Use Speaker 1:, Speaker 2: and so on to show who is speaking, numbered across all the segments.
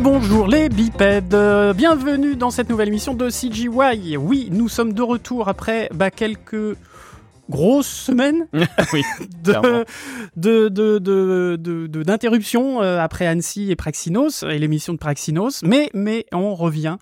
Speaker 1: bonjour les bipèdes, euh, bienvenue dans cette nouvelle émission de CGY. Oui, nous sommes de retour après bah, quelques grosses semaines
Speaker 2: oui,
Speaker 1: de- de- de- de- de- de- d'interruptions euh, après Annecy et Praxinos et l'émission de Praxinos, mais, mais on revient.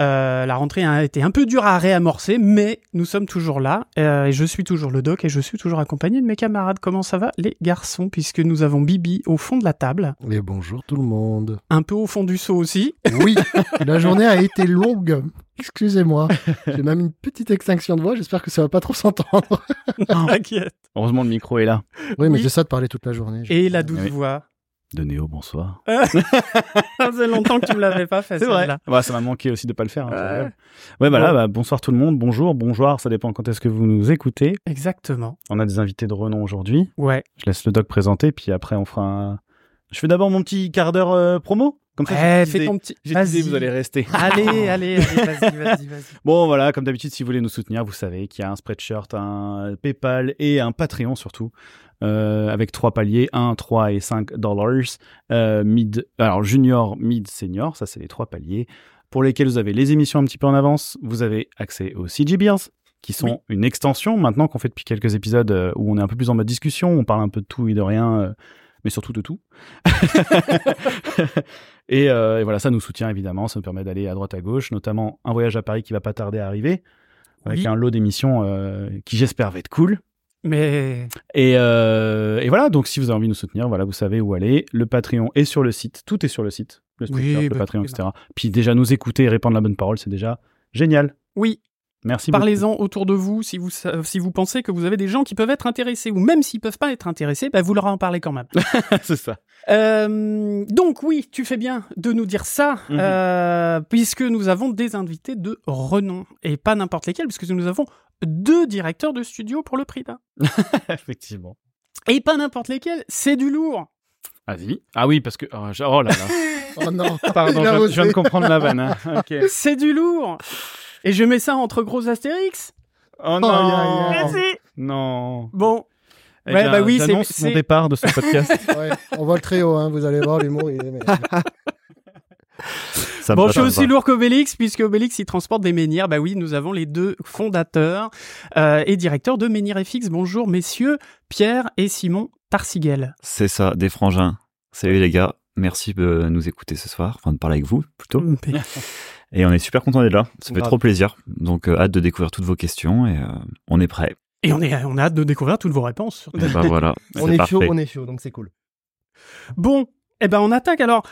Speaker 1: Euh, la rentrée a été un peu dure à réamorcer, mais nous sommes toujours là euh, et je suis toujours le doc et je suis toujours accompagné de mes camarades. Comment ça va les garçons Puisque nous avons Bibi au fond de la table,
Speaker 3: Et bonjour tout le monde.
Speaker 1: un peu au fond du seau aussi.
Speaker 3: Oui, la journée a été longue. Excusez-moi. J'ai même une petite extinction de voix. J'espère que ça va pas trop s'entendre.
Speaker 1: Ah. T'inquiète.
Speaker 2: Heureusement, le micro est là.
Speaker 3: Oui, mais
Speaker 1: Oui.
Speaker 3: j'essaie de parler toute la journée.
Speaker 1: Et la douce
Speaker 2: Oui.
Speaker 1: voix.
Speaker 2: De Néo, bonsoir.
Speaker 1: Ça faisait longtemps que tu me l'avais pas fait. celle-là.
Speaker 2: Bah, ça m'a manqué aussi de pas le faire. hein,
Speaker 1: Ouais.
Speaker 2: c'est vrai. Ouais, bah là, bah, bonsoir tout le monde. Bonjour, bonjour. Ça dépend quand est-ce que vous nous écoutez.
Speaker 1: Exactement.
Speaker 2: On a des invités de renom aujourd'hui.
Speaker 1: Ouais.
Speaker 2: Je laisse le doc présenter, puis après, on fera un. Je fais d'abord mon petit quart d'heure euh, promo. Comme ça,
Speaker 1: Eh,
Speaker 2: j'ai
Speaker 1: fais
Speaker 2: teasé.
Speaker 1: ton petit.
Speaker 2: J'ai
Speaker 1: Vas-y.
Speaker 2: teasé, vous allez rester.
Speaker 1: Allez, allez, allez, vas-y, vas-y, vas-y.
Speaker 2: Bon, voilà, comme d'habitude, si vous voulez nous soutenir, vous savez qu'il y a un Spreadshirt, un PayPal et un Patreon surtout, euh, avec trois paliers, 1, 3 et 5 dollars. Euh, mid, alors junior, mid, senior, ça c'est les trois paliers, pour lesquels vous avez les émissions un petit peu en avance, vous avez accès aux CG Beers, qui sont une extension, maintenant qu'on fait depuis quelques épisodes euh, où on est un peu plus en mode discussion, on parle un peu de tout et de rien, euh, mais surtout de tout. Et, euh, et voilà, ça nous soutient évidemment, ça nous permet d'aller à droite à gauche, notamment un voyage à Paris qui va pas tarder à arriver, avec
Speaker 1: Oui.
Speaker 2: un lot d'émissions euh, qui j'espère va être cool.
Speaker 1: Mais
Speaker 2: Et, euh, et voilà, donc si vous avez envie de nous soutenir, voilà, vous savez où aller. Le Patreon est sur le site, tout est sur le site, le,
Speaker 1: Oui,
Speaker 2: Spreadshirt, le
Speaker 1: bah,
Speaker 2: Patreon,
Speaker 1: tout est
Speaker 2: etc. Puis déjà nous écouter et répandre la bonne parole, c'est déjà génial.
Speaker 1: oui,
Speaker 2: Merci
Speaker 1: parlez-en autour de vous si vous sa- si vous pensez que vous avez des gens qui peuvent être intéressés ou même s'ils peuvent pas être intéressés, bah, vous leur en parlez quand même.
Speaker 2: beaucoup. c'est ça.
Speaker 1: Euh, donc oui, tu fais bien de nous dire ça,
Speaker 2: Mhm.
Speaker 1: euh, puisque nous avons des invités de renom et pas n'importe lesquels, puisque nous avons deux directeurs de studio pour le prix d'un.
Speaker 2: Effectivement.
Speaker 1: Et pas n'importe lesquels, c'est du lourd.
Speaker 2: Vas-y. Ah oui, parce que oh, je- oh là là.
Speaker 3: Oh non.
Speaker 2: Pardon,
Speaker 3: Il a
Speaker 2: je, je viens de
Speaker 3: osé.
Speaker 2: comprendre la vanne. hein. Ok.
Speaker 1: C'est du lourd. Et je mets ça entre gros astérix.
Speaker 2: Oh
Speaker 3: Oh, yeah, yeah.
Speaker 2: non.
Speaker 1: Merci.
Speaker 2: Non.
Speaker 1: Bon,
Speaker 2: Eh
Speaker 1: Ouais,
Speaker 2: bien,
Speaker 1: bah oui, c'est-
Speaker 2: j'annonce
Speaker 1: c'est-
Speaker 2: mon départ de ce podcast.
Speaker 3: Ouais, on voit le très haut. hein, Vous allez voir l'humour. il est- mais-
Speaker 4: Ah,
Speaker 2: Ça me
Speaker 1: bon,
Speaker 2: va,
Speaker 1: je suis
Speaker 2: ça me
Speaker 1: aussi
Speaker 2: va.
Speaker 1: lourd qu'Obélix, puisque Obélix, il transporte des menhirs. Bah oui, nous avons les deux fondateurs euh, et directeurs de Menhir FX. Bonjour, messieurs, Pierre et Simon Tarsigel.
Speaker 5: C'est ça, des frangins. Salut les gars, merci de nous écouter ce soir, enfin de parler avec vous plutôt. Et on est super content d'être là, ça fait
Speaker 2: Grave.
Speaker 5: trop plaisir. Donc euh, hâte de découvrir toutes vos questions et euh, on est prêt.
Speaker 1: Et on, est, on a hâte de découvrir toutes vos réponses. surtout.
Speaker 5: Et bah voilà,
Speaker 3: On
Speaker 5: c'est
Speaker 3: est chaud,
Speaker 5: parfait.
Speaker 3: on est chaud, donc c'est cool.
Speaker 1: Bon, eh ben on attaque. Alors,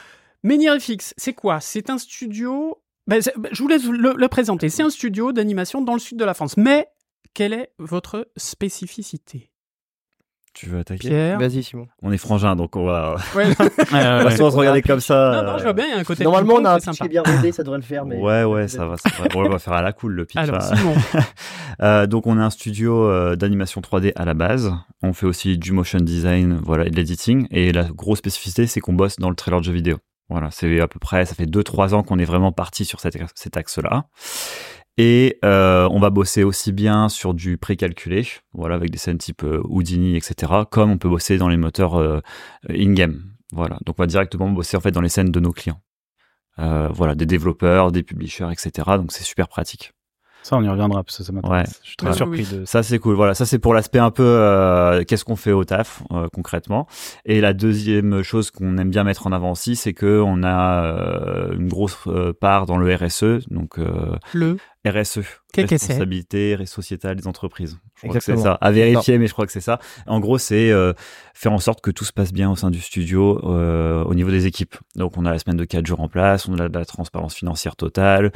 Speaker 1: Menhir FX, c'est quoi C'est un studio... ben, c'est- ben, je vous laisse le, le présenter. C'est un studio d'animation dans le sud de la France. Mais quelle est votre spécificité
Speaker 5: Tu veux attaquer
Speaker 1: Pierre
Speaker 3: Vas-y, Simon.
Speaker 5: On est frangins, donc on va,
Speaker 1: Ouais, non,
Speaker 2: Ah,
Speaker 5: on
Speaker 2: ouais,
Speaker 5: va
Speaker 2: ouais.
Speaker 5: souvent se regarder comme ça.
Speaker 1: non, non, je vois bien, il y a un côté...
Speaker 4: Normalement, on a un pitch
Speaker 1: c'est
Speaker 4: qui
Speaker 1: sympa.
Speaker 4: est bien rodé, ça devrait le faire. Mais
Speaker 5: Ouais, ouais, ça va, ça va. Bon, on va faire à la cool le pitch.
Speaker 1: Alors,
Speaker 5: hein.
Speaker 1: Simon,
Speaker 5: Euh, donc on a un studio euh, d'animation 3D à la base. On fait aussi du motion design, voilà, et de l'editing. Et la grosse spécificité, c'est qu'on bosse dans le trailer de jeux vidéo. Voilà, c'est à peu près, ça fait 2-3 ans qu'on est vraiment parti sur cet, cet axe-là. Et euh, on va bosser aussi bien sur du précalculé, voilà, avec des scènes type euh, Houdini, etc., comme on peut bosser dans les moteurs euh, in-game. Voilà, donc on va directement bosser en fait dans les scènes de nos clients. Euh, voilà, des développeurs, des publishers, etc. Donc c'est super pratique.
Speaker 2: Ça, on y reviendra parce que ça m'intéresse. Je suis très
Speaker 1: Oui,
Speaker 2: surpris
Speaker 1: oui.
Speaker 2: de ça.
Speaker 5: Ça c'est cool. Voilà, ça c'est pour l'aspect un peu euh, qu'est-ce qu'on fait au taf euh, concrètement. Et la deuxième chose qu'on aime bien mettre en avant aussi, c'est que on a euh, une grosse euh, part dans le RSE, donc euh,
Speaker 1: le...
Speaker 5: RSE,
Speaker 1: Qu'est-ce que c'est
Speaker 5: responsabilité sociétale des entreprises. Je crois que c'est
Speaker 3: Exactement.
Speaker 5: ça. À vérifier, mais je crois que c'est ça. En gros, c'est euh, faire en sorte que tout se passe bien au sein du studio, euh, au niveau des équipes. Donc, on a la semaine de 4 jours en place, on a de la transparence financière totale,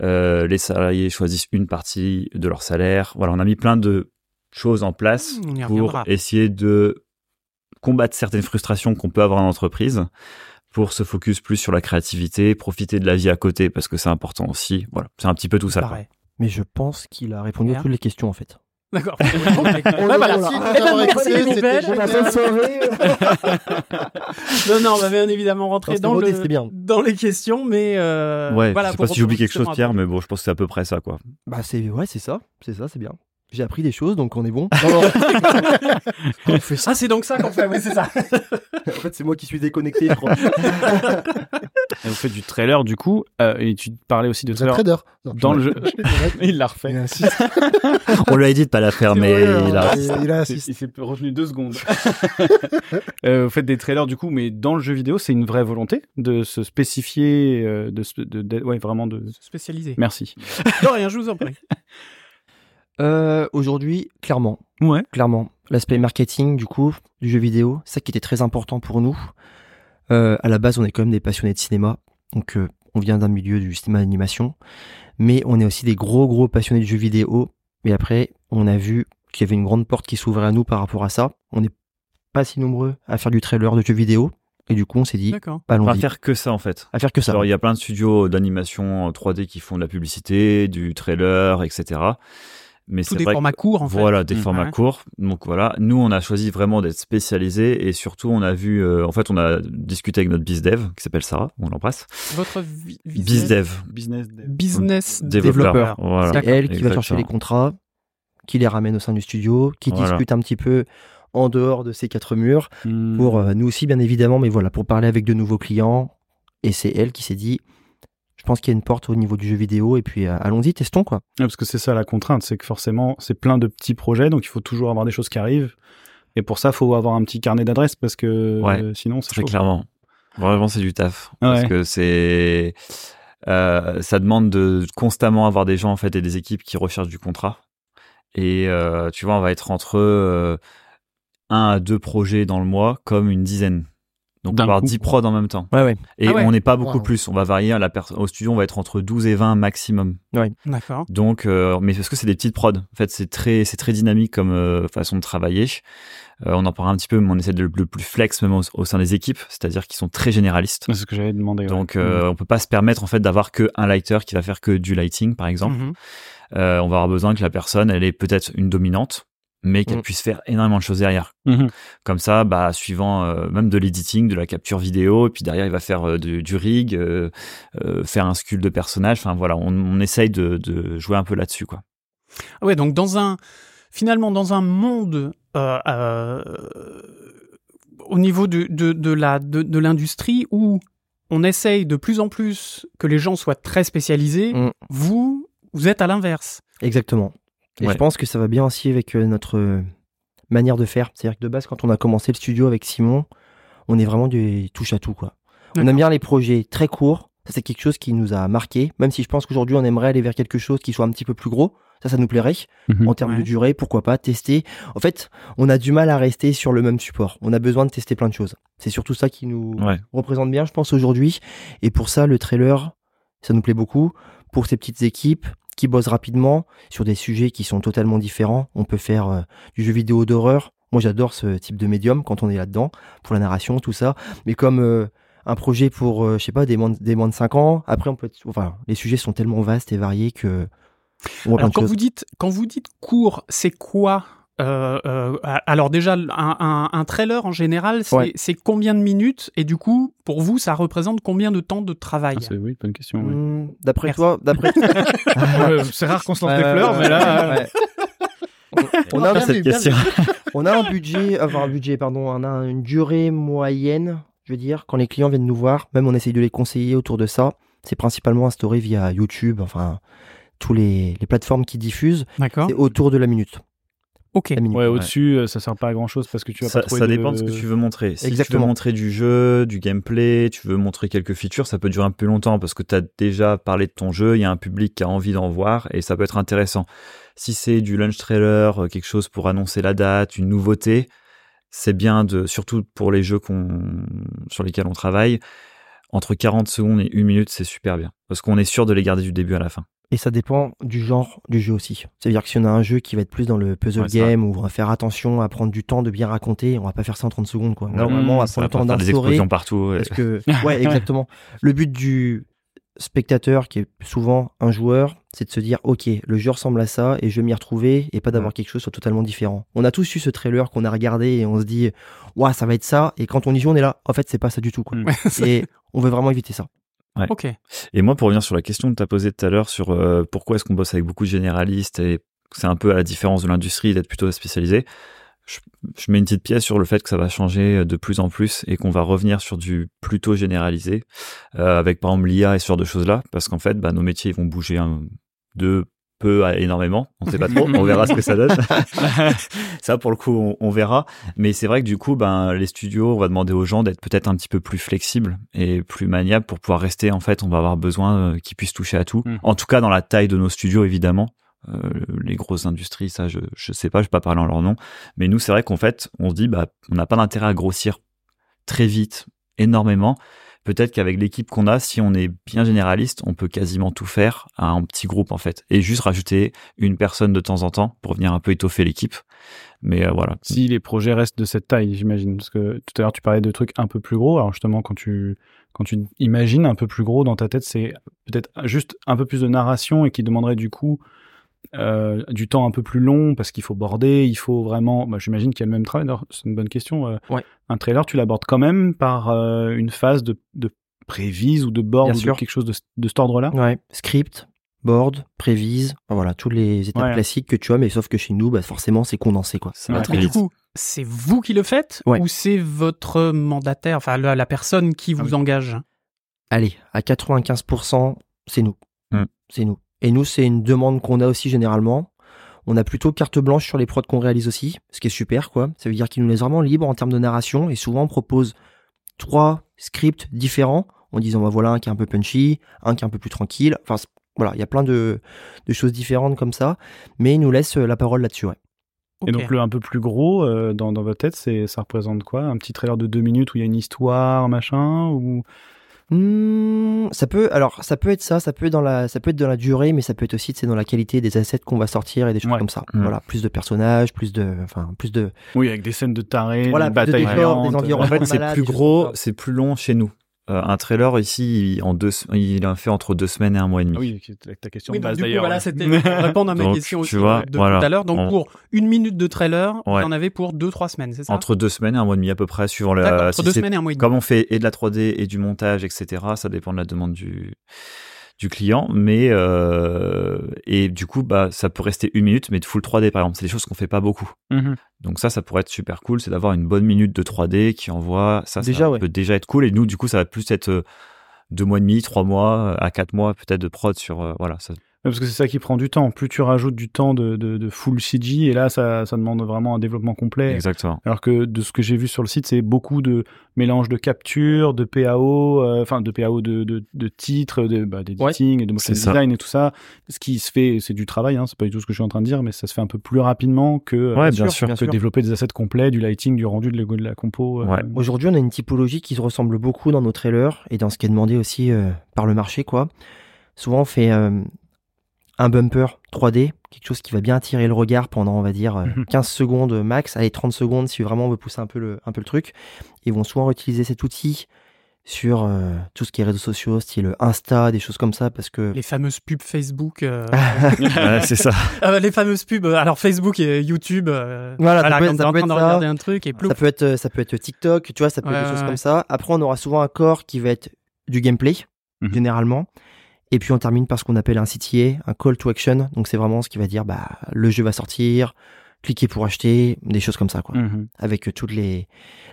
Speaker 5: euh, les salariés choisissent une partie de leur salaire. Voilà, on a mis plein de choses en place
Speaker 1: Hmm, On y
Speaker 5: pour
Speaker 1: reviendra.
Speaker 5: essayer de combattre certaines frustrations qu'on peut avoir en entreprise pour se focus plus sur la créativité, profiter de la vie à côté parce que c'est important aussi. Voilà, c'est un petit peu tout ça. quoi.
Speaker 1: Pareil.
Speaker 6: Mais je pense qu'il a répondu
Speaker 1: Pierre
Speaker 6: à toutes les questions en fait.
Speaker 1: D'accord.
Speaker 3: On
Speaker 1: Bah
Speaker 3: le
Speaker 1: voilà.
Speaker 3: remercie de nous
Speaker 1: Eh ben,
Speaker 3: avoir
Speaker 1: merci
Speaker 3: écoutés,
Speaker 1: les
Speaker 3: c'était
Speaker 1: nouvelles.
Speaker 3: génial.
Speaker 4: On a bonne soirée.
Speaker 1: non, non, on va bien évidemment rentrer
Speaker 3: C'était
Speaker 1: dans,
Speaker 3: rodé,
Speaker 1: le-
Speaker 3: c'était bien.
Speaker 1: dans les questions, mais euh,
Speaker 5: Ouais,
Speaker 1: voilà.
Speaker 5: je sais
Speaker 1: pour
Speaker 5: pas si j'oublie
Speaker 1: retourner
Speaker 5: quelque chose,
Speaker 1: justement à-
Speaker 5: Pierre, mais bon, je pense que c'est à peu près ça, quoi.
Speaker 6: Bah c'est ouais c'est ça, c'est ça c'est bien. J'ai appris des choses, donc on est bon.
Speaker 3: Non, non.
Speaker 6: on fait ça.
Speaker 1: Ah, c'est donc ça qu'on fait, oui, c'est ça.
Speaker 6: En fait, c'est moi qui suis déconnecté, je crois.
Speaker 2: Et vous faites du trailer du coup, euh, et tu parlais aussi de
Speaker 3: Vous êtes
Speaker 2: trailer
Speaker 3: trader. Non,
Speaker 2: dans le jeu. Il l'a
Speaker 3: Il
Speaker 2: refait.
Speaker 3: insiste.
Speaker 5: On lui a dit de pas la faire, mais il a.
Speaker 3: il
Speaker 2: C'est-
Speaker 3: insiste.
Speaker 2: Il s'est revenu deux secondes. Euh, vous faites des trailers du coup, mais dans le jeu vidéo, c'est une vraie volonté de se spécifier, euh, de, se- de- de- ouais, vraiment de.
Speaker 1: Spécialisé.
Speaker 2: Merci.
Speaker 1: De rien, je vous en prie.
Speaker 6: Euh, Aujourd'hui, clairement,
Speaker 2: Ouais.
Speaker 6: clairement, l'aspect marketing du coup du jeu vidéo, ça qui était très important pour nous. Euh, à la base, on est quand même des passionnés de cinéma, donc euh, on vient d'un milieu du cinéma d'animation, mais on est aussi des gros gros passionnés de jeux vidéo. Et après, on a vu qu'il y avait une grande porte qui s'ouvrait à nous par rapport à ça. On n'est pas si nombreux à faire du trailer de jeux vidéo, et du coup, on s'est dit,
Speaker 1: D'accord.
Speaker 5: On va
Speaker 6: allons-y,
Speaker 5: faire que ça en fait.
Speaker 6: à faire que ça.
Speaker 5: Alors, il y a plein de studios d'animation en 3D qui font de la publicité, du trailer, etc. Mais
Speaker 1: Tout
Speaker 5: c'est
Speaker 1: des
Speaker 5: vrai que-
Speaker 1: formats courts, en fait. Mmh.
Speaker 5: Voilà, des
Speaker 2: Mm.
Speaker 5: formats
Speaker 1: Ouais.
Speaker 5: courts. Donc voilà, nous, on a choisi vraiment d'être spécialisés et surtout, on a vu, euh, en fait, on a discuté avec notre bizdev qui s'appelle Sarah, on l'embrasse.
Speaker 1: Votre vi- business,
Speaker 5: Bizdev,
Speaker 2: Business.
Speaker 1: business
Speaker 5: développeur.
Speaker 1: développeur.
Speaker 5: Voilà.
Speaker 6: C'est elle qui va chercher
Speaker 5: Exactement.
Speaker 6: les contrats, qui les ramène au sein du studio, qui
Speaker 5: Voilà.
Speaker 6: discute un petit peu en dehors de ces quatre murs,
Speaker 2: Hmm.
Speaker 6: pour
Speaker 5: Mm.
Speaker 6: euh, nous aussi bien évidemment, mais voilà, pour parler avec de nouveaux clients. Et c'est elle qui s'est dit, je pense qu'il y a une porte au niveau du jeu vidéo, et puis euh, allons-y, testons quoi.
Speaker 2: Ouais, Ah, parce que c'est ça la contrainte, c'est que forcément, c'est plein de petits projets, donc il faut toujours avoir des choses qui arrivent. Et pour ça, il faut avoir un petit carnet d'adresses parce que
Speaker 5: Ouais.
Speaker 2: euh, sinon, c'est
Speaker 5: Très
Speaker 2: chaud.
Speaker 5: clairement. Vraiment, c'est du taf. Parce
Speaker 2: Ouais.
Speaker 5: que c'est. euh, ça demande de constamment avoir des gens en fait et des équipes qui recherchent du contrat. Et euh, tu vois, on va être entre euh, un à deux projets dans le mois, comme une dizaine. Donc, on va
Speaker 2: D'un
Speaker 5: avoir
Speaker 2: coup.
Speaker 5: 10 prods en même temps.
Speaker 6: Ouais, ouais.
Speaker 5: Et
Speaker 1: Ah ouais.
Speaker 5: on n'est pas beaucoup
Speaker 3: Wow.
Speaker 5: plus. On va varier. hein, La perso- au studio, on va être entre 12 et 20 maximum.
Speaker 1: D'accord.
Speaker 5: Donc, euh, mais parce que c'est des petites prods. En fait, c'est très, c'est très dynamique comme euh, façon de travailler. Euh, on en parlera un petit peu, mais on essaie de le, le plus flex même au, au sein des équipes, c'est-à-dire qu'ils sont très généralistes.
Speaker 2: C'est ce que j'avais demandé. ouais.
Speaker 5: Donc, euh, on peut pas se permettre en fait d'avoir que un lighter qui va faire que du lighting, par exemple.
Speaker 1: Mhm.
Speaker 2: Mm.
Speaker 5: Euh, on va avoir besoin que la personne, elle est peut-être une dominante, mais
Speaker 2: Mm.
Speaker 5: qu'elle
Speaker 6: Mhm.
Speaker 5: puisse faire énormément de choses derrière.
Speaker 2: Mhm.
Speaker 5: Comme ça, bah, suivant euh, même de l'editing, de la capture vidéo, et puis derrière, il va faire euh, du, du rig, euh, euh, faire un sculpte de personnage. Enfin, voilà, on, on essaye de, de jouer un peu là-dessus, quoi.
Speaker 1: Ah ouais, donc dans un finalement dans un monde euh, euh, au niveau du- de, de la de, de l'industrie où on essaye de plus en plus que les gens soient très spécialisés,
Speaker 6: Mm.
Speaker 1: vous vous êtes à l'inverse.
Speaker 6: Exactement. Et
Speaker 5: Ouais.
Speaker 6: je pense que ça va bien aussi avec euh, notre euh, manière de faire. C'est-à-dire que de base, quand on a commencé le studio avec Simon, on est vraiment des touche à tout, quoi. On aime bien les projets très courts. Ça, c'est quelque chose qui nous a marqué. Même si je pense qu'aujourd'hui, on aimerait aller vers quelque chose qui soit un petit peu plus gros. Ça, ça nous plairait.
Speaker 2: Mhm.
Speaker 6: En termes
Speaker 1: Ouais.
Speaker 6: de durée, pourquoi pas tester. En fait, on a du mal à rester sur le même support. On a besoin de tester plein de choses. C'est surtout ça qui nous
Speaker 5: Ouais.
Speaker 6: représente bien, je pense, aujourd'hui. Et pour ça, le trailer, ça nous plaît beaucoup. Pour ces petites équipes qui bossent rapidement sur des sujets qui sont totalement différents, on peut faire euh, du jeu vidéo d'horreur. Moi, j'adore ce type de médium quand on est là-dedans, pour la narration, tout ça. Mais comme euh, un projet pour, euh, je sais pas, des moins, de- des moins de 5 ans, après, on peut être- Enfin, les sujets sont tellement vastes et variés que. On voit plein
Speaker 1: Alors
Speaker 6: de
Speaker 1: quand
Speaker 6: choses.
Speaker 1: vous dites quand vous dites court, c'est quoi Euh, euh, a- alors déjà un, un- un trailer en général, c'est
Speaker 6: Ouais.
Speaker 1: c'est combien de minutes et du coup pour vous ça représente combien de temps de travail
Speaker 2: Ah, c'est- oui, bonne question. ouais.
Speaker 6: Hmm, D'après
Speaker 1: Merci.
Speaker 6: toi, d'après
Speaker 2: Euh, c'est rare qu'on se lance des
Speaker 6: Ouais,
Speaker 2: fleurs,
Speaker 6: ouais,
Speaker 2: mais là. euh,
Speaker 6: ouais, ouais. on, a,
Speaker 3: Ah, Bien vu, bien vu.
Speaker 6: on a un budget, avoir un budget, pardon, on a une durée moyenne, je veux dire, quand les clients viennent nous voir, même on essaye de les conseiller autour de ça. C'est principalement instauré via YouTube, enfin, tous les, les plateformes qui diffusent,
Speaker 1: D'accord.
Speaker 6: c'est autour de la minute.
Speaker 1: Ah. Ok.
Speaker 6: La minute.
Speaker 2: Ouais, au-dessus, euh, ça sert pas à grand chose parce que tu vas
Speaker 5: ça,
Speaker 2: pas trouver
Speaker 5: ça
Speaker 2: de-
Speaker 5: dépend de ce que tu veux montrer. Si tu
Speaker 6: Exactement.
Speaker 5: veux montrer du jeu, du gameplay, tu veux montrer quelques features, ça peut durer un peu longtemps parce que tu as déjà parlé de ton jeu, il y a un public qui a envie d'en voir et ça peut être intéressant. Si c'est du launch trailer, euh, quelque chose pour annoncer la date, une nouveauté, c'est bien de, surtout pour les jeux qu'on, sur lesquels on travaille, entre 40 secondes et une minute, c'est super bien. Parce qu'on est sûr de les garder du début à la fin.
Speaker 6: Et ça dépend du genre du jeu aussi. C'est-à-dire que si on a un jeu qui va être plus dans le puzzle
Speaker 5: Ouais, c'est
Speaker 6: game, où on va faire attention à prendre du temps de bien raconter, on va pas faire ça en 30 secondes, quoi. Là,
Speaker 5: Non,
Speaker 6: vraiment, on va
Speaker 5: Ça Mmh.
Speaker 6: prendre le
Speaker 5: va
Speaker 6: temps
Speaker 5: pas faire des
Speaker 6: d'instaurer.
Speaker 5: explosions partout. et-
Speaker 6: Parce que, ouais, exactement. Le but du spectateur, qui est souvent un joueur, c'est de se dire, ok, le jeu ressemble à ça et je vais m'y retrouver et pas d'avoir quelque chose soit totalement différent. On a tous eu ce trailer qu'on a regardé et on se dit, ouah, ça va être ça. Et quand on y joue, on est là, en fait, c'est pas ça du tout, quoi.
Speaker 2: Mm.
Speaker 6: et on veut vraiment éviter ça.
Speaker 1: Ok.
Speaker 5: Et moi, pour revenir sur la question que tu as posée tout à l'heure sur euh, pourquoi est-ce qu'on bosse avec beaucoup de généralistes et c'est un peu à la différence de l'industrie d'être plutôt spécialisé. Je, je mets une petite pièce sur le fait que ça va changer euh, de plus en plus et qu'on va revenir sur du plutôt généralisé euh, avec par exemple l'IA et ce genre de choses là parce qu'en fait bah, nos métiers ils vont bouger hein, de peu à énormément, on sait pas trop, on verra ce que ça donne. ça pour le coup on, on verra, mais c'est vrai que du coup ben les studios on va demander aux gens d'être peut-être un petit peu plus flexibles et plus maniables pour pouvoir rester en fait, on va avoir besoin euh, qu'ils puissent toucher à tout.
Speaker 2: Mm.
Speaker 5: En tout cas dans la taille de nos studios évidemment. Euh, les grosses industries, ça, je, je sais pas, je vais pas parler en leur nom. Mais nous, c'est vrai qu'en fait, on se dit, bah, on n'a pas d'intérêt à grossir très vite, énormément. Peut-être qu'avec l'équipe qu'on a, si on est bien généraliste, on peut quasiment tout faire à un petit groupe, en fait. Et juste rajouter une personne de temps en temps pour venir un peu étoffer l'équipe. Mais euh, voilà.
Speaker 2: si les projets restent de cette taille, j'imagine. Parce que tout à l'heure, tu parlais de trucs un peu plus gros. Alors justement, quand tu, quand tu imagines un peu plus gros dans ta tête, c'est peut-être juste un peu plus de narration et qui demanderait du coup euh, du temps un peu plus long parce qu'il faut border, il faut vraiment... Bah, j'imagine qu'il y a le même trailer, c'est une bonne question. euh,
Speaker 6: Ouais.
Speaker 2: Un trailer, tu l'abordes quand même par euh, une phase de, de prévise ou de board
Speaker 6: Bien
Speaker 2: ou de
Speaker 6: sûr.
Speaker 2: quelque chose de, de cet ordre-là
Speaker 6: Ouais, script, board, prévise, enfin, voilà, toutes les étapes
Speaker 2: Ouais.
Speaker 6: classiques que tu as, mais sauf que chez nous, bah, forcément, c'est condensé, quoi.
Speaker 5: Ça
Speaker 2: Ouais.
Speaker 5: va
Speaker 1: Mais
Speaker 5: très
Speaker 1: du
Speaker 5: vite.
Speaker 1: coup, c'est vous qui le faites
Speaker 6: Ouais.
Speaker 1: ou c'est votre mandataire, enfin la, la personne qui vous
Speaker 2: Ah oui.
Speaker 1: engage
Speaker 6: Allez, à 95%, c'est nous.
Speaker 5: Hmm.
Speaker 6: C'est nous. Et nous, c'est une demande qu'on a aussi généralement. On a plutôt carte blanche sur les prods qu'on réalise aussi, ce qui est super, quoi. Ça veut dire qu'ils nous laissent vraiment libres en termes de narration et souvent on propose trois scripts différents en disant, bah voilà, un qui est un peu punchy, un qui est un peu plus tranquille. Enfin, c'est- voilà, il y a plein de, de choses différentes comme ça, mais ils nous laissent euh, la parole là-dessus, ouais.
Speaker 2: Et
Speaker 1: Ok.
Speaker 2: donc le un peu plus gros euh, dans, dans votre tête, c'est ça représente quoi Un petit trailer de deux minutes où il y a une histoire, machin ou
Speaker 6: Hmm, ça peut alors ça peut être ça ça peut être dans la ça peut être dans la durée mais ça peut être aussi c'est dans la qualité des assets qu'on va sortir et des choses
Speaker 2: Ouais.
Speaker 6: comme ça
Speaker 5: Mm.
Speaker 6: voilà plus de personnages plus de enfin plus de
Speaker 2: Oui, avec des scènes de tarés,
Speaker 6: Voilà,
Speaker 2: des
Speaker 6: plus de
Speaker 2: batailles
Speaker 6: décors, des
Speaker 2: violentes.
Speaker 6: environs.
Speaker 5: En fait, c'est
Speaker 6: Malade,
Speaker 5: plus
Speaker 6: des choses
Speaker 5: gros,
Speaker 6: comme
Speaker 5: c'est plus long chez nous. Euh, un trailer ici, il- en deux, se- il a fait entre deux semaines et un mois et demi.
Speaker 2: Ah Oui, qui est ta question
Speaker 1: Oui,
Speaker 2: de
Speaker 1: donc,
Speaker 2: base
Speaker 1: du coup,
Speaker 2: d'ailleurs.
Speaker 1: voilà, c'était pour répondre à ma
Speaker 5: Donc,
Speaker 1: question
Speaker 5: tu
Speaker 1: aussi
Speaker 5: vois,
Speaker 1: de
Speaker 5: voilà,
Speaker 1: tout à l'heure. Donc,
Speaker 5: on-
Speaker 1: pour une minute de trailer,
Speaker 5: Ouais.
Speaker 1: vous en avez pour 2-3 semaines, c'est ça
Speaker 5: Entre deux semaines et un mois et demi à peu près, suivant la.
Speaker 1: D'accord, entre
Speaker 5: si
Speaker 1: deux
Speaker 5: c'est-
Speaker 1: semaines et un mois et demi.
Speaker 5: Comme on fait et de la 3D et du montage, etc., ça dépend de la demande du, du client. Mais euh, et du coup, bah, ça peut rester une minute, mais de full 3D par exemple, c'est des choses qu'on fait pas beaucoup.
Speaker 2: Mhm.
Speaker 5: Donc ça, ça pourrait être super cool, c'est d'avoir une bonne minute de 3D qui envoie. Ça, ça
Speaker 6: Déjà, ouais.
Speaker 5: peut déjà être cool. Et nous, du coup, ça va plus être euh, deux mois et demi, trois mois, euh, à quatre mois peut-être de prod sur euh, voilà. Ça,
Speaker 2: Ouais, Parce que c'est ça qui prend du temps. Plus tu rajoutes du temps de, de, de full CG, et là, ça, ça demande vraiment un développement complet.
Speaker 5: Exactement.
Speaker 2: Alors que de ce que j'ai vu sur le site, c'est beaucoup de mélange de captures, de PAO, euh, enfin de PAO de, de, de titres, de, bah, d'editing, et de motion
Speaker 5: c'est ça.
Speaker 2: design et tout ça. Ce qui se fait, c'est du travail, hein, c'est pas du tout ce que je suis en train de dire, mais ça se fait un peu plus rapidement que, euh,
Speaker 5: Ouais, bien
Speaker 6: bien
Speaker 5: sûr.
Speaker 6: sûr, bien
Speaker 2: que développer des assets complets, du lighting, du rendu, de l'ego, de la compo. euh,
Speaker 5: Ouais.
Speaker 6: aujourd'hui on a une typologie qui se ressemble beaucoup dans nos trailers et dans ce qui est demandé aussi euh, par le marché quoi souvent on fait euh, un bumper 3D quelque chose qui va bien attirer le regard pendant on va dire euh,
Speaker 2: Mhm.
Speaker 6: 15 secondes max allez 30 secondes si vraiment on veut pousser un peu le un peu le truc et vont souvent utiliser cet outil sur euh, tout ce qui est réseaux sociaux style Insta des choses comme ça parce que
Speaker 1: Les fameuses pubs Facebook. euh,
Speaker 5: Ouais, c'est ça.
Speaker 1: euh, les fameuses pubs, euh, alors Facebook et YouTube. euh,
Speaker 6: Voilà, ça peut-
Speaker 1: quand
Speaker 6: ça
Speaker 1: t'es en
Speaker 6: peut
Speaker 1: train de
Speaker 6: être ça.
Speaker 1: regarder un truc et ploup.
Speaker 6: Ça peut être, ça peut être TikTok, tu vois, ça peut être
Speaker 1: Ouais,
Speaker 6: des choses
Speaker 1: ouais, ouais.
Speaker 6: comme ça. Après, on aura souvent un corps qui va être du gameplay,
Speaker 2: Mhm.
Speaker 6: généralement. Et puis, on termine par ce qu'on appelle un CTA, un call to action. Donc, c'est vraiment ce qui va dire, bah, le jeu va sortir, cliquez pour acheter, des choses comme ça, quoi.
Speaker 2: Mhm.
Speaker 6: Avec euh, toutes les,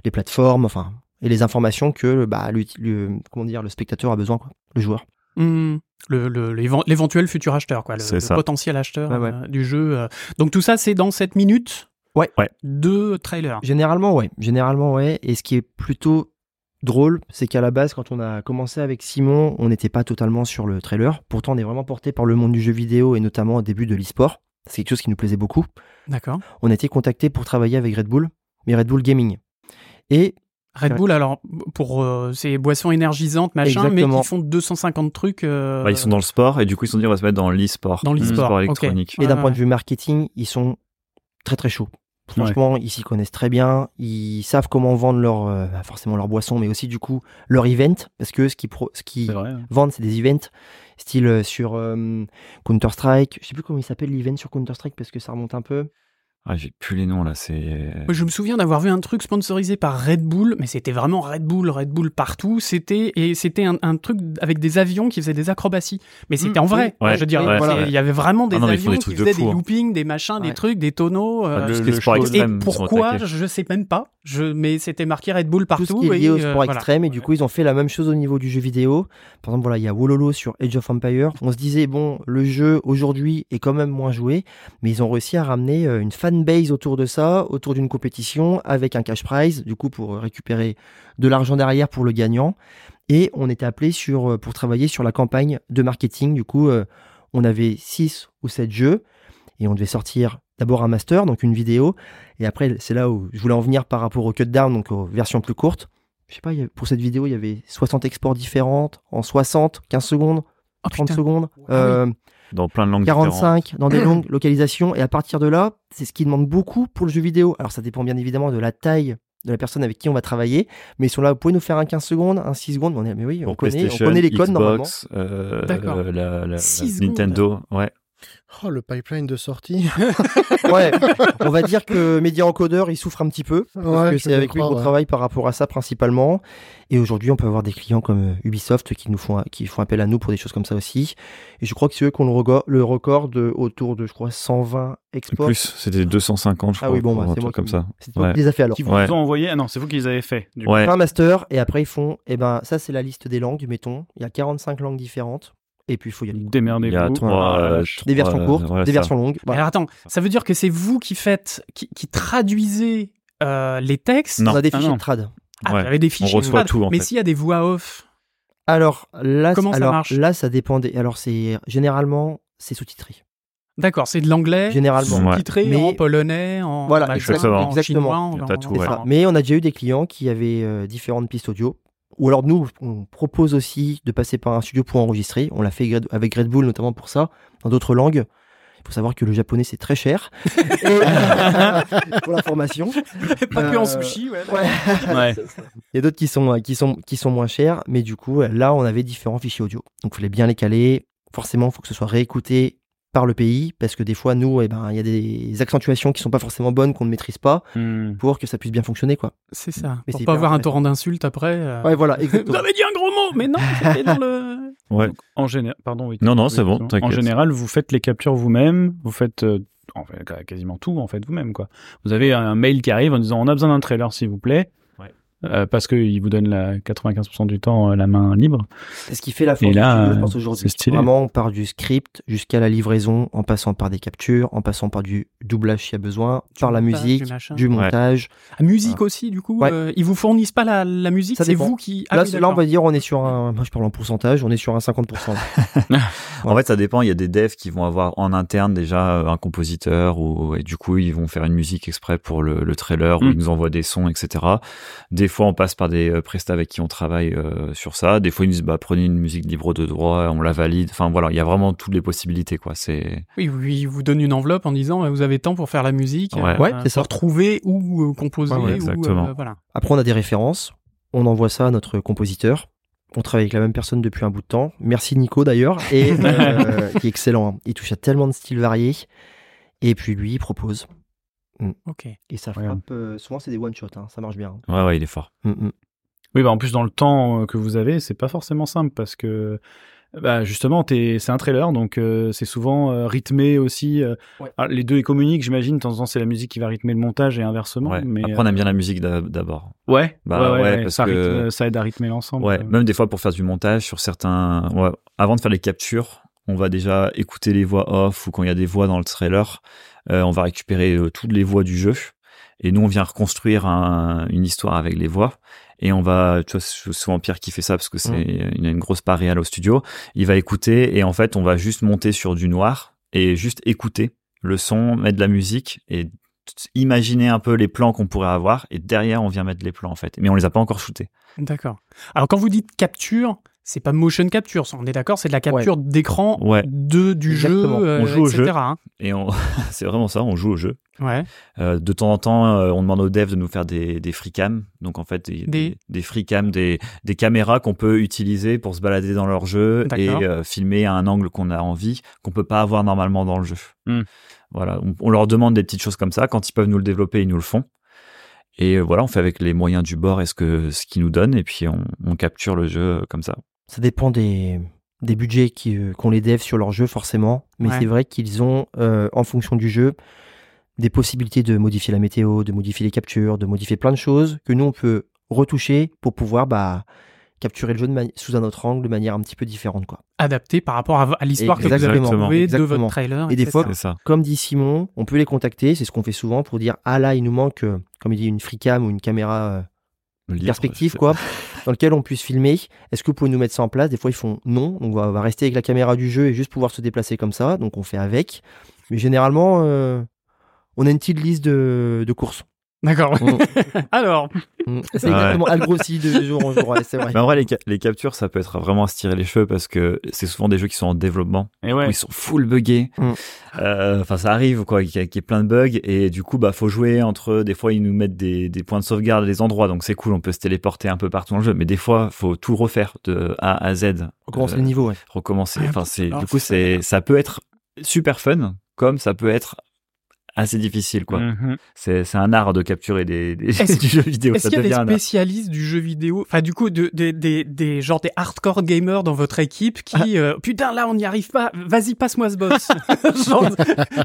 Speaker 6: les plateformes, enfin, et les informations que, bah, l'ut- le, comment dire, le spectateur a besoin, quoi, le joueur.
Speaker 1: Hmm, le- le- l'éven- L'éventuel futur acheteur, quoi, le,
Speaker 5: C'est
Speaker 1: le
Speaker 5: ça.
Speaker 1: potentiel acheteur
Speaker 6: Ouais, ouais.
Speaker 1: euh, du jeu. euh. Donc tout ça, c'est dans cette minute
Speaker 6: Ouais.
Speaker 5: Ouais.
Speaker 1: de trailer.
Speaker 6: Généralement, ouais. Généralement, ouais. Et ce qui est plutôt drôle, c'est qu'à la base, quand on a commencé avec Simon, on n'était pas totalement sur le trailer. Pourtant, on est vraiment porté par le monde du jeu vidéo et notamment au début de l'e-sport. C'est quelque chose qui nous plaisait beaucoup.
Speaker 1: D'accord.
Speaker 6: On a été contacté pour travailler avec Red Bull, mais Red Bull Gaming. Et
Speaker 1: Red Bull, alors, pour euh, ces boissons énergisantes, machin, mais
Speaker 6: Exactement.
Speaker 1: qui font 250 trucs. euh,
Speaker 5: Bah, ils sont dans le sport et du coup, ils se sont dit on va se mettre dans l'e-sport.
Speaker 1: Dans l'e-sport, ok.
Speaker 5: électronique.
Speaker 6: Et
Speaker 1: Ouais,
Speaker 6: d'un
Speaker 2: Ah.
Speaker 1: ouais,
Speaker 6: point de
Speaker 1: ouais.
Speaker 6: vue marketing, ils sont très très chauds. Franchement, ils s'y connaissent très bien. Ils savent comment vendre leur, euh, bah, forcément leur boisson, mais aussi du coup leur event, parce que ce qui, pro- ce qui
Speaker 2: C'est vrai. hein.
Speaker 6: vendent, c'est des events, style euh, sur euh, Counter-Strike. Je sais plus comment il s'appelle l'event sur Counter-Strike parce que ça remonte un peu.
Speaker 5: Ah, j'ai plus les noms là, c'est. euh,
Speaker 1: Moi, je me souviens d'avoir vu un truc sponsorisé par Red Bull, mais c'était vraiment Red Bull, Red Bull partout. C'était et c'était un, un truc avec des avions qui faisaient des acrobaties, mais c'était
Speaker 2: Mm,
Speaker 1: en vrai.
Speaker 5: oui. Mmh. Ouais,
Speaker 1: je veux dire,
Speaker 5: ouais,
Speaker 1: c'est-
Speaker 5: voilà.
Speaker 1: il y avait vraiment des
Speaker 5: Ah non, mais ils
Speaker 1: avions
Speaker 5: font des
Speaker 1: qui
Speaker 5: trucs de
Speaker 1: faisaient
Speaker 5: fou,
Speaker 1: des
Speaker 5: hein.
Speaker 1: loopings, des machins, des
Speaker 6: Ouais.
Speaker 1: trucs, des tonneaux. euh,
Speaker 5: Tout ce
Speaker 2: le-
Speaker 5: qui est
Speaker 2: le
Speaker 5: sport
Speaker 1: et
Speaker 2: show-
Speaker 5: extrême, ils sont
Speaker 1: pourquoi
Speaker 5: attaqués.
Speaker 1: je sais même pas. Je mais c'était marqué Red Bull partout.
Speaker 6: tout ce qui est
Speaker 1: et,
Speaker 6: lié au
Speaker 1: euh,
Speaker 6: sport
Speaker 1: voilà.
Speaker 6: extrême et du coup ils ont fait la même chose au niveau du jeu vidéo par exemple voilà il y a Wololo sur Age of Empire on se disait bon le jeu aujourd'hui est quand même moins joué mais ils ont réussi à ramener euh, une fanbase autour de ça autour d'une compétition avec un cash prize du coup pour récupérer de l'argent derrière pour le gagnant et on était appelé sur euh, pour travailler sur la campagne de marketing du coup euh, on avait 6 ou 7 jeux et on devait sortir d'abord un master donc une vidéo et après c'est là où je voulais en venir par rapport au cutdown donc aux versions plus courtes je sais pas, il y avait- pour cette vidéo, il y avait 60 exports différentes en 60, 15 secondes,
Speaker 1: Oh,
Speaker 6: 30
Speaker 1: putain.
Speaker 6: secondes,
Speaker 1: Ah
Speaker 6: euh,
Speaker 5: Dans plein de langues
Speaker 6: 45 dans des longues localisations. Et à partir de là, c'est ce qui demande beaucoup pour le jeu vidéo. Alors ça dépend bien évidemment de la taille de la personne avec qui on va travailler, mais ils sont là, vous pouvez nous faire un 15 secondes, un 6 secondes, mais, on est- mais oui,
Speaker 5: différentes.
Speaker 6: on
Speaker 5: Pour
Speaker 6: connaît, on
Speaker 5: PlayStation,
Speaker 6: connaît les codes normalement.
Speaker 5: Xbox, euh,
Speaker 1: D'accord.
Speaker 5: euh, la, la- la
Speaker 1: Six secondes.
Speaker 5: Nintendo, ouais.
Speaker 3: Oh, le pipeline de sortie.
Speaker 6: Ouais, on va dire que Media Encoder, il souffre un petit peu, parce
Speaker 3: Ouais,
Speaker 6: que
Speaker 3: je
Speaker 6: c'est
Speaker 3: peux
Speaker 6: avec lui qu'on
Speaker 3: croire, ouais.
Speaker 6: travaille par rapport à ça principalement. Et aujourd'hui, on peut avoir des clients comme euh, Ubisoft qui nous font, qui font appel à nous pour des choses comme ça aussi. Et je crois que c'est eux qui ont le, rego- le record de autour de, je crois, 120 exports.
Speaker 5: Plus, c'était 250, je
Speaker 6: Ah
Speaker 5: crois.
Speaker 6: oui, bon,
Speaker 5: ou
Speaker 6: bah,
Speaker 5: un
Speaker 6: c'est
Speaker 5: truc
Speaker 6: moi
Speaker 5: comme
Speaker 6: qui-
Speaker 5: ça.
Speaker 6: C'est toi
Speaker 5: Ouais.
Speaker 6: qui les a fait alors.
Speaker 2: Qui vous
Speaker 5: Ouais.
Speaker 2: ont envoyé. Ah non, c'est vous qui les avez fait. du coup.
Speaker 5: Ouais.
Speaker 6: Ils font un master et après ils font, et ben ça c'est la liste des langues, mettons. Il y a 45 langues différentes. Et puis il faut y aller.
Speaker 5: Il y a
Speaker 2: Démerdez-vous.
Speaker 5: trois,
Speaker 2: Ah,
Speaker 5: euh,
Speaker 2: la vache.
Speaker 5: trois,
Speaker 6: Des versions
Speaker 5: euh,
Speaker 6: courtes,
Speaker 5: voilà,
Speaker 6: des
Speaker 5: ça.
Speaker 6: versions longues. Voilà.
Speaker 1: Alors attends, ça veut dire que c'est vous qui faites, qui, qui traduisez euh, les textes.
Speaker 5: Non.
Speaker 6: On a des
Speaker 2: Ah,
Speaker 6: fichiers
Speaker 2: non.
Speaker 6: de trad.
Speaker 1: Ah,
Speaker 5: Ouais.
Speaker 1: j'avais des fichiers.
Speaker 5: reçoit tout, en
Speaker 1: mais
Speaker 5: fait.
Speaker 1: s'il y a des voix off.
Speaker 6: Alors là,
Speaker 1: Comment ça
Speaker 6: alors,
Speaker 1: marche
Speaker 6: là ça dépend. des- Alors c'est généralement c'est sous-titré.
Speaker 1: D'accord, c'est de l'anglais.
Speaker 6: Généralement.
Speaker 5: Ouais.
Speaker 1: Sous-titré
Speaker 6: Mais-
Speaker 1: en polonais, en
Speaker 6: Voilà,
Speaker 1: machin,
Speaker 5: exactement.
Speaker 1: en chinois, en-
Speaker 5: Il y a pas tout,
Speaker 1: en-
Speaker 6: C'est
Speaker 5: ouais.
Speaker 6: ça.
Speaker 1: en-
Speaker 6: Ah, Mais on a déjà eu des clients qui avaient euh, différentes pistes audio. Ou alors nous, on propose aussi de passer par un studio pour enregistrer. On l'a fait Red- avec Red Bull notamment pour ça, dans d'autres langues. Il faut savoir que le japonais c'est très cher. Et- pour la formation.
Speaker 1: Pas que en
Speaker 6: Euh,
Speaker 1: sushi, ouais.
Speaker 2: Ouais.
Speaker 6: Il y a d'autres qui sont, euh, qui, sont, qui sont moins chers, mais du coup, euh, là, on avait différents fichiers audio. Donc, il fallait bien les caler. Forcément, il faut que ce soit réécouté par le pays, parce que des fois, nous, eh ben, il y a des accentuations qui sont pas forcément bonnes, qu'on ne maîtrise pas,
Speaker 2: Hmm.
Speaker 6: pour que ça puisse bien fonctionner. quoi.
Speaker 1: C'est ça.
Speaker 6: Mais
Speaker 1: Pour
Speaker 6: c'est
Speaker 1: pas
Speaker 6: hyper
Speaker 1: avoir un
Speaker 6: intéressant.
Speaker 1: torrent d'insultes après. euh,
Speaker 6: Ouais, voilà,
Speaker 1: Vous
Speaker 6: exactement.
Speaker 1: avez dit un gros mot, mais non, c'était dans le.
Speaker 5: Ouais.
Speaker 2: Donc, en général, pardon. oui.
Speaker 5: Non, non,
Speaker 2: Oui,
Speaker 5: c'est bon,
Speaker 2: pardon. En
Speaker 5: t'inquiète.
Speaker 2: général, vous faites les captures vous-même, vous faites euh, en fait, qu- quasiment tout en fait vous-même quoi. Vous avez un mail qui arrive en disant on a besoin d'un trailer s'il vous plaît.
Speaker 5: Ouais.
Speaker 2: Euh, parce qu'il vous donne la 95% du temps euh, la main libre.
Speaker 6: C'est ce qui fait la force
Speaker 2: Et là,
Speaker 6: du studio, je pense,
Speaker 2: euh,
Speaker 6: aujourd'hui.
Speaker 2: c'est stylé.
Speaker 6: Vraiment, on part du script jusqu'à la livraison, en passant par des captures, en passant par du doublage s'il y a besoin, par la
Speaker 1: montage,
Speaker 6: musique,
Speaker 1: du machin.
Speaker 6: du montage.
Speaker 1: Ah, musique aussi, du coup.
Speaker 6: Ouais.
Speaker 1: euh, ils vous fournissent pas la, la musique,
Speaker 6: Ça
Speaker 1: c'est
Speaker 6: dépend.
Speaker 1: vous qui. Ah
Speaker 6: là,
Speaker 1: oui,
Speaker 6: là,
Speaker 1: d'accord.
Speaker 6: on va dire, on est sur un... Moi, je parle en pourcentage, on est sur un 50%.
Speaker 5: En fait, ça dépend. Il y a des devs qui vont avoir en interne déjà euh, un compositeur ou et du coup ils vont faire une musique exprès pour le, le trailer
Speaker 2: Mm.
Speaker 5: ou ils nous envoient des sons, etc. Des fois, on passe par des euh, prestats avec qui on travaille euh, sur ça. Des fois, ils nous disent bah prenez une musique libre de droit, on la valide. Enfin voilà, il y a vraiment toutes les possibilités quoi. C'est
Speaker 1: Oui, oui, ils vous donnent une enveloppe en disant euh, vous avez temps pour faire la musique.
Speaker 5: Ouais.
Speaker 6: Ouais, c'est ça.
Speaker 1: Pour trouver ou euh, composer.
Speaker 5: Ouais, ouais,
Speaker 1: ou, euh,
Speaker 5: exactement.
Speaker 1: voilà.
Speaker 6: Après, on a des références, on envoie ça à notre compositeur. On travaille avec la même personne depuis un bout de temps. Merci Nico d'ailleurs, et euh, qui est excellent. hein. Il touche à tellement de styles variés. Et puis lui, il propose.
Speaker 1: Ok.
Speaker 6: Et ça
Speaker 2: Regarde.
Speaker 6: frappe. euh, souvent, c'est des one shot. hein, Ça marche bien.
Speaker 5: ouais ouais, il est fort.
Speaker 6: Mm, mm.
Speaker 2: Oui, bah en plus dans le temps euh, que vous avez, c'est pas forcément simple parce que bah justement t'es- c'est un trailer donc euh, c'est souvent euh, rythmé aussi. euh,
Speaker 6: Ouais.
Speaker 2: ah, les deux ils communiquent j'imagine. De temps en temps c'est la musique qui va rythmer le montage et inversement.
Speaker 5: Ouais.
Speaker 2: Mais
Speaker 5: Après, on aime bien la musique d'a- d'abord.
Speaker 2: euh, ouais,
Speaker 5: Bah,
Speaker 2: ouais,
Speaker 5: ouais,
Speaker 2: ouais,
Speaker 5: parce
Speaker 2: ça,
Speaker 5: que-
Speaker 2: rythme- ça aide à rythmer l'ensemble.
Speaker 5: Ouais,
Speaker 2: Euh,
Speaker 5: même des fois pour faire du montage sur certains. ouais, avant de faire les captures, on va déjà écouter les voix off ou quand il y a des voix dans le trailer, euh, on va récupérer euh, toutes les voix du jeu et nous on vient reconstruire un- une histoire avec les voix. Et on va, tu vois, c'est souvent Pierre qui fait ça parce que c'est il a une grosse part réelle au studio. Il va écouter et en fait on va juste monter sur du noir et juste écouter le son, mettre de la musique et imaginer un peu les plans qu'on pourrait avoir. Et derrière on vient mettre les plans en fait, mais on les a pas encore shootés.
Speaker 1: D'accord. Alors quand vous dites capture, c'est pas motion capture, ça, on est d'accord, c'est de la capture d'écran
Speaker 5: Ouais.
Speaker 1: de du
Speaker 6: Exactement.
Speaker 1: jeu, euh,
Speaker 5: On joue au
Speaker 1: etc.
Speaker 5: jeu.
Speaker 1: hein.
Speaker 5: Et on... c'est vraiment ça, on joue au jeu.
Speaker 1: Ouais.
Speaker 5: Euh, de temps en temps, euh, on demande aux devs de nous faire des, des free cams. Donc, en fait, des,
Speaker 1: Des-
Speaker 5: des... des free cams, des, des caméras qu'on peut utiliser pour se balader dans leur jeu et
Speaker 1: D'accord.
Speaker 5: euh, filmer à un angle qu'on a envie, qu'on peut pas avoir normalement dans le jeu.
Speaker 2: Hmm.
Speaker 5: Voilà. On, on leur demande des petites choses comme ça. Quand ils peuvent nous le développer, ils nous le font. Et euh, voilà, on fait avec les moyens du bord et ce que ce qu'ils nous donnent, et puis on, on capture le jeu euh, comme ça.
Speaker 6: Ça dépend des, des budgets qui, euh, qu'ont les devs sur leur jeu, forcément. Mais
Speaker 1: Ouais.
Speaker 6: c'est vrai qu'ils ont, euh, en fonction du jeu, des possibilités de modifier la météo, de modifier les captures, de modifier plein de choses que nous, on peut retoucher pour pouvoir bah, capturer le jeu de mani- sous un autre angle de manière un petit peu différente. Quoi.
Speaker 1: Adapté par rapport à, à l'histoire que vous avez
Speaker 5: Exactement.
Speaker 1: trouvée de
Speaker 6: Exactement.
Speaker 1: votre trailer.
Speaker 6: Et des
Speaker 1: etc.
Speaker 6: fois,
Speaker 5: C'est ça.
Speaker 6: Comme dit Simon, on peut les contacter, c'est ce qu'on fait souvent pour dire Ah là, il nous manque, euh, comme il dit, une freecam ou une caméra. euh,
Speaker 5: Libre,
Speaker 6: perspective
Speaker 5: c'est-
Speaker 6: quoi, dans lequel on puisse filmer. Est-ce que vous pouvez nous mettre ça en place Des fois ils font non, donc on va, on va rester avec la caméra du jeu et juste pouvoir se déplacer comme ça, donc on fait avec. Mais généralement, euh, on a une petite liste de, de courses.
Speaker 1: D'accord.
Speaker 6: Mm.
Speaker 1: Alors,
Speaker 6: Mm. C'est
Speaker 5: Ouais. Bah,
Speaker 6: exactement, elle grossit de jour en jour, ouais, c'est vrai.
Speaker 5: Mais en vrai, les, ca- les captures, ça peut être vraiment à se tirer les cheveux parce que c'est souvent des jeux qui sont en développement.
Speaker 2: euh. Et ouais.
Speaker 5: où ils sont full buggés.
Speaker 6: Mm.
Speaker 5: Euh, Enfin, ça arrive, quoi, qu'il y, a- qu'il y ait plein de bugs. Et du coup, bah, faut jouer entre. Des fois, ils nous mettent des, des points de sauvegarde, des endroits. Donc, c'est cool, on peut se téléporter un peu partout dans le jeu. Mais des fois, faut tout refaire de A à Z.
Speaker 6: On commence
Speaker 5: Euh,
Speaker 6: le niveau, ouais.
Speaker 5: recommencer. Enfin, c'est.
Speaker 1: Alors,
Speaker 5: Du coup, c'est. Ça peut être super fun, comme ça peut être assez difficile, quoi.
Speaker 2: Mhm.
Speaker 5: C'est c'est un art de capturer des, des,
Speaker 1: Mm. Est-ce-
Speaker 5: du jeu vidéo.
Speaker 1: est-ce
Speaker 5: Ça
Speaker 1: qu'il y
Speaker 5: devient
Speaker 1: a
Speaker 5: un
Speaker 1: des
Speaker 5: art.
Speaker 1: spécialistes du jeu vidéo, enfin du coup de- des des des genre des hardcore gamers dans votre équipe
Speaker 5: Ah.
Speaker 1: qui euh, putain là on n'y arrive pas, vas-y passe-moi ce boss. Genre,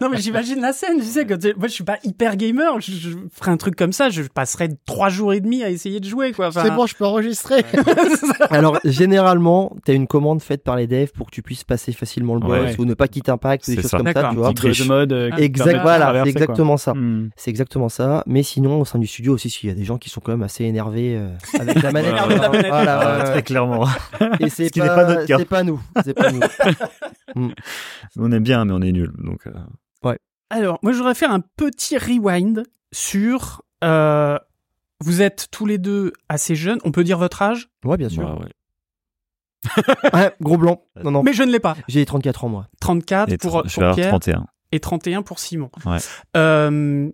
Speaker 1: non mais j'imagine la scène, tu sais quand t'es- moi je suis pas hyper gamer, je, je ferais un truc comme ça, je passerais trois jours et demi à essayer de jouer quoi. Enfin,
Speaker 3: C'est bon, je peux enregistrer.
Speaker 6: Alors généralement, tu as une commande faite par les devs pour que tu puisses passer facilement le boss
Speaker 5: Ouais.
Speaker 6: ou ne pas quitter un pack, des
Speaker 5: C'est
Speaker 6: choses
Speaker 5: ça.
Speaker 6: comme ça,
Speaker 1: D'accord.
Speaker 6: tu vois. Ah,
Speaker 2: Petit truc de mode. euh, qui te permet
Speaker 6: Exact,
Speaker 2: de
Speaker 6: voilà, c'est
Speaker 2: traverser,
Speaker 6: exactement ça.
Speaker 2: quoi. Mhm.
Speaker 6: C'est exactement ça. Mais sinon, au sein du studio aussi, s'il y a des gens qui sont quand même assez énervés euh, avec la manette.
Speaker 5: Avec
Speaker 1: la manette.
Speaker 6: Voilà,
Speaker 5: Ah,
Speaker 6: ouais, ouais.
Speaker 5: très clairement.
Speaker 6: Et c'est
Speaker 5: Ce qui n'est
Speaker 6: pas,
Speaker 5: pas notre cas.
Speaker 6: c'est pas nous. C'est pas nous.
Speaker 5: on aime bien, mais on est nul. Donc, euh,
Speaker 1: Alors, moi, je voudrais faire un petit rewind sur. euh, vous êtes tous les deux assez jeunes. On peut dire votre âge,
Speaker 6: Ouais, bien sûr.
Speaker 5: bah, ouais.
Speaker 6: Ouais, gros blanc. Non, non.
Speaker 1: mais je ne l'ai pas.
Speaker 6: J'ai 34 ans, moi.
Speaker 1: 34
Speaker 5: Et
Speaker 1: pour, euh,
Speaker 5: tr-
Speaker 1: pour
Speaker 5: je vais avoir
Speaker 1: Pierre
Speaker 5: 31.
Speaker 1: et 31 pour Simon.
Speaker 5: Ouais.
Speaker 1: Euh,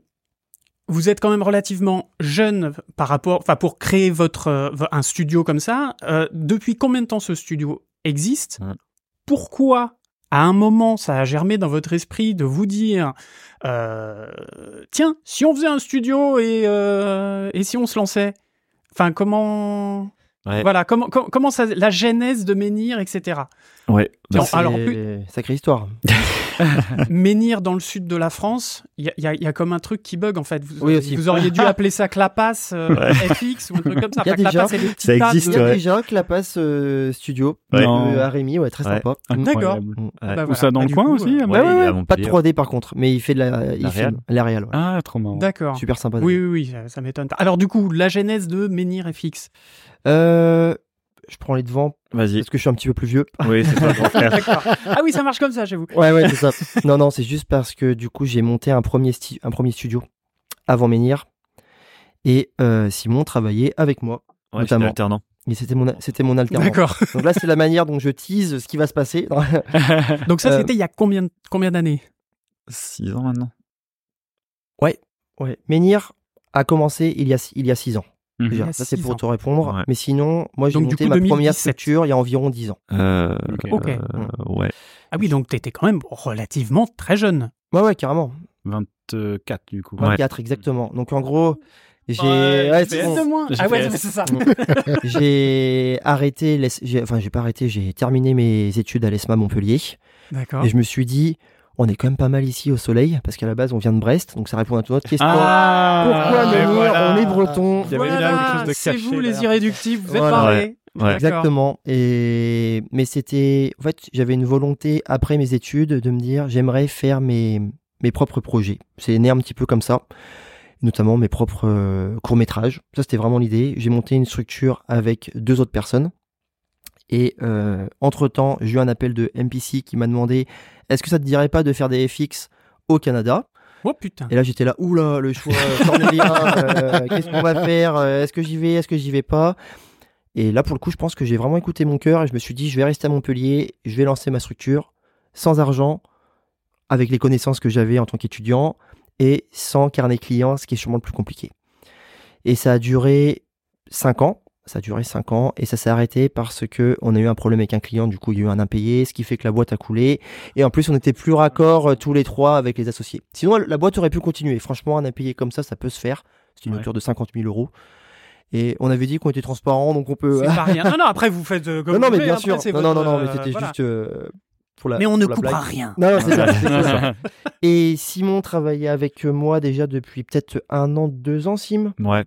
Speaker 1: vous êtes quand même relativement jeune par rapport, enfin, pour créer votre euh, un studio comme ça. Euh, depuis combien de temps ce studio existe
Speaker 5: Mm.
Speaker 1: Pourquoi à un moment, ça a germé dans votre esprit de vous dire, euh, tiens, si on faisait un studio et, euh, et si on se lançait Enfin, comment...
Speaker 5: Ouais.
Speaker 1: Voilà, comment, com- comment ça... La genèse de Menhir, etc.
Speaker 5: Ouais. bah
Speaker 1: Non,
Speaker 6: C'est
Speaker 1: alors,
Speaker 6: Sacrée histoire.
Speaker 1: Menhir dans le sud de la France, il y a, il y a- il y a comme un truc qui bug en fait. Vous,
Speaker 6: Oui, aussi.
Speaker 1: vous auriez dû appeler ça Clapas euh,
Speaker 5: Ouais.
Speaker 1: FX ou un truc comme ça.
Speaker 6: Il y a
Speaker 1: Enfin,
Speaker 6: des
Speaker 1: Clapas,
Speaker 6: gens-
Speaker 1: c'est les petits
Speaker 5: Ça
Speaker 1: tas
Speaker 5: existe,
Speaker 6: Il
Speaker 1: de-
Speaker 6: y a
Speaker 5: Ouais.
Speaker 6: déjà que la passe euh, studio
Speaker 5: Ouais.
Speaker 6: euh, à Rémi, ouais, très
Speaker 5: Ouais.
Speaker 6: sympa. Mm.
Speaker 1: D'accord.
Speaker 2: Incroyable.
Speaker 6: Mm.
Speaker 1: Ah,
Speaker 5: Ouais.
Speaker 1: bah,
Speaker 2: Ou ça
Speaker 1: voilà.
Speaker 2: dans
Speaker 1: Bah,
Speaker 2: le
Speaker 1: du
Speaker 2: coin
Speaker 1: coup,
Speaker 2: aussi hein,
Speaker 1: euh,
Speaker 2: à
Speaker 6: Ouais,
Speaker 5: il
Speaker 6: ouais,
Speaker 5: est à
Speaker 6: ouais. Pas de
Speaker 5: Montpellier.
Speaker 6: 3D par contre, mais il fait de la, il
Speaker 5: La
Speaker 6: fait
Speaker 5: réal.
Speaker 6: de- la réal, ouais.
Speaker 2: Ah, trop marrant.
Speaker 1: D'accord.
Speaker 6: Super sympa.
Speaker 1: Oui, oui, oui, ça- ça m'étonne. pas. Alors du coup, la genèse de Menhir FX.
Speaker 6: Euh, je prends les devants
Speaker 5: Vas-y.
Speaker 6: parce que je suis un petit peu plus vieux.
Speaker 5: Oui, c'est pas grand frère.
Speaker 1: D'accord. ah oui, ça marche comme ça chez vous.
Speaker 6: Ouais, ouais, c'est ça. non, non, c'est juste parce que du coup, j'ai monté un premier, sti- un premier studio avant Menhir. Et euh, Simon travaillait avec moi.
Speaker 5: Ouais, j'étais
Speaker 6: Notamment.
Speaker 5: alternant.
Speaker 6: Et c'était mon, a- c'était mon alternant.
Speaker 1: D'accord.
Speaker 6: Donc là, c'est la manière dont je tease ce qui va se passer.
Speaker 1: Donc ça,
Speaker 6: Euh,
Speaker 1: c'était il y a combien, de- combien d'années
Speaker 5: 6 ans maintenant.
Speaker 6: ouais. Menhir a commencé il y a, si- il y a six ans.
Speaker 2: Mhm.
Speaker 6: déjà.
Speaker 1: Il y a
Speaker 6: Ça, c'est
Speaker 1: six
Speaker 6: pour
Speaker 1: ans.
Speaker 6: te répondre.
Speaker 5: Ouais.
Speaker 6: Mais sinon, moi, j'ai
Speaker 1: Donc, du
Speaker 6: monté
Speaker 1: coup,
Speaker 6: ma
Speaker 1: 2017.
Speaker 6: première structure il y a environ 10 ans.
Speaker 5: Euh,
Speaker 2: Ok.
Speaker 1: Ok.
Speaker 5: euh, ouais.
Speaker 1: Ah oui, donc t'étais quand même relativement très jeune.
Speaker 6: Ouais, ouais, carrément.
Speaker 2: 24 du coup.
Speaker 5: Ouais.
Speaker 6: 24, exactement. Donc, en gros, j'ai
Speaker 1: Ouais,
Speaker 6: ouais,
Speaker 1: c'est
Speaker 6: c'est bon.
Speaker 1: de moins.
Speaker 2: J'ai
Speaker 1: Ah ouais,
Speaker 2: fait-
Speaker 1: c'est ça.
Speaker 6: J'ai arrêté, l'ES j'ai- enfin, j'ai pas arrêté, j'ai terminé mes études à l'ESMA Montpellier.
Speaker 1: D'accord.
Speaker 6: Et je me suis dit, on est quand même pas mal ici au soleil, parce qu'à la base, on vient de Brest, donc ça répond à toute notre question.
Speaker 2: Ah,
Speaker 6: Pourquoi
Speaker 2: mais
Speaker 6: Menhir
Speaker 2: voilà.
Speaker 6: On est breton.
Speaker 2: Il y avait là quelque chose de
Speaker 1: c'est
Speaker 2: caché,
Speaker 1: vous les
Speaker 2: là.
Speaker 1: irréductibles, vous êtes
Speaker 6: Voilà.
Speaker 1: pareil.
Speaker 5: Ouais.
Speaker 1: D'accord.
Speaker 6: Exactement. Et mais c'était, en fait, j'avais une volonté après mes études de me dire, j'aimerais faire mes mes propres projets. C'est né un petit peu comme ça, notamment mes propres courts métrages. Ça, c'était vraiment l'idée. J'ai monté une structure avec deux autres personnes. Et entre temps, j'ai eu un appel de MPC qui m'a demandé, est-ce que ça te dirait pas de faire des FX au Canada
Speaker 1: Oh putain.
Speaker 6: et là, j'étais là, oula, le choix, euh, cornélien, euh, qu'est-ce qu'on va faire euh, Est-ce que j'y vais Est-ce que j'y vais pas Et là, pour le coup, je pense que j'ai vraiment écouté mon cœur et je me suis dit, je vais rester à Montpellier, je vais lancer ma structure sans argent, avec les connaissances que j'avais en tant qu'étudiant et sans carnet client, ce qui est sûrement le plus compliqué. Et ça a duré 5 ans. Ça a duré 5 ans et ça s'est arrêté parce que on a eu un problème avec un client, du coup il y a eu un impayé, ce qui fait que la boîte a coulé. Et en plus on était plus raccord euh, tous les trois avec les associés. Sinon la boîte aurait pu continuer. Franchement un impayé comme ça, ça peut se faire. C'est une
Speaker 2: Ouais.
Speaker 6: hauteur de 50 000 euros. Et on avait dit qu'on était transparent, donc on peut... ah.
Speaker 1: C'est pas rien. Non, non, après, vous faites euh, comme
Speaker 6: non, non,
Speaker 1: vous
Speaker 6: mais
Speaker 1: voulez,
Speaker 6: bien
Speaker 1: après,
Speaker 6: sûr.
Speaker 1: c'est
Speaker 6: Non, non, non,
Speaker 1: votre,
Speaker 6: non, mais
Speaker 1: euh,
Speaker 6: c'était
Speaker 1: voilà.
Speaker 6: juste euh, pour la
Speaker 1: Mais on ne
Speaker 6: pour la blague.
Speaker 1: coupera rien.
Speaker 6: Non, non, c'est ça, c'est ça.
Speaker 2: ça.
Speaker 6: Et Simon travaillait avec moi déjà depuis peut-être un an, deux ans, Sim.
Speaker 5: Ouais.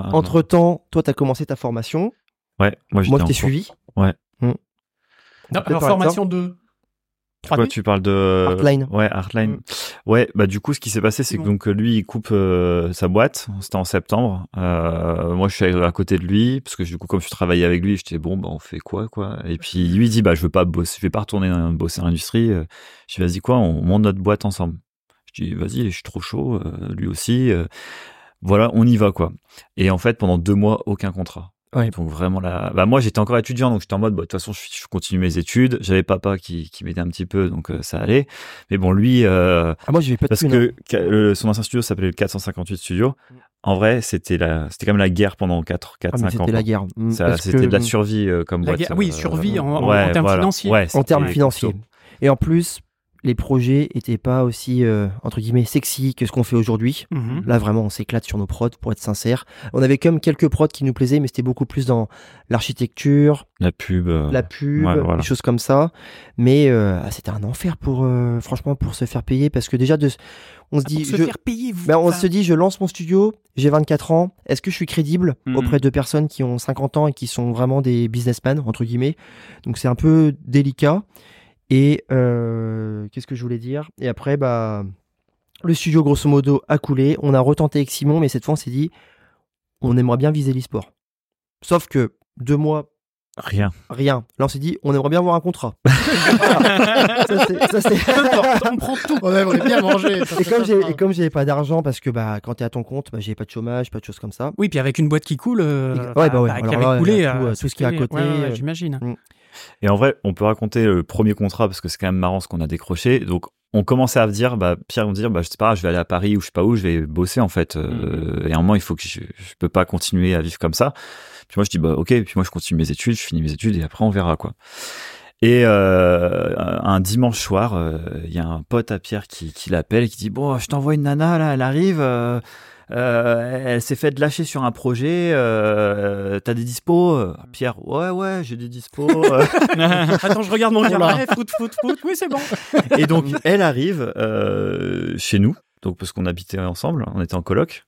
Speaker 5: Ah,
Speaker 6: Entre temps, toi, t'as commencé ta formation.
Speaker 5: Ouais, moi j'étais
Speaker 6: Moi,
Speaker 5: en
Speaker 6: je t'ai
Speaker 5: cours.
Speaker 6: suivi. Hmm.
Speaker 1: Non,
Speaker 6: Peut-être
Speaker 1: alors,
Speaker 6: par
Speaker 1: formation 2. 3
Speaker 5: Quoi, tu parles de
Speaker 6: Heartline.
Speaker 5: Euh, Ouais, Heartline.
Speaker 6: Mm.
Speaker 5: Ouais, bah du coup, ce qui s'est passé, c'est que
Speaker 1: Simon.
Speaker 5: donc lui, il coupe euh, sa boîte. C'était en septembre. Euh, moi, je suis à côté de lui parce que du coup, comme je travaillais avec lui, j'étais bon, bah on fait quoi, quoi. Et puis lui il dit, bah je veux pas bosser, je vais pas retourner dans, bosser dans l'industrie. Euh, Je dis, vas-y quoi, on monte notre boîte ensemble. Je dis, vas-y, je suis trop chaud. euh, lui aussi. euh, voilà, on y va quoi. Et en fait, pendant deux mois, aucun contrat.
Speaker 6: Ouais.
Speaker 5: Donc vraiment là, bah moi j'étais encore étudiant, donc j'étais en mode, bah, de toute façon, je, je continue mes études. J'avais papa qui, qui m'aidait un petit peu, donc euh, ça allait. Mais bon, lui, euh,
Speaker 6: Ah, moi, j'avais pas de
Speaker 5: parce
Speaker 6: thune, hein. Mm.
Speaker 5: que ca- le- son ancien studio s'appelait le 458 Studio. En vrai, c'était la, c'était quand même la guerre pendant 4, 4
Speaker 6: Ah, mais
Speaker 5: 5 ans.
Speaker 6: c'était la guerre. Mm,
Speaker 5: Ça-
Speaker 6: parce
Speaker 5: C'était
Speaker 6: que,
Speaker 5: de la
Speaker 6: mm,
Speaker 5: survie euh, comme
Speaker 1: La
Speaker 5: boîte.
Speaker 1: guerre- oui,
Speaker 5: euh,
Speaker 1: survie en- en- en termes financiers.
Speaker 5: Ouais,
Speaker 6: En
Speaker 5: c'était
Speaker 6: termes
Speaker 5: costaud.
Speaker 6: financiers. Et en plus, les projets étaient pas aussi, euh, entre guillemets, sexy que ce qu'on fait aujourd'hui.
Speaker 1: Mhm.
Speaker 5: Hmm.
Speaker 6: Là, vraiment, on s'éclate sur nos prods, pour être sincère. On avait quand même quelques prods qui nous plaisaient, mais c'était beaucoup plus dans l'architecture,
Speaker 5: La pub. euh,
Speaker 6: la pub,
Speaker 5: ouais, voilà.
Speaker 6: des choses comme ça. Mais euh, ah, c'était un enfer pour, euh, franchement, pour se faire payer parce que déjà, de, on
Speaker 1: Ah, Pour
Speaker 6: se dit,
Speaker 1: se
Speaker 6: je-
Speaker 1: faire payer, vous.
Speaker 6: ben, on
Speaker 1: enfin,
Speaker 6: se dit, je lance mon studio, j'ai 24 ans, est-ce que je suis crédible
Speaker 2: Mhm.
Speaker 6: auprès de personnes qui ont 50 ans et qui sont vraiment des businessmen entre guillemets. Donc c'est un peu délicat. Et euh, qu'est-ce que je voulais dire Et après, bah, le studio grosso modo a coulé. On a retenté avec Simon, mais cette fois on s'est dit, on aimerait bien viser l'e-sport. Sauf que deux mois
Speaker 5: Rien.
Speaker 6: Rien. Là, on s'est dit, on aimerait bien avoir un contrat. Voilà. ça, c'est- ça, c'est-
Speaker 1: on prend tout.
Speaker 3: On aimerait bien manger.
Speaker 6: Et comme j'ai- et comme j'avais pas d'argent, parce que bah, quand t'es à ton compte, bah, j'avais pas de chômage, pas de choses comme ça.
Speaker 1: Oui, puis avec une boîte qui coule. euh,
Speaker 6: Ouais,
Speaker 1: enfin,
Speaker 6: bah ouais,
Speaker 1: qui
Speaker 6: alors
Speaker 1: avait
Speaker 6: là,
Speaker 1: coulé,
Speaker 6: tout,
Speaker 1: euh,
Speaker 6: euh, tout ce qui est à
Speaker 1: ouais,
Speaker 6: côté,
Speaker 1: ouais, ouais,
Speaker 6: euh,
Speaker 1: j'imagine.
Speaker 5: Et en vrai, on peut raconter le premier contrat parce que c'est quand même marrant ce qu'on a décroché. Donc, on commençait à me dire, bah, Pierre me dire, bah, je sais pas, je vais aller à Paris ou je sais pas où, je vais bosser en fait. Euh, Et à un moment, il faut que je, je peux pas continuer à vivre comme ça. Puis moi, je dis, bah, ok, puis moi, je continue mes études, je finis mes études et après, on verra quoi. Et euh, un dimanche soir, euh, il y a un pote à Pierre qui, qui l'appelle et qui dit, bon, je t'envoie une nana là, elle arrive. euh, euh, elle s'est faite lâcher sur un projet. Euh, T'as des dispos Pierre, ouais, ouais, j'ai des dispos. Euh,
Speaker 1: Attends, je regarde mon carnet. Foot, foot, foot. Oui, c'est bon.
Speaker 5: Et donc, elle arrive euh, chez nous, donc parce qu'on habitait ensemble, on était en coloc.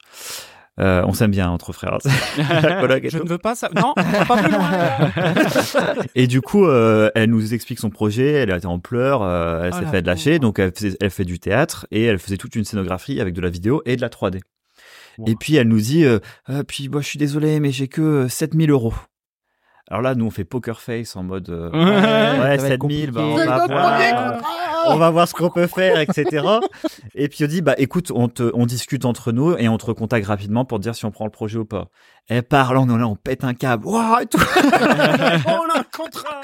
Speaker 5: Euh, on s'aime bien entre frères. La coloc et,
Speaker 1: Je
Speaker 5: tout.
Speaker 1: ne veux pas ça. Non, on va pas plus loin. là.
Speaker 5: Et du coup, euh, elle nous explique son projet. Elle était en pleurs, euh, elle
Speaker 1: Oh
Speaker 5: s'est
Speaker 1: la
Speaker 5: fait lâcher.
Speaker 1: pauvre.
Speaker 5: Donc, elle, faisait- elle fait du théâtre et elle faisait toute une scénographie avec de la vidéo et de la 3D.
Speaker 2: Wow.
Speaker 5: Et puis, elle nous dit euh, Ah, Puis, moi, je suis désolé, mais j'ai que 7000 euros. Alors là, nous, on fait poker face en mode euh, Ouais,
Speaker 6: ça va être
Speaker 5: 7000, bah, on
Speaker 6: compliqué.
Speaker 5: va
Speaker 6: C'est notre
Speaker 5: voir.
Speaker 6: premier
Speaker 5: on va voir ce qu'on peut faire, etc. et puis on dit, bah écoute, on, te, on discute entre nous et on te recontacte rapidement pour te dire si on prend le projet ou pas. Elle parle, on, est là, on pète un câble. Ouah, et tout.
Speaker 1: On a un contrat.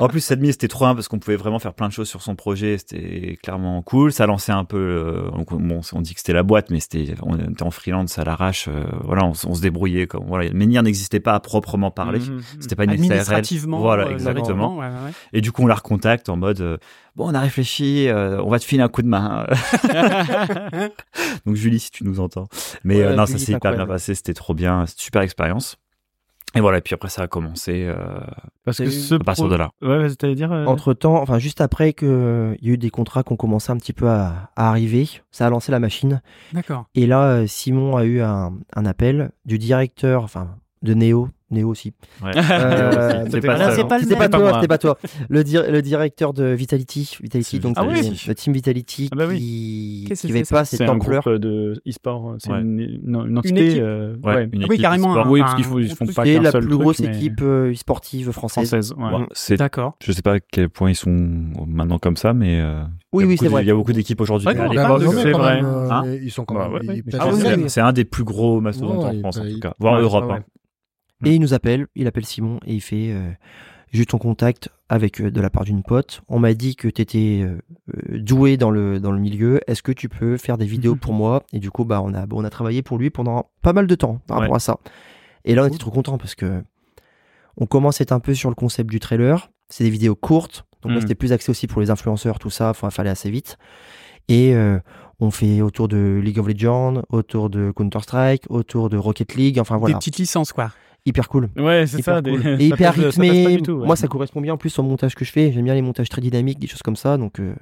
Speaker 5: En plus, cette mise, c'était trop bien parce qu'on pouvait vraiment faire plein de choses sur son projet. C'était clairement cool. Ça lançait un peu. euh, on- bon, on dit que c'était la boîte, mais c'était, on était en freelance à l'arrache. euh, voilà, on, s- on se débrouillait. Comme, voilà, Menhir n'existait pas à proprement parler.
Speaker 2: Mhm.
Speaker 5: C'était pas une SARL.
Speaker 1: Mm-hmm. Administrativement.
Speaker 5: Voilà,
Speaker 1: euh,
Speaker 5: exactement.
Speaker 1: ouais, ouais, ouais.
Speaker 5: Et du coup, on la recontacte en mode euh, Bon, on a réfléchi, euh, on va te filer un coup de main. Donc, Julie, si tu nous entends. Mais
Speaker 6: Ouais,
Speaker 5: euh, non,
Speaker 6: Julie,
Speaker 5: ça
Speaker 6: c'est
Speaker 5: s'est hyper bien
Speaker 6: incroyable.
Speaker 5: passé, c'était trop bien, super expérience. Et voilà, puis après, ça a commencé euh,
Speaker 2: Parce que
Speaker 6: T'as eu-
Speaker 2: ce.
Speaker 5: à partir
Speaker 2: pro-
Speaker 5: de là.
Speaker 2: Ouais, vas-y, t'allais dire. euh,
Speaker 6: Entre temps, enfin, juste après qu'il y a eu des contrats qui ont commencé un petit peu à, à arriver, ça a lancé la machine.
Speaker 1: D'accord.
Speaker 6: Et là, euh, Simon a eu un, un appel du directeur, enfin, de Néo, Néo aussi.
Speaker 5: Ouais.
Speaker 6: Euh,
Speaker 5: C'est
Speaker 2: pas
Speaker 6: alors,
Speaker 2: ça,
Speaker 6: c'est
Speaker 2: non.
Speaker 6: pas, le
Speaker 2: C'était
Speaker 6: même.
Speaker 2: pas
Speaker 6: toi,
Speaker 2: moi.
Speaker 6: c'était pas toi. Le, dir- le directeur de Vitality, Vitality
Speaker 5: C'est
Speaker 6: donc
Speaker 5: Vitality.
Speaker 6: le-
Speaker 5: Ah oui.
Speaker 6: le team Vitality
Speaker 2: Ah bah oui.
Speaker 6: qui
Speaker 1: Qu'est-ce
Speaker 6: qui
Speaker 1: que
Speaker 6: avait
Speaker 1: c'est,
Speaker 6: pas
Speaker 2: C'est
Speaker 6: cette
Speaker 2: un
Speaker 6: ampleur.
Speaker 2: groupe de e-sport. euh, C'est
Speaker 5: Ouais.
Speaker 2: une, une, une entité.
Speaker 1: équipe.
Speaker 2: euh,
Speaker 5: Ouais,
Speaker 2: ouais.
Speaker 5: une
Speaker 1: Ah oui,
Speaker 5: équipe
Speaker 1: carrément,
Speaker 5: e-sport.
Speaker 1: un-
Speaker 2: Oui, parce qu'ils font- ils font pas
Speaker 6: Qui est
Speaker 2: qu'un
Speaker 6: la
Speaker 2: seul
Speaker 6: plus
Speaker 2: truc,
Speaker 6: grosse
Speaker 2: mais
Speaker 6: équipe euh, e-sportive française.
Speaker 2: française. ouais.
Speaker 5: Bon, c'est,
Speaker 1: D'accord.
Speaker 5: je sais pas à quel point ils sont maintenant comme ça, mais euh, il y
Speaker 6: Oui,
Speaker 5: a
Speaker 6: oui,
Speaker 5: beaucoup
Speaker 6: c'est
Speaker 5: de-
Speaker 6: vrai.
Speaker 5: Il y a beaucoup d'équipes aujourd'hui.
Speaker 1: Ouais,
Speaker 5: mais
Speaker 1: non,
Speaker 5: à
Speaker 2: bah,
Speaker 5: l'époque,
Speaker 2: non, mais-
Speaker 5: euh,
Speaker 2: c'est vrai. Hein
Speaker 3: Ils sont quand
Speaker 5: Bah
Speaker 3: même.
Speaker 2: ouais,
Speaker 3: ils
Speaker 2: mais
Speaker 3: pèsent
Speaker 2: Ah
Speaker 5: c'est-
Speaker 3: les-
Speaker 6: oui, oui.
Speaker 5: c'est un des plus gros mastodontes
Speaker 3: Ouais,
Speaker 5: en France,
Speaker 3: bah,
Speaker 5: en tout
Speaker 3: il-
Speaker 5: cas, voire
Speaker 2: Ouais,
Speaker 5: Europe.
Speaker 2: ouais.
Speaker 5: hein.
Speaker 1: Mm.
Speaker 6: Et il nous appelle, il appelle Simon et il fait euh, J'ai eu ton contact avec euh, de la part d'une pote. On m'a dit que tu étais doué dans le, dans le milieu. Est-ce que tu peux faire des vidéos
Speaker 1: Mhm.
Speaker 6: pour moi Et du coup, bah, on, a, on a travaillé pour lui pendant pas mal de temps par rapport
Speaker 2: Ouais.
Speaker 6: à ça. Et là, on était trop content parce que on commence à être un peu sur le concept du trailer. C'est des vidéos courtes. Donc
Speaker 1: Mm.
Speaker 6: là,
Speaker 2: Mhm.
Speaker 6: c'était plus axé aussi pour les influenceurs, tout ça. Enfin, fallait assez vite. Et euh, on fait autour de League of Legends, autour de Counter-Strike, autour de Rocket League. Enfin,
Speaker 1: Des
Speaker 6: voilà.
Speaker 1: petites licences, quoi.
Speaker 6: Hyper cool.
Speaker 2: Ouais, c'est
Speaker 6: Hyper
Speaker 2: ça. des-
Speaker 6: cool.
Speaker 2: ça
Speaker 6: Et hyper
Speaker 2: passe- ça passe pas
Speaker 6: rythmé.
Speaker 2: du tout, ouais.
Speaker 6: Moi, ça correspond bien en plus au montage que je fais. J'aime bien les montages très dynamiques, des choses comme ça. Donc, euh,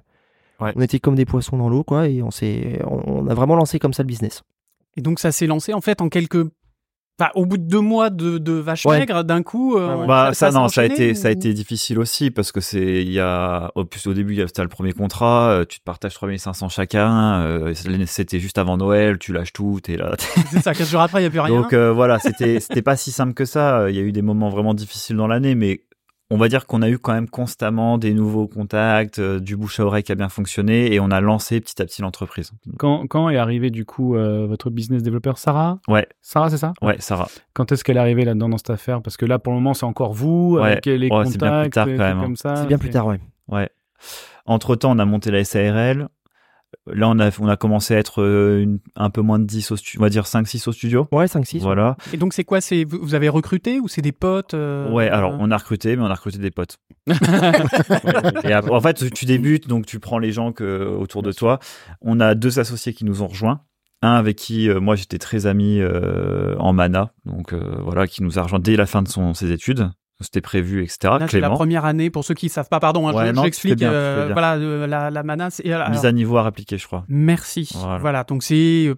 Speaker 5: Ouais.
Speaker 6: on était comme des poissons dans l'eau, quoi. Et on s'est, on on a vraiment lancé comme ça le business.
Speaker 1: Et donc ça s'est lancé en fait en quelques. Enfin, au bout de deux mois de, de vache
Speaker 6: Ouais.
Speaker 1: maigre, d'un coup. euh,
Speaker 6: Ouais, ouais.
Speaker 5: Bah, ça,
Speaker 1: s'est
Speaker 5: non, ça a,
Speaker 1: enchaîné
Speaker 5: été, ça a
Speaker 1: ou-
Speaker 5: été difficile aussi parce que c'est, il y a, au plus au début, il y a- c'était le premier contrat, euh, tu te partages 3500 chacun, euh, c'était juste avant Noël, tu lâches tout, t'es là.
Speaker 1: C'est ça, quelques jours après, il n'y a plus rien.
Speaker 5: Donc euh, voilà, c'était, c'était pas si simple que ça. Il y a eu des moments vraiment difficiles dans l'année, mais on va dire qu'on a eu quand même constamment des nouveaux contacts, euh, du bouche à oreille qui a bien fonctionné et on a lancé petit à petit l'entreprise.
Speaker 2: Quand, quand est arrivée du coup euh, votre business développeur Sarah
Speaker 5: Ouais.
Speaker 2: Sarah, c'est ça
Speaker 5: Ouais, Sarah.
Speaker 2: Quand est-ce qu'elle est arrivée là-dedans dans cette affaire Parce que là, pour le moment, c'est encore vous,
Speaker 5: Ouais.
Speaker 2: avec les
Speaker 5: Ouais,
Speaker 2: contacts,
Speaker 5: c'est bien plus tard,
Speaker 2: des
Speaker 5: quand
Speaker 2: trucs
Speaker 5: même, hein.
Speaker 2: comme ça.
Speaker 6: C'est bien
Speaker 2: ok.
Speaker 6: plus tard, ouais.
Speaker 5: Entre temps, on a monté la SARL. Là, on a, on a commencé à être euh, une- un peu moins de 10 au studio, on va dire 5-6 au studio.
Speaker 6: Ouais, 5-6.
Speaker 5: Voilà.
Speaker 1: Et donc c'est quoi c'est vous, vous avez recruté ou c'est des potes euh,
Speaker 5: Ouais, alors
Speaker 1: euh,
Speaker 5: on a recruté, mais on a recruté des potes. Et après- en fait, tu débutes, donc tu prends les gens que, autour de toi. On a deux associés qui nous ont rejoints. Un avec qui euh, moi j'étais très ami euh, en mana, donc euh, voilà, qui nous a rejoint dès la fin de son, ses études. C'était prévu, etc.
Speaker 1: Là, c'est la
Speaker 5: Clément,
Speaker 1: première année. Pour ceux qui ne savent pas, pardon, hein,
Speaker 5: Ouais,
Speaker 1: je-
Speaker 5: non,
Speaker 1: je
Speaker 5: tu
Speaker 1: l'explique.
Speaker 5: fais bien, tu
Speaker 1: euh,
Speaker 5: fais bien.
Speaker 1: voilà, euh, la, la mana. c'est- et alors-
Speaker 5: mise à niveau à répliquer, je crois.
Speaker 1: Merci. Voilà.
Speaker 5: Voilà.
Speaker 1: donc c'est euh,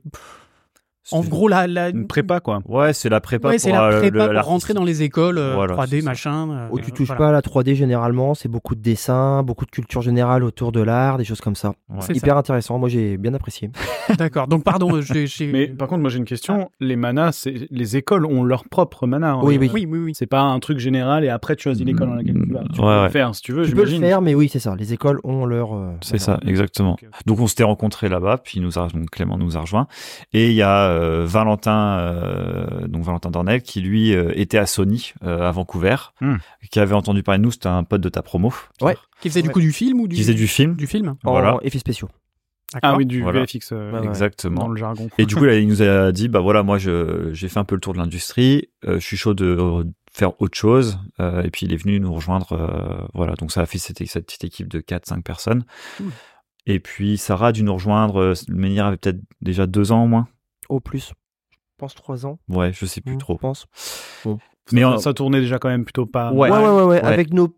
Speaker 1: en gros la, la...
Speaker 2: Une prépa, quoi.
Speaker 5: Ouais, c'est la prépa
Speaker 1: Ouais,
Speaker 5: pour,
Speaker 1: c'est la
Speaker 5: euh,
Speaker 1: prépa
Speaker 5: le-
Speaker 1: pour rentrer dans les écoles euh,
Speaker 5: Voilà,
Speaker 1: 3D
Speaker 5: c'est ça.
Speaker 1: machin. euh,
Speaker 6: Oh, tu touches
Speaker 1: voilà.
Speaker 6: pas à la 3D généralement, c'est beaucoup de dessins, beaucoup de culture générale autour de l'art, des choses comme ça.
Speaker 5: Ouais.
Speaker 1: C'est
Speaker 6: Hyper intéressant, moi j'ai bien apprécié.
Speaker 1: D'accord. Donc pardon, euh, j'ai. j'ai-
Speaker 2: Mais par contre, moi j'ai une
Speaker 5: Ah.
Speaker 2: question. Les manas, c'est- les écoles ont leur propre mana. hein.
Speaker 6: Oui, oui.
Speaker 1: oui, oui, oui.
Speaker 2: C'est pas un truc général et après tu choisis l'école dans laquelle tu vas. Tu
Speaker 5: Ouais,
Speaker 2: peux le
Speaker 5: ouais.
Speaker 2: faire si tu veux,
Speaker 6: Tu peux le
Speaker 2: j'imagine.
Speaker 6: faire, mais oui, c'est ça. Les écoles ont leur. euh,
Speaker 5: C'est
Speaker 6: voilà.
Speaker 5: ça, exactement.
Speaker 2: Ok, ok.
Speaker 5: Donc on s'était rencontrés là-bas, puis il nous a- donc Clément nous a rejoint. Et il y a euh, Valentin, euh, donc Valentin Dornel, qui lui euh, était à Sony euh, à Vancouver,
Speaker 2: Hmm.
Speaker 5: qui avait entendu parler de nous, c'était un pote de ta promo,
Speaker 6: Ouais.
Speaker 1: Qui faisait du
Speaker 6: Ouais.
Speaker 1: coup du film ou du.
Speaker 5: qui faisait du film.
Speaker 1: du film.
Speaker 6: En
Speaker 5: Voilà,
Speaker 6: effets spéciaux.
Speaker 1: D'accord.
Speaker 2: Ah oui, du
Speaker 5: Voilà.
Speaker 2: VFX euh,
Speaker 6: Bah Ouais, ouais.
Speaker 5: exactement.
Speaker 2: dans le jargon.
Speaker 5: Et du coup, là, il nous a dit, bah voilà, moi je- j'ai fait un peu le tour de l'industrie, euh, je suis chaud de re- faire autre chose. Euh, et puis il est venu nous rejoindre, euh, voilà. Donc ça a fait cette, cette petite équipe de 4-5 personnes.
Speaker 1: Cool.
Speaker 5: Et puis Sarah a dû nous rejoindre, euh, Menhir avait peut-être déjà deux ans au moins.
Speaker 6: Au plus, je pense 3 ans.
Speaker 5: Ouais, je sais plus
Speaker 6: hmm,
Speaker 5: trop. Ah,
Speaker 6: Je pense.
Speaker 5: Mais
Speaker 2: ça,
Speaker 5: en-
Speaker 2: ça tournait déjà quand même plutôt pas.
Speaker 5: Ouais.
Speaker 6: Ouais, ouais, ouais. ouais.
Speaker 5: Ouais.
Speaker 6: Avec nos...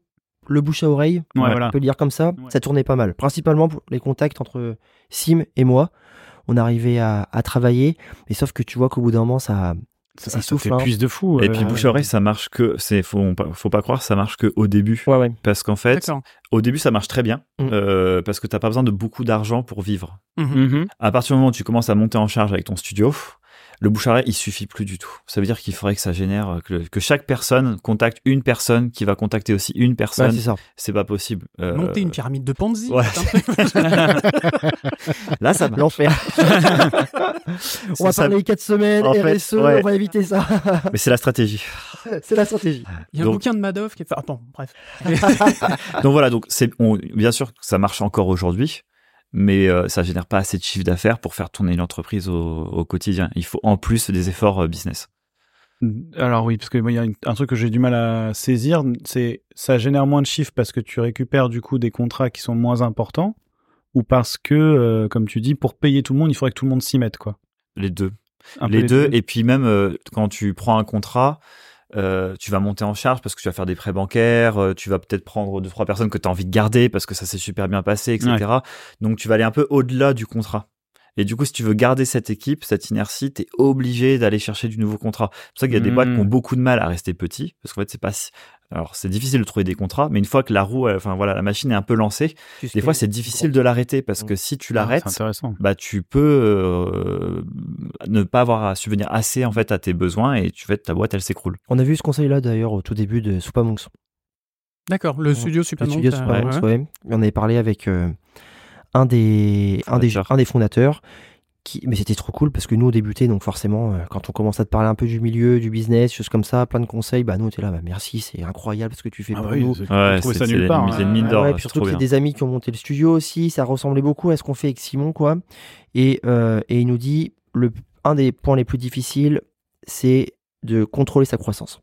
Speaker 6: le bouche à oreille,
Speaker 2: Ouais,
Speaker 5: Ouais.
Speaker 2: voilà.
Speaker 6: on peut le dire comme ça,
Speaker 2: Ouais.
Speaker 6: ça tournait pas mal. Principalement pour les contacts entre Sim et moi. On arrivait à, à travailler, mais sauf que tu vois qu'au bout d'un moment, ça.
Speaker 2: Ça,
Speaker 6: ça
Speaker 2: ça
Speaker 6: souffle, hein.
Speaker 2: t'épuise de fou.
Speaker 5: Et
Speaker 2: euh,
Speaker 5: puis bouche à oreille, ça marche que c'est faut on pas- faut pas croire, ça marche que au début
Speaker 6: Ouais, ouais.
Speaker 5: parce qu'en fait,
Speaker 1: D'accord.
Speaker 5: au début ça marche très bien
Speaker 6: Mm.
Speaker 5: euh, parce que t'as pas besoin de beaucoup d'argent pour vivre.
Speaker 1: Mhm.
Speaker 2: Mhm.
Speaker 5: À partir du moment où tu commences à monter en charge avec ton studio, le bouche à oreille, il suffit plus du tout. Ça veut dire qu'il faudrait que ça génère euh, que, le- que chaque personne contacte une personne qui va contacter aussi une
Speaker 6: Ouais,
Speaker 5: personne.
Speaker 6: c'est ça.
Speaker 5: c'est pas possible. Euh,
Speaker 1: Monter une pyramide de Ponzi.
Speaker 5: ouais.
Speaker 1: c'est un truc.
Speaker 5: Là ça marche.
Speaker 6: L'enfer. on va
Speaker 5: Ça-
Speaker 6: parler 4 semaines,
Speaker 5: En fait,
Speaker 6: RSE,
Speaker 5: ouais.
Speaker 6: on va éviter ça.
Speaker 5: Mais c'est la stratégie.
Speaker 6: c'est la stratégie.
Speaker 1: Il y a un
Speaker 5: Donc-
Speaker 1: bouquin de Madoff qui est. fait- Ah, bon, bref.
Speaker 5: Donc voilà, donc c'est on- bien sûr que ça marche encore aujourd'hui, mais euh, ça génère pas assez de chiffre d'affaires pour faire tourner l'entreprise au, au quotidien. Il faut en plus des efforts euh, business.
Speaker 2: Alors oui, parce que moi, il y a une- un truc que j'ai du mal à saisir, c'est ça génère moins de chiffres parce que tu récupères du coup des contrats qui sont moins importants ou parce que, euh, comme tu dis, pour payer tout le monde, il faudrait que tout le monde s'y mette quoi.
Speaker 5: Les deux.
Speaker 2: Un peu
Speaker 5: les deux. Et puis même euh, quand tu prends un contrat, euh, tu vas monter en charge parce que tu vas faire des prêts bancaires, euh, tu vas peut-être prendre deux trois personnes que tu as envie de garder parce que ça s'est super bien passé, etc. Donc tu vas aller un peu au-delà du contrat. Et du coup, si tu veux garder cette équipe, cette inertie, t'es obligé d'aller chercher du nouveau contrat. C'est pour ça qu'il y a des
Speaker 2: Mhm.
Speaker 5: boîtes qui ont beaucoup de mal à rester petits, parce qu'en fait, c'est pas. si- Alors, c'est difficile de trouver des contrats, mais une fois que la roue, euh, enfin voilà, la machine est un peu lancée, des fois, c'est difficile de l'arrêter parce que si tu l'arrêtes,
Speaker 2: Ah, C'est intéressant.
Speaker 5: bah tu peux euh, ne pas avoir à subvenir assez en fait à tes besoins et tu fais ta boîte elle s'écroule.
Speaker 6: On a vu ce conseil-là d'ailleurs au tout début de Soupa Monks.
Speaker 1: D'accord. Le studio
Speaker 6: Le
Speaker 1: Supermonk.
Speaker 6: studio
Speaker 1: euh,
Speaker 6: Super Monks,
Speaker 1: ouais.
Speaker 6: ouais. On avait parlé avec euh, un, des, un, des,
Speaker 5: Fondateur.
Speaker 6: un des fondateurs qui- mais c'était trop cool parce que nous on débutait donc forcément euh, quand on commence à te parler un peu du milieu, du business, choses comme ça, plein de conseils, bah nous on était là, bah merci, c'est incroyable ce que tu fais
Speaker 2: Ah
Speaker 6: pour
Speaker 2: bah oui,
Speaker 6: nous.
Speaker 2: c'est-
Speaker 5: Ouais,
Speaker 2: trouvais
Speaker 5: c'est
Speaker 2: ça
Speaker 5: c'est
Speaker 2: nulle
Speaker 5: des-
Speaker 2: part,
Speaker 5: c'est une
Speaker 2: hein.
Speaker 5: mine
Speaker 6: Ah
Speaker 5: d'or.
Speaker 6: ouais,
Speaker 5: ouais, c'est
Speaker 6: puis surtout
Speaker 5: trop
Speaker 6: que c'est
Speaker 5: bien.
Speaker 6: des amis qui ont monté le studio aussi, ça ressemblait beaucoup à ce qu'on fait avec Simon, quoi. Et, euh, et il nous dit, le, un des points les plus difficiles, c'est de contrôler sa croissance.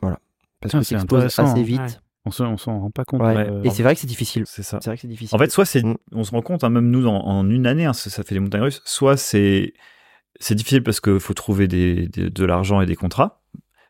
Speaker 6: Voilà. Parce
Speaker 2: Ah,
Speaker 6: que
Speaker 2: c'est
Speaker 6: s'expose
Speaker 2: intéressant,
Speaker 6: assez
Speaker 2: hein.
Speaker 6: vite.
Speaker 2: On se- on s'en rend pas compte.
Speaker 6: Ouais.
Speaker 2: euh,
Speaker 6: Et c'est vrai que c'est difficile.
Speaker 5: C'est ça.
Speaker 6: C'est vrai que c'est difficile.
Speaker 5: Ah. En fait, soit c'est,
Speaker 6: Mm.
Speaker 5: on se rend compte, hein, même nous, en, en une année, hein, ça, ça fait les montagnes russes, soit c'est, c'est difficile parce qu'il faut trouver des, des- de l'argent et des contrats,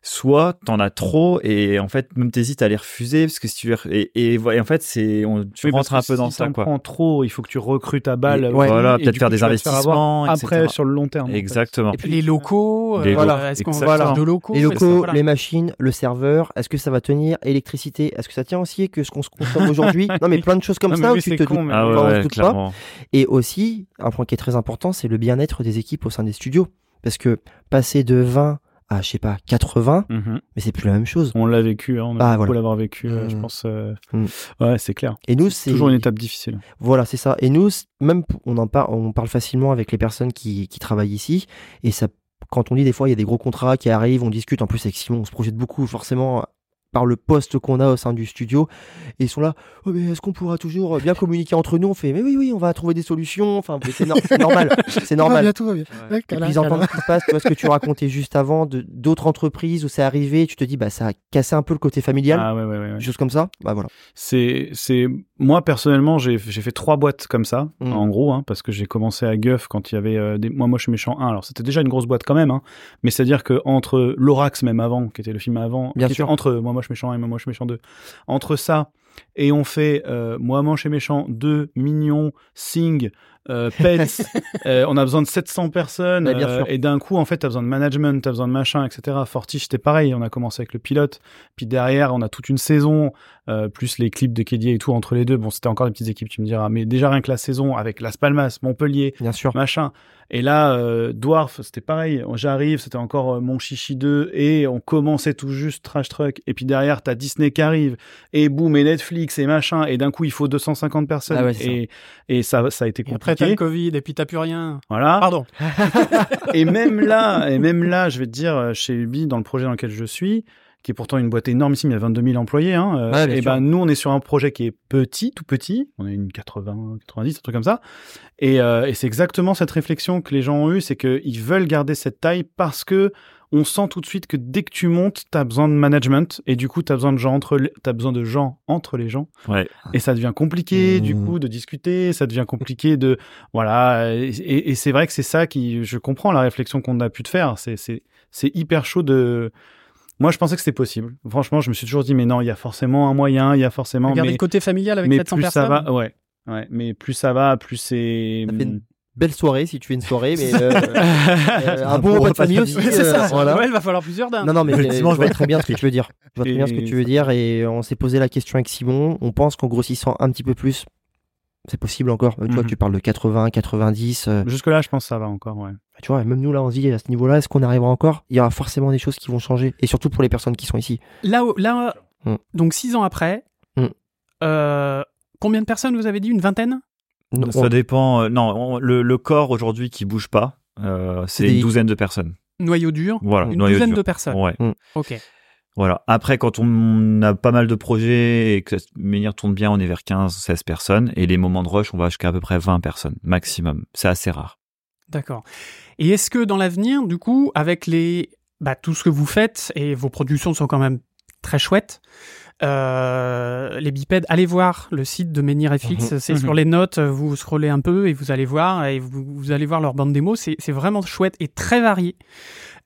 Speaker 5: soit t'en as trop et en fait, même t'hésites à les refuser parce que si tu les re- et, et, voilà, et en fait, c'est, on, tu
Speaker 2: oui, parce
Speaker 5: rentres
Speaker 2: que
Speaker 5: un
Speaker 2: si
Speaker 5: peu dans
Speaker 2: t'en
Speaker 5: ça, quoi.
Speaker 2: prends trop, il faut que tu recrutes à balle. euh,
Speaker 6: Et- ouais.
Speaker 5: voilà,
Speaker 2: et
Speaker 5: peut-être
Speaker 2: du
Speaker 5: faire
Speaker 2: coup,
Speaker 5: des
Speaker 2: tu vas te faire avoir
Speaker 5: investissements,
Speaker 2: après
Speaker 5: etc.
Speaker 2: sur le long terme. en fait.
Speaker 5: Exactement.
Speaker 2: Et puis
Speaker 1: les locaux, euh,
Speaker 5: Les
Speaker 1: voilà,
Speaker 5: locaux,
Speaker 1: est-ce qu'on
Speaker 5: exactement.
Speaker 1: va de locaux
Speaker 6: les
Speaker 1: est-ce que-
Speaker 6: locaux,
Speaker 1: voilà.
Speaker 6: les machines, le serveur, est-ce que ça va tenir Électricité, est-ce que ça tient aussi que ce qu'on se consomme aujourd'hui Non, mais plein de choses comme
Speaker 2: Non, mais
Speaker 6: ça, où
Speaker 2: oui,
Speaker 6: tu
Speaker 2: c'est
Speaker 6: te
Speaker 2: con,
Speaker 6: doutes-
Speaker 2: mais-
Speaker 5: Ah ouais,
Speaker 6: on se
Speaker 5: ouais,
Speaker 6: doute pas.
Speaker 5: clairement.
Speaker 6: Et aussi, un point qui est très important, c'est le bien-être des équipes au sein des studios. Parce que passer de 20 à, je sais pas, 80,
Speaker 2: Mhm.
Speaker 6: mais c'est plus la même chose.
Speaker 2: On l'a vécu, hein, on a
Speaker 6: Ah,
Speaker 2: beaucoup
Speaker 6: voilà.
Speaker 2: l'avoir vécu, euh, je
Speaker 6: Mm.
Speaker 2: pense. euh,
Speaker 6: Mm.
Speaker 2: Ouais, c'est clair.
Speaker 6: Et nous, c'est.
Speaker 2: Toujours une étape difficile.
Speaker 6: Voilà, c'est ça. Et nous, c- même, p- on, en par- on parle facilement avec les personnes qui, qui travaillent ici. Et ça, quand on dit des fois, il y a des gros contrats qui arrivent, on discute. En plus, avec Simon, on se projette beaucoup, forcément, par le poste qu'on a au sein du studio. Et ils sont là, Oh, mais est-ce qu'on pourra toujours bien communiquer entre nous On fait, mais oui, oui, on va trouver des solutions. Enfin, mais c'est nor- c'est normal. C'est
Speaker 3: Tout va
Speaker 6: normal.
Speaker 3: bien, tout va bien. Ouais,
Speaker 6: Et
Speaker 3: câlin,
Speaker 6: puis ils entendent
Speaker 3: câlin.
Speaker 6: ce qui se passe, tu vois ce que tu racontais juste avant, de- d'autres entreprises où c'est arrivé, tu te dis, bah ça a cassé un peu le côté familial,
Speaker 2: Ah ouais, ouais, ouais. ouais.
Speaker 6: des choses comme ça. Bah voilà.
Speaker 2: C'est, c'est, moi personnellement, j'ai, j'ai fait trois boîtes comme ça,
Speaker 6: Mm.
Speaker 2: en gros, hein, parce que j'ai commencé à Guff quand il y avait euh, des, moi, moi, je suis méchant 1. Alors, c'était déjà une grosse boîte quand même, hein, mais c'est-à-dire que entre l'Orax même avant, qui était le film avant,
Speaker 6: Bien
Speaker 2: qui
Speaker 6: sûr.
Speaker 2: était entre moi, moi, je suis méchant 1 et moi, moi, je suis méchant 2, entre ça et on fait euh, moi, moi, je suis méchant 2, Mignon, Sing, euh, Pets, euh, on a besoin de 700 personnes
Speaker 6: Ouais, bien
Speaker 2: euh,
Speaker 6: sûr.
Speaker 2: et d'un coup, en fait, t'as besoin de management, t'as besoin de machin, etc. Fortiche, c'était pareil, on a commencé avec le pilote, puis derrière, on a toute une saison. Euh, plus les clips de Kédier et tout entre les deux. Bon, c'était encore des petites équipes, tu me diras, mais déjà rien que la saison avec Las Palmas, Montpellier,
Speaker 6: Bien sûr.
Speaker 2: machin. Et là, euh, Dwarf, c'était pareil. J'arrive, c'était encore euh, Mon Chichi 2 et on commençait tout juste Trash Truck. Et puis derrière, t'as Disney qui arrive et boum, et Netflix et machin. Et d'un coup, il faut 250 personnes.
Speaker 6: Ah ouais, c'est
Speaker 2: et, et ça, ça a été
Speaker 1: Et après, t'as
Speaker 2: compliqué.
Speaker 1: le Covid et puis t'as plus rien.
Speaker 2: voilà
Speaker 1: Pardon.
Speaker 2: et même là, et même là, je vais te dire, euh, chez Ubi, dans le projet dans lequel je suis, qui est pourtant une boîte énormissime, il y a 22 000 employés, hein, euh,
Speaker 6: Ouais, bien
Speaker 2: et
Speaker 6: sûr.
Speaker 2: ben nous, on est sur un projet qui est petit, tout petit, on est une 80, 90, un truc comme ça, et, euh, et c'est exactement cette réflexion que les gens ont eue, c'est qu'ils veulent garder cette taille parce que on sent tout de suite que dès que tu montes, t'as besoin de management, et du coup, t'as besoin de gens entre, les- t'as besoin de gens entre les gens.
Speaker 5: Ouais.
Speaker 2: Et ça devient compliqué, du
Speaker 6: Mmh.
Speaker 2: coup, de discuter, ça devient compliqué de. Voilà. Et, et- et c'est vrai que c'est ça qui. Je comprends la réflexion qu'on a pu te faire. C'est- C'est c'est hyper chaud de. Moi, je pensais que c'était possible. Franchement, je me suis toujours dit, mais non, il y a forcément un moyen, il y a forcément.
Speaker 1: Regardez
Speaker 2: mais
Speaker 1: le côté familial avec
Speaker 2: mais
Speaker 1: 700
Speaker 2: plus
Speaker 1: personnes.
Speaker 2: ça va, ouais. Ouais, mais plus ça va, plus c'est.
Speaker 6: Ça fait une- Belle soirée si tu fais une soirée, mais euh, euh, un bon
Speaker 2: bon
Speaker 6: repas de
Speaker 2: repas de
Speaker 6: famille aussi.
Speaker 1: Ouais, c'est
Speaker 6: euh,
Speaker 1: ça.
Speaker 6: voilà.
Speaker 1: Ouais, il va falloir plusieurs dindes.
Speaker 6: Non, non, mais
Speaker 5: Le
Speaker 6: mais je
Speaker 5: dimanche,
Speaker 6: vois très bien ce que tu veux dire. Je vois très bien ce que
Speaker 2: Et-
Speaker 6: tu veux dire et on s'est posé la question avec Simon. On pense qu'en grossissant un petit peu plus, c'est possible encore. Tu vois,
Speaker 2: Mhm.
Speaker 6: tu parles de 80, 90. euh,
Speaker 2: Jusque-là, je pense que ça va encore, ouais.
Speaker 6: Bah, tu vois, même nous, là, on se dit, à ce niveau-là, est-ce qu'on arrivera encore Il y aura forcément des choses qui vont changer. Et surtout pour les personnes qui sont ici.
Speaker 1: Là, où- là où-
Speaker 6: Mm.
Speaker 1: donc six ans après,
Speaker 6: Mm.
Speaker 1: euh, combien de personnes vous avez dit Une vingtaine
Speaker 6: Non,
Speaker 5: Ça
Speaker 6: on-
Speaker 5: dépend. euh, non, on- le, le corps aujourd'hui qui bouge pas, euh, c'est
Speaker 6: Des-
Speaker 5: une douzaine de personnes.
Speaker 1: Noyau dur
Speaker 5: Voilà.
Speaker 1: Une
Speaker 5: noyau
Speaker 1: douzaine
Speaker 5: dur.
Speaker 1: de personnes.
Speaker 5: Ouais.
Speaker 1: Ok.
Speaker 5: Voilà. Après, quand on a pas mal de projets et que la manière tourne bien, on est vers 15, 16 personnes. Et les moments de rush, on va jusqu'à à peu près 20 personnes maximum. C'est assez rare.
Speaker 1: D'accord. Et est-ce que dans l'avenir, du coup, avec les bah, tout ce que vous faites et vos productions sont quand même très chouettes, euh, les bipèdes, allez voir le site de Menhir FX, c'est
Speaker 2: mhm.
Speaker 1: sur les notes, vous scrollez un peu et vous allez voir et vous, vous allez voir leur bande démo, c'est c'est vraiment chouette et très varié.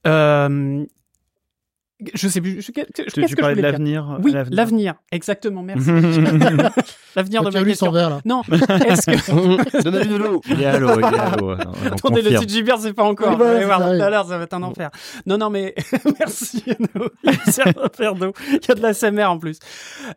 Speaker 1: Euh, je sais plus. je- Qu'est-ce
Speaker 2: Tu,
Speaker 1: que
Speaker 2: tu
Speaker 1: je
Speaker 2: parlais de
Speaker 1: voulais dire
Speaker 2: l'avenir Mhm.
Speaker 1: Oui, l'avenir. Exactement. Merci. l'avenir de
Speaker 3: Tiens,
Speaker 1: ma
Speaker 3: lui
Speaker 1: question.
Speaker 3: son verre, là.
Speaker 1: Non. Est-ce que
Speaker 6: Donnez-lui de l'eau.
Speaker 5: Il est à l'eau, il est à l'eau. On
Speaker 1: Attendez, le
Speaker 5: confirme.
Speaker 1: site Gilbert, c'est pas encore.
Speaker 3: Oui, voilà,
Speaker 1: Vous allez
Speaker 3: c'est
Speaker 1: voir tout
Speaker 3: pareil.
Speaker 1: à l'heure, ça va être un enfer. Non, non, mais merci à nous. Il y a un verre d'eau. Il y a de la SMR en plus.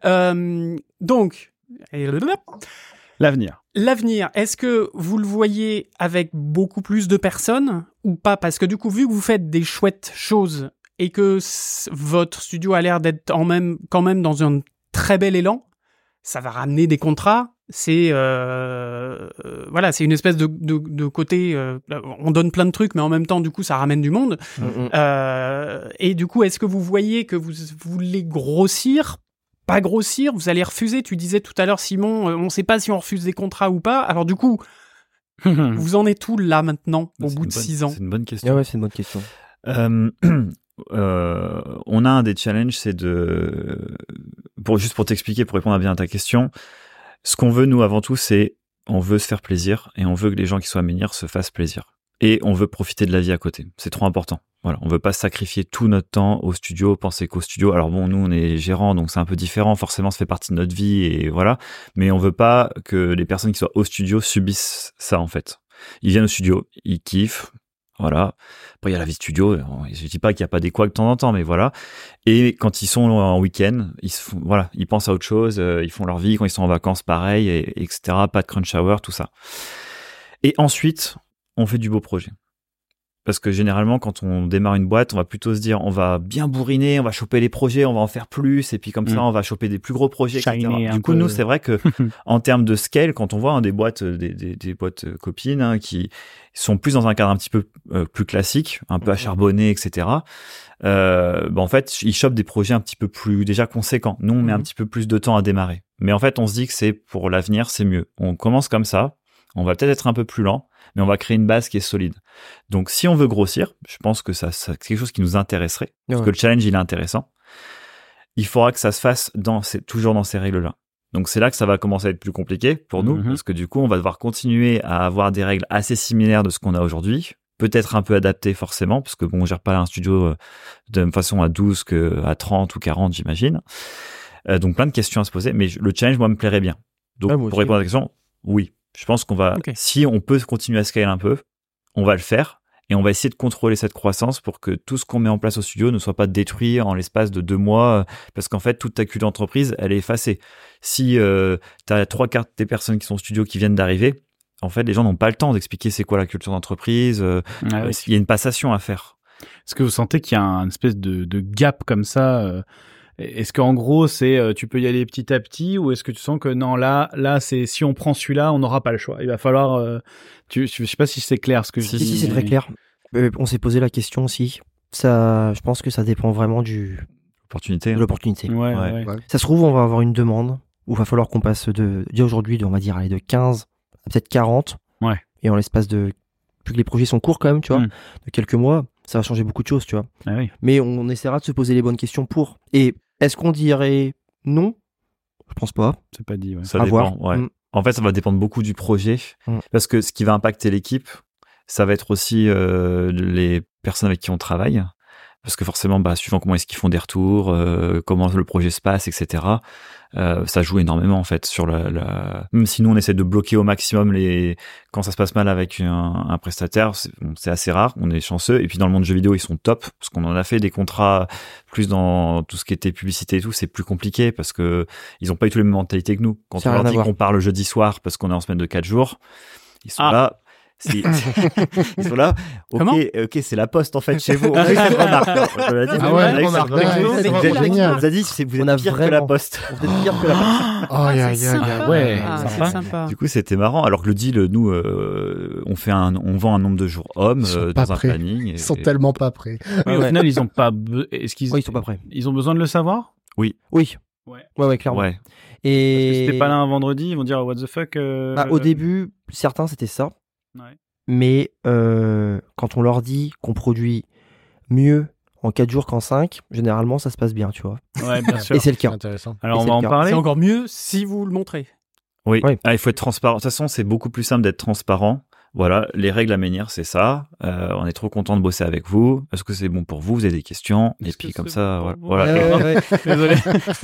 Speaker 1: Euh, donc, et le-
Speaker 2: L'avenir.
Speaker 1: l'avenir, est-ce que vous le voyez avec beaucoup plus de personnes ou pas Parce que du coup, vu que vous faites des chouettes choses et que c- votre studio a l'air d'être en même, quand même dans un très bel élan, ça va ramener des contrats. C'est euh, euh, voilà, c'est une espèce de, de, de côté. euh, on donne plein de trucs, mais en même temps, du coup, ça ramène du monde.
Speaker 6: Mm, mm.
Speaker 1: Euh, et du coup, est-ce que vous voyez que vous voulez grossir Pas grossir Vous allez refuser Tu disais tout à l'heure, Simon, euh, on ne sait pas si on refuse des contrats ou pas. Alors du coup,
Speaker 2: Ah Hmm.
Speaker 1: vous en êtes où là maintenant, au
Speaker 5: C'est
Speaker 1: bout
Speaker 5: une
Speaker 1: de
Speaker 5: bonne-
Speaker 1: six ans
Speaker 5: C'est une bonne question.
Speaker 6: Ah ouais, c'est une bonne question.
Speaker 5: Euh, euh, on a un des challenges, c'est de, pour juste pour t'expliquer, pour répondre à bien à ta question, ce qu'on veut nous avant tout, c'est on veut se faire plaisir et on veut que les gens qui sont à Menhir se fassent plaisir et on veut profiter de la vie à côté. C'est trop important. Voilà, on veut pas sacrifier tout notre temps au studio, penser qu'au studio. Alors bon, nous on est gérants, donc c'est un peu différent. Forcément, ça fait partie de notre vie et voilà. Mais on veut pas que les personnes qui soient au studio subissent ça en fait. Ils viennent au studio, ils kiffent, voilà, après, il y a la vie de studio. on- Je dis pas qu'il n'y a pas des couacs de temps en temps, mais voilà. Et quand ils sont en week-end, ils se font- voilà, ils pensent à autre chose, euh, ils font leur vie. Quand ils sont en vacances, pareil, et- etc. Pas de crunch hour, tout ça. Et ensuite, on fait du beau projet. Parce que généralement, quand on démarre une boîte, on va plutôt se dire, on va bien bourriner, on va choper les projets, on va en faire plus, et puis comme
Speaker 2: Mm.
Speaker 5: ça, on va choper des plus gros projets. etc.
Speaker 2: Shiner un
Speaker 5: Du coup,
Speaker 2: peu.
Speaker 5: nous, c'est vrai que en termes de scale, quand on voit hein, des boîtes, euh, des, des, des boîtes euh, copines hein, qui sont plus dans un cadre un petit peu euh, plus classique, un
Speaker 2: Mm.
Speaker 5: peu acharbonné, etc. Euh, bah, en fait, ils chopent des projets un petit peu plus déjà conséquents. Nous, on met un
Speaker 1: Mhm.
Speaker 5: petit peu plus de temps à démarrer. Mais en fait, on se dit que c'est pour l'avenir, c'est mieux. On commence comme ça. On va peut-être être un peu plus lent, mais on va créer une base qui est solide. Donc, si on veut grossir, je pense que ça, ça- c'est quelque chose qui nous intéresserait parce
Speaker 6: Ouais.
Speaker 5: que le challenge il est intéressant. Il faudra que ça se fasse dans ces- toujours dans ces règles-là. Donc c'est là que ça va commencer à être plus compliqué pour nous,
Speaker 2: Mhm.
Speaker 5: parce que du coup on va devoir continuer à avoir des règles assez similaires de ce qu'on a aujourd'hui, peut-être un peu adaptées forcément, parce que bon on gère pas un studio euh, de même façon à 12 que à 30 ou 40 j'imagine. Euh, donc plein de questions à se poser, mais je- le challenge moi me plairait bien. Donc
Speaker 6: Ah, moi
Speaker 5: pour
Speaker 6: aussi.
Speaker 5: répondre à la question, oui, je pense qu'on va,
Speaker 1: Ok.
Speaker 5: si on peut continuer à scaler un peu, on va le faire et on va essayer de contrôler cette croissance pour que tout ce qu'on met en place au studio ne soit pas détruit en l'espace de deux mois, euh, parce qu'en fait, toute ta culture d'entreprise, elle est effacée. Si euh, tu as trois quarts des personnes qui sont au studio qui viennent d'arriver, en fait, les gens n'ont pas le temps d'expliquer c'est quoi la culture d'entreprise, euh,
Speaker 2: Ah
Speaker 5: euh,
Speaker 2: oui.
Speaker 5: il y a une passation à faire.
Speaker 2: Est-ce que vous sentez qu'il y a un espèce de, de gap comme ça euh, Est-ce qu'en gros, c'est euh, tu peux y aller petit à petit ou est-ce que tu sens que non, là, là c'est si on prend celui-là, on n'aura pas le choix Il va falloir. euh, tu, tu- je sais pas si c'est clair ce que je
Speaker 5: Si,
Speaker 2: dis.
Speaker 6: Si, si, c'est
Speaker 2: mais-
Speaker 6: très clair. Euh, on s'est posé la question aussi. Ça, je pense que ça dépend vraiment du,
Speaker 5: Opportunité.
Speaker 6: de l'opportunité.
Speaker 2: Ouais, ouais.
Speaker 5: Ouais.
Speaker 3: Ouais.
Speaker 6: Ça se trouve, on va avoir une demande où il va falloir qu'on passe de, dès aujourd'hui, de, on va dire, allez, de 15 à peut-être 40.
Speaker 2: Ouais.
Speaker 6: Et en l'espace de, plus que les projets sont courts quand même, tu vois,
Speaker 2: Mm.
Speaker 6: de quelques mois, ça va changer beaucoup de choses, tu vois.
Speaker 2: Ah oui.
Speaker 6: Mais on, essaiera de se poser les bonnes questions pour. Et est-ce qu'on dirait non Je pense pas.
Speaker 2: C'est pas dit. Ouais.
Speaker 5: Ça
Speaker 6: à
Speaker 5: dépend.
Speaker 6: voir.
Speaker 5: ouais.
Speaker 6: Mm.
Speaker 5: En fait, ça va dépendre beaucoup du projet,
Speaker 6: Mm.
Speaker 5: parce que ce qui va impacter l'équipe, ça va être aussi euh, les personnes avec qui on travaille, parce que forcément, bah, suivant comment est-ce qu'ils font des retours, euh, comment le projet se passe, etc. euh, ça joue énormément en fait sur la, la- Même si nous on essaie de bloquer au maximum les quand ça se passe mal avec un, un prestataire, c'est bon, c'est assez rare. On est chanceux. Et puis dans le monde du jeu vidéo, ils sont top parce qu'on en a fait des contrats plus dans tout ce qui était publicité et tout. C'est plus compliqué parce que ils ont pas eu tous les mêmes mentalités que nous. Quand
Speaker 6: Ça a
Speaker 5: on leur
Speaker 6: rien à
Speaker 5: dit
Speaker 6: voir.
Speaker 5: qu'on part le jeudi soir parce qu'on est en semaine de quatre jours, ils sont
Speaker 2: Ah.
Speaker 5: là. C'est- ils sont là. Ok,
Speaker 1: Comment
Speaker 5: ok, c'est la poste en fait chez vous. On a eu cette remarque. On l'a dit,
Speaker 3: Ah
Speaker 5: on
Speaker 3: ouais,
Speaker 5: a eu cette
Speaker 3: remarque.
Speaker 5: remarque.
Speaker 3: Ouais,
Speaker 5: Vous
Speaker 1: c'est
Speaker 5: êtes-
Speaker 1: trop
Speaker 5: on
Speaker 3: génial.
Speaker 5: nous a dit c'est- vous
Speaker 6: On
Speaker 5: êtes
Speaker 6: a
Speaker 5: pire que la
Speaker 6: vraiment-
Speaker 5: poste.
Speaker 6: Vous êtes pire que la
Speaker 3: Aïe,
Speaker 1: Ah,
Speaker 3: aïe,
Speaker 1: c'est
Speaker 3: aïe,
Speaker 1: sympa.
Speaker 3: aïe.
Speaker 2: ouais,
Speaker 1: Ah,
Speaker 2: sympa.
Speaker 1: c'est sympa.
Speaker 5: Du coup, c'était marrant. Alors que le deal, nous, euh, on fait un, on vend un nombre de jours hommes
Speaker 3: Ils sont
Speaker 5: euh,
Speaker 3: pas
Speaker 5: dans un
Speaker 3: prêts.
Speaker 5: planning. et-
Speaker 3: Ils sont
Speaker 5: et-
Speaker 3: tellement pas prêts.
Speaker 2: Mais au
Speaker 6: Ouais.
Speaker 2: final, ils ont pas. be- Est-ce qu'ils
Speaker 6: Oui, ils sont pas prêts.
Speaker 2: Ils ont besoin de le savoir
Speaker 6: Oui.
Speaker 2: Ouais.
Speaker 6: Ouais, ouais, clairement.
Speaker 5: Ouais.
Speaker 2: Parce que
Speaker 6: Et
Speaker 2: si t'es pas là un vendredi, ils vont dire what the fuck. euh,
Speaker 6: Bah, au début, certains c'était ça.
Speaker 2: Ouais.
Speaker 6: Mais euh, quand on leur dit qu'on produit mieux en 4 jours qu'en 5, généralement ça se passe bien, tu vois.
Speaker 2: Ouais, bien sûr.
Speaker 6: Et c'est le cas.
Speaker 3: intéressant.
Speaker 2: Alors
Speaker 6: et
Speaker 2: on
Speaker 6: c'est
Speaker 2: va
Speaker 6: le
Speaker 2: en
Speaker 6: cas.
Speaker 2: parler.
Speaker 1: C'est encore mieux si vous le montrez.
Speaker 5: Oui.
Speaker 6: Ouais.
Speaker 5: Ah, il faut être transparent. De toute façon, c'est beaucoup plus simple d'être transparent. Voilà, les règles à menhir, c'est ça. Euh, on est trop content de bosser avec vous. Est-ce que c'est bon pour vous Vous avez des questions Et
Speaker 1: Est-ce
Speaker 5: puis
Speaker 1: que
Speaker 5: comme
Speaker 1: c'est
Speaker 5: ça,
Speaker 1: bon
Speaker 5: voilà.
Speaker 1: pour
Speaker 5: voilà.
Speaker 6: Ouais, ouais, ouais.
Speaker 2: Désolé.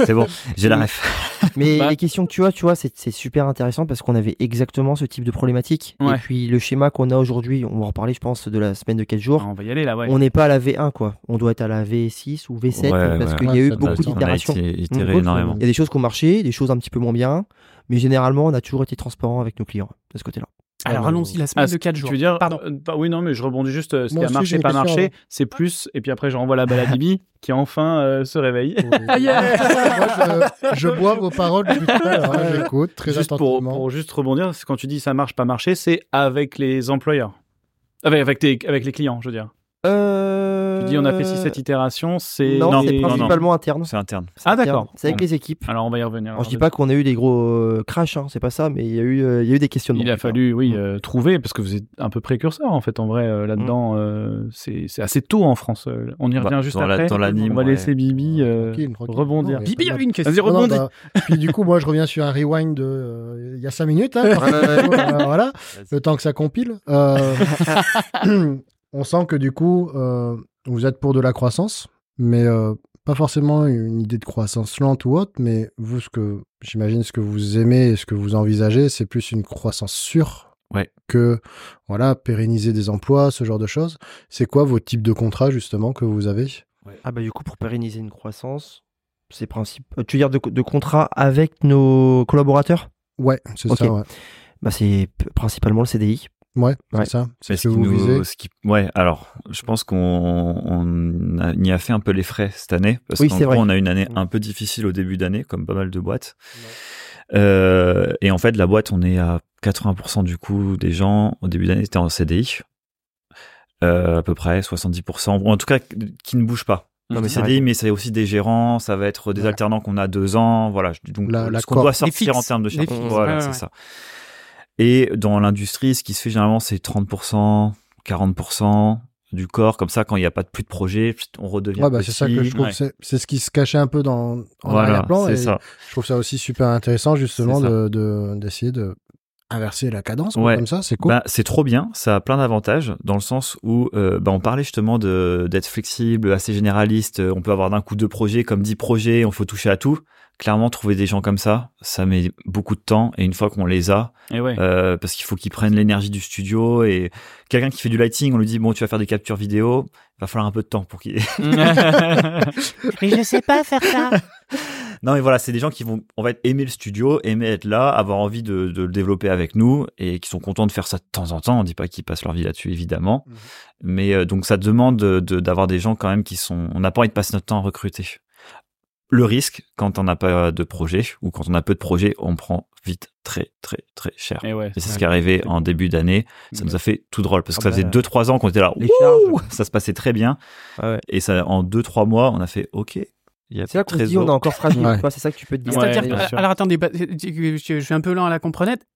Speaker 5: C'est bon. J'ai la ref.
Speaker 6: Mais
Speaker 2: Bah.
Speaker 6: les questions que tu as, tu vois, c'est c'est super intéressant parce qu'on avait exactement ce type de problématique.
Speaker 2: Ouais.
Speaker 6: Et puis le schéma qu'on a aujourd'hui, on va en reparler, je pense, de la semaine de 4 jours.
Speaker 2: on va y aller là, Ah, ouais.
Speaker 6: On n'est pas à la V1, quoi. On doit être à la V6 ou V7
Speaker 5: Ouais,
Speaker 6: parce
Speaker 5: ouais.
Speaker 6: qu'il
Speaker 3: Ouais,
Speaker 6: y a eu
Speaker 3: ça doit
Speaker 6: beaucoup
Speaker 3: être- on a
Speaker 5: On a
Speaker 6: d'itérations.
Speaker 5: été- itéré
Speaker 6: Mm.
Speaker 5: énormément.
Speaker 6: Il y a des choses qui ont marché, des choses un petit peu moins bien. Mais généralement, on a toujours été transparent avec nos clients de ce côté-là.
Speaker 1: Alors
Speaker 2: non.
Speaker 1: allons-y, la semaine
Speaker 2: Ah,
Speaker 1: de 4 jours.
Speaker 2: Tu veux dire
Speaker 1: Pardon.
Speaker 2: euh, bah oui, non, mais je rebondis juste. euh, ce
Speaker 3: Moi
Speaker 2: qui a
Speaker 3: aussi,
Speaker 2: marché,
Speaker 3: j'ai une
Speaker 2: pas
Speaker 3: question
Speaker 2: marché,
Speaker 6: hein.
Speaker 3: avant.
Speaker 2: c'est plus. Et puis après, je renvoie la balle à Bibi qui enfin euh, se réveille.
Speaker 1: Ah, yeah
Speaker 3: Oh, Moi, je, je bois vos paroles depuis tout à l'heure, hein, j'écoute très
Speaker 2: juste pour,
Speaker 3: attentivement.
Speaker 2: pour juste rebondir, c'est quand tu dis ça marche, pas marché, c'est avec les employeurs. Ah, Avec, avec, tes- avec les clients, je veux dire.
Speaker 6: Euh...
Speaker 2: Tu dis on a fait 6 cette itération, c'est.
Speaker 6: Non,
Speaker 5: Non,
Speaker 6: c'est
Speaker 5: non, non.
Speaker 6: principalement interne.
Speaker 5: C'est interne.
Speaker 2: Ah d'accord.
Speaker 6: C'est avec les équipes.
Speaker 2: Alors on va y revenir. hein,
Speaker 6: Alors, je dis pas qu'on a eu des gros euh, crashs, hein, c'est pas ça, mais il y, a eu, euh, il y a eu des questionnements.
Speaker 2: Il a fallu, oui,
Speaker 6: Mm.
Speaker 2: euh, trouver, parce que vous êtes un peu précurseur, en fait, en vrai, euh,
Speaker 6: Mm.
Speaker 2: là-dedans. euh, c'est c'est assez tôt en France. euh, On y
Speaker 5: Bah,
Speaker 2: revient juste
Speaker 5: dans la-
Speaker 2: après.
Speaker 5: dans l'anime,
Speaker 2: on va
Speaker 5: ouais.
Speaker 2: laisser Bibi euh,
Speaker 3: Tranquille, tranquille.
Speaker 2: rebondir.
Speaker 3: Non, mais-
Speaker 1: Bibi avait une question.
Speaker 2: Vas-y,
Speaker 3: Non, non,
Speaker 2: rebondis.
Speaker 3: bah, puis du coup, moi, je reviens sur un rewind de euh, il y a 5 minutes. hein,
Speaker 5: Ah,
Speaker 3: parce que, euh, voilà, le temps que ça compile. Euh, on sent que du coup, euh, vous êtes pour de la croissance, mais euh, pas forcément une idée de croissance lente ou autre. Mais vous, ce que j'imagine, ce que vous aimez et ce que vous envisagez, c'est plus une croissance sûre
Speaker 5: Ouais.
Speaker 3: que voilà pérenniser des emplois, ce genre de choses. C'est quoi vos types de contrats justement que vous avez
Speaker 6: Ah bah du coup, pour pérenniser une croissance, c'est principe. euh, Tu veux dire de, de contrat avec nos collaborateurs
Speaker 3: Ouais, c'est
Speaker 6: Ok.
Speaker 3: ça. Ouais,
Speaker 6: bah, C'est p- principalement le CDI.
Speaker 3: Ouais, c'est
Speaker 6: Ouais.
Speaker 3: ça. C'est
Speaker 5: Mais
Speaker 3: ce
Speaker 5: Bah, ce
Speaker 3: que
Speaker 5: qui
Speaker 3: vous
Speaker 5: nous-
Speaker 3: visez.
Speaker 5: ce qui- Ouais, alors, je pense qu'on on a- y a fait un peu les frais cette année. Parce
Speaker 6: Oui,
Speaker 5: qu'en
Speaker 6: c'est
Speaker 5: gros,
Speaker 6: vrai.
Speaker 5: on a une année un peu difficile au début d'année, comme pas mal de boîtes. Euh, et en fait, la boîte, on est à 80% du coup des gens au début d'année étaient en CDI. Euh, à peu près 70%, ou en tout cas qui ne bougent pas.
Speaker 6: Non,
Speaker 5: Je
Speaker 6: mais
Speaker 5: dis
Speaker 6: c'est
Speaker 5: CDI, mais c'est aussi des gérants, ça va être des
Speaker 3: Voilà.
Speaker 5: alternants qu'on a deux ans, voilà. je- Donc, euh,
Speaker 3: La- la
Speaker 5: ce qu'on
Speaker 3: cohorte.
Speaker 5: doit
Speaker 1: Les
Speaker 5: sortir en
Speaker 1: fixes.
Speaker 5: termes de
Speaker 1: Les
Speaker 5: charges.
Speaker 1: fixes,
Speaker 5: Voilà,
Speaker 1: ouais,
Speaker 5: c'est
Speaker 1: ouais.
Speaker 5: ça. Et dans l'industrie, ce qui se fait généralement, c'est 30%, 40% du corps, comme ça, quand il n'y a pas de plus de projet, pst, on redevient
Speaker 3: Ouais, bah, c'est ça que
Speaker 5: petit.
Speaker 3: je trouve.
Speaker 2: ouais.
Speaker 3: C'est, c'est ce qui se cachait un peu dans en
Speaker 5: Voilà,
Speaker 3: arrière-plan.
Speaker 5: c'est
Speaker 3: et
Speaker 5: ça.
Speaker 3: Je trouve ça aussi super intéressant, justement,
Speaker 5: C'est ça.
Speaker 3: de, de- d'essayer de inverser la cadence. quoi,
Speaker 5: Ouais.
Speaker 3: Comme ça, c'est cool.
Speaker 5: Bah, c'est trop bien, ça a plein d'avantages dans le sens où euh, bah, on parlait justement de d'être flexible, assez généraliste, euh, on peut avoir d'un coup deux projets comme dix projets, on faut toucher à tout. Clairement, trouver des gens comme ça, ça met beaucoup de temps et une fois qu'on les a,
Speaker 2: Et Eh ouais.
Speaker 5: euh, parce qu'il faut qu'ils prennent l'énergie du studio et quelqu'un qui fait du lighting, on lui dit bon, tu vas faire des captures vidéo, va falloir un peu de temps pour qu'il
Speaker 1: bah,
Speaker 7: Mais je sais pas faire ça.
Speaker 5: Non, mais voilà, c'est des gens qui vont, en fait, aimer le studio, aimer être là, avoir envie de, de le développer avec nous et qui sont contents de faire ça de temps en temps. On dit pas qu'ils passent leur vie là-dessus, évidemment.
Speaker 3: Mhm.
Speaker 5: Mais euh, donc, ça demande de- de- d'avoir des gens quand même qui sont. On n'a pas envie de passer notre temps à recruter. Le risque, quand on n'a pas de projet ou quand on a peu de projets, on prend vite très, très, très cher.
Speaker 2: Et ouais.
Speaker 5: Et c'est ce qui est arrivé en début d'année. Ça nous a fait tout drôle parce que
Speaker 6: Ah
Speaker 5: ça
Speaker 6: bah,
Speaker 5: faisait 2-3 ans qu'on était là.
Speaker 6: les
Speaker 5: Ouh ça se passait très bien.
Speaker 6: Ah ouais.
Speaker 5: Et ça, en 2-3 mois, on a fait OK. il y a
Speaker 6: C'est là
Speaker 5: plus
Speaker 6: qu'on
Speaker 5: de
Speaker 6: se dit on est
Speaker 5: trésor.
Speaker 6: encore fragile.
Speaker 3: Ouais.
Speaker 6: tu vois, C'est ça que euh, tu peux te dire.
Speaker 2: Ouais,
Speaker 1: C'est-à-dire,
Speaker 2: bien
Speaker 1: que-
Speaker 2: sûr.
Speaker 1: alors attendez, bah, je je suis un peu lent à la comprenette.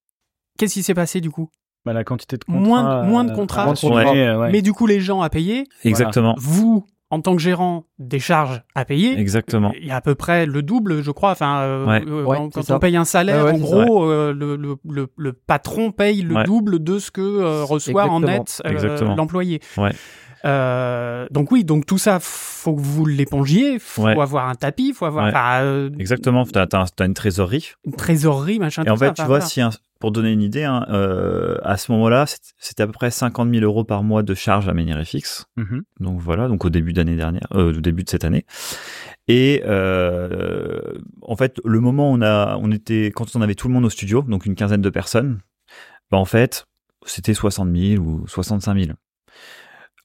Speaker 1: Qu'est-ce qui s'est passé du coup
Speaker 2: Bah, la quantité de contrats. euh,
Speaker 1: Moins de- moins de contrats.
Speaker 2: à
Speaker 6: Moins de contrats.
Speaker 2: assurer, euh, ouais.
Speaker 1: Mais du coup, les gens à payer,
Speaker 5: Exactement.
Speaker 1: vous, en tant que gérant, des charges à payer.
Speaker 5: Exactement.
Speaker 1: Il y a à peu près le double, je crois. Enfin, euh,
Speaker 5: Ouais.
Speaker 1: euh,
Speaker 6: Ouais,
Speaker 1: quand
Speaker 6: c'est
Speaker 1: on
Speaker 6: ça.
Speaker 1: paye un salaire,
Speaker 6: Ouais, ouais,
Speaker 1: en
Speaker 6: c'est
Speaker 1: gros, euh, le, le- le- le patron paye le
Speaker 5: Ouais.
Speaker 1: double de ce que euh, reçoit en
Speaker 6: Exactement.
Speaker 1: net euh,
Speaker 5: Exactement.
Speaker 1: l'employé.
Speaker 5: Ouais.
Speaker 1: Euh, donc oui, donc tout ça, faut que vous l'épongiez, faut
Speaker 5: Ouais.
Speaker 1: avoir un tapis, faut avoir
Speaker 5: Ouais.
Speaker 1: enfin, euh,
Speaker 5: Exactement. T'as as, une trésorerie.
Speaker 1: une trésorerie, machin.
Speaker 5: Et en
Speaker 1: tout
Speaker 5: fait,
Speaker 1: ça,
Speaker 5: tu
Speaker 1: enfin,
Speaker 5: vois,
Speaker 1: voilà.
Speaker 5: si un- pour donner une idée, hein, euh, à ce moment-là, c'est- c'était à peu près 50 000 euros par mois de charges à Menhir FX.
Speaker 2: Mhm.
Speaker 5: Donc voilà, donc au début d'année dernière, euh, au début de cette année. Et euh, en fait, le moment où on a, on était, quand on avait tout le monde au studio, donc une quinzaine de personnes, bah en fait, c'était 60 000 ou 65 000.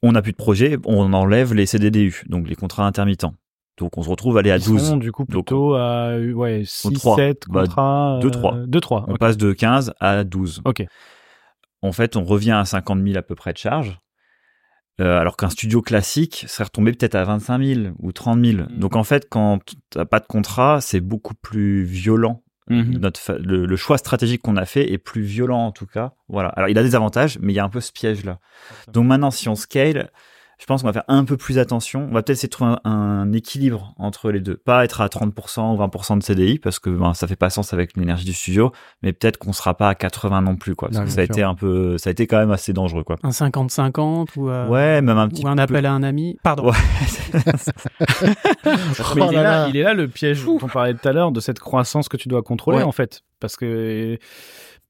Speaker 5: On n'a plus de projet, on enlève les CDDU, donc les contrats intermittents. Donc on se retrouve à aller à
Speaker 2: Ils
Speaker 5: 12.
Speaker 2: sont, du coup,
Speaker 5: Donc,
Speaker 2: plutôt à euh, ouais, 6,
Speaker 5: trois.
Speaker 2: 7
Speaker 5: Bah,
Speaker 2: contrats.
Speaker 5: deux, trois.
Speaker 2: 2-3.
Speaker 5: On passe de 15 à 12.
Speaker 2: Ok.
Speaker 5: En fait, on revient à 50 000 à peu près de charges. euh, alors qu'un studio classique serait retombé peut-être à 25 000 ou 30 000.
Speaker 2: Mhm.
Speaker 5: Donc en fait, quand t'as pas de contrat, c'est beaucoup plus violent.
Speaker 2: Mhm.
Speaker 5: Notre fa- le, le choix stratégique qu'on a fait est plus violent en tout cas. Voilà. Alors il a des avantages, mais il y a un peu ce piège là. Donc maintenant, si on scale, je pense qu'on va faire un peu plus attention. On va peut-être essayer de trouver un, un équilibre entre les deux. Pas être à 30% ou 20% de CDI parce que ben, ça fait pas sens avec l'énergie du studio, mais peut-être qu'on sera pas à 80 non plus quoi. Parce
Speaker 3: Non,
Speaker 5: que
Speaker 3: bien
Speaker 5: ça a
Speaker 3: sûr.
Speaker 5: été un peu, ça a été quand même assez dangereux quoi.
Speaker 1: un 50-50 ou, euh,
Speaker 5: Ouais, même un petit
Speaker 1: ou un appel à un ami. Pardon.
Speaker 5: Ouais.
Speaker 2: Mais
Speaker 3: Oh
Speaker 2: il, est
Speaker 3: là
Speaker 2: là,
Speaker 3: là.
Speaker 2: il est là le piège dont on parlait tout à l'heure, de cette croissance que tu dois contrôler
Speaker 6: Ouais.
Speaker 2: en fait. Parce que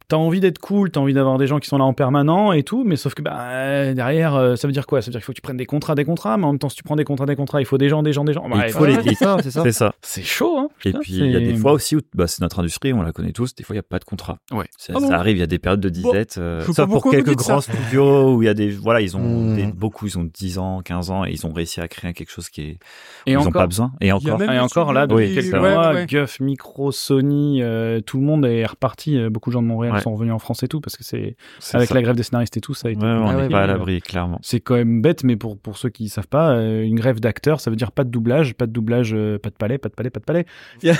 Speaker 2: t'as envie d'être cool, t'as envie d'avoir des gens qui sont là en permanent et tout, mais sauf que bah, euh, derrière, euh, ça veut dire quoi Ça veut dire qu'il faut que tu prennes des contrats, des contrats, mais en même temps, si tu prends des contrats, des contrats, il faut des gens, des gens, des gens. Bah,
Speaker 5: il faut les
Speaker 2: ouais,
Speaker 5: c'est
Speaker 6: ça, c'est ça.
Speaker 5: C'est ça.
Speaker 2: C'est chaud, hein
Speaker 5: Et
Speaker 1: Ah,
Speaker 2: putain,
Speaker 5: puis, il y a
Speaker 2: c'est-
Speaker 5: des fois aussi où bah, c'est notre industrie, on la connaît tous, des fois, il n'y a pas de contrat.
Speaker 2: Ouais.
Speaker 5: Ça,
Speaker 1: Ah bon
Speaker 5: ça arrive, il y a des périodes de
Speaker 1: Bon,
Speaker 5: disette. euh,
Speaker 1: je vois
Speaker 5: sauf
Speaker 1: pas
Speaker 5: pour
Speaker 1: pourquoi vous
Speaker 5: quelques
Speaker 1: dites ça.
Speaker 5: grands studios où il y a des. Voilà, ils ont
Speaker 6: Hmm.
Speaker 5: des- beaucoup, ils ont 10 ans, 15 ans et ils ont réussi à créer quelque chose qui est.
Speaker 2: Et
Speaker 5: ils n'ont
Speaker 2: encore,
Speaker 5: pas besoin.
Speaker 1: Il
Speaker 5: Et
Speaker 1: y a
Speaker 5: encore.
Speaker 1: même
Speaker 2: et
Speaker 1: des
Speaker 2: encore là,
Speaker 1: studios
Speaker 2: depuis
Speaker 5: Oui,
Speaker 1: qui-
Speaker 2: quelques
Speaker 5: ça.
Speaker 1: ouais,
Speaker 2: mois,
Speaker 1: ouais.
Speaker 2: Guff, Micro, Sony, euh, tout le monde est reparti. euh, beaucoup de gens de Montréal
Speaker 5: Ouais.
Speaker 2: sont revenus en France et tout, parce que c'est
Speaker 5: c'est
Speaker 2: avec
Speaker 5: ça.
Speaker 2: la grève des scénaristes et tout, ça a été.
Speaker 5: Ouais, on
Speaker 6: Ah
Speaker 5: n'est
Speaker 6: ouais,
Speaker 5: pas à
Speaker 2: mais-
Speaker 5: l'abri, clairement.
Speaker 2: C'est quand même bête, mais pour, pour ceux qui savent pas, euh, une grève d'acteurs, ça veut dire pas de doublage, pas de doublage, euh, pas de palais, pas de palais, pas de palais. Il y a-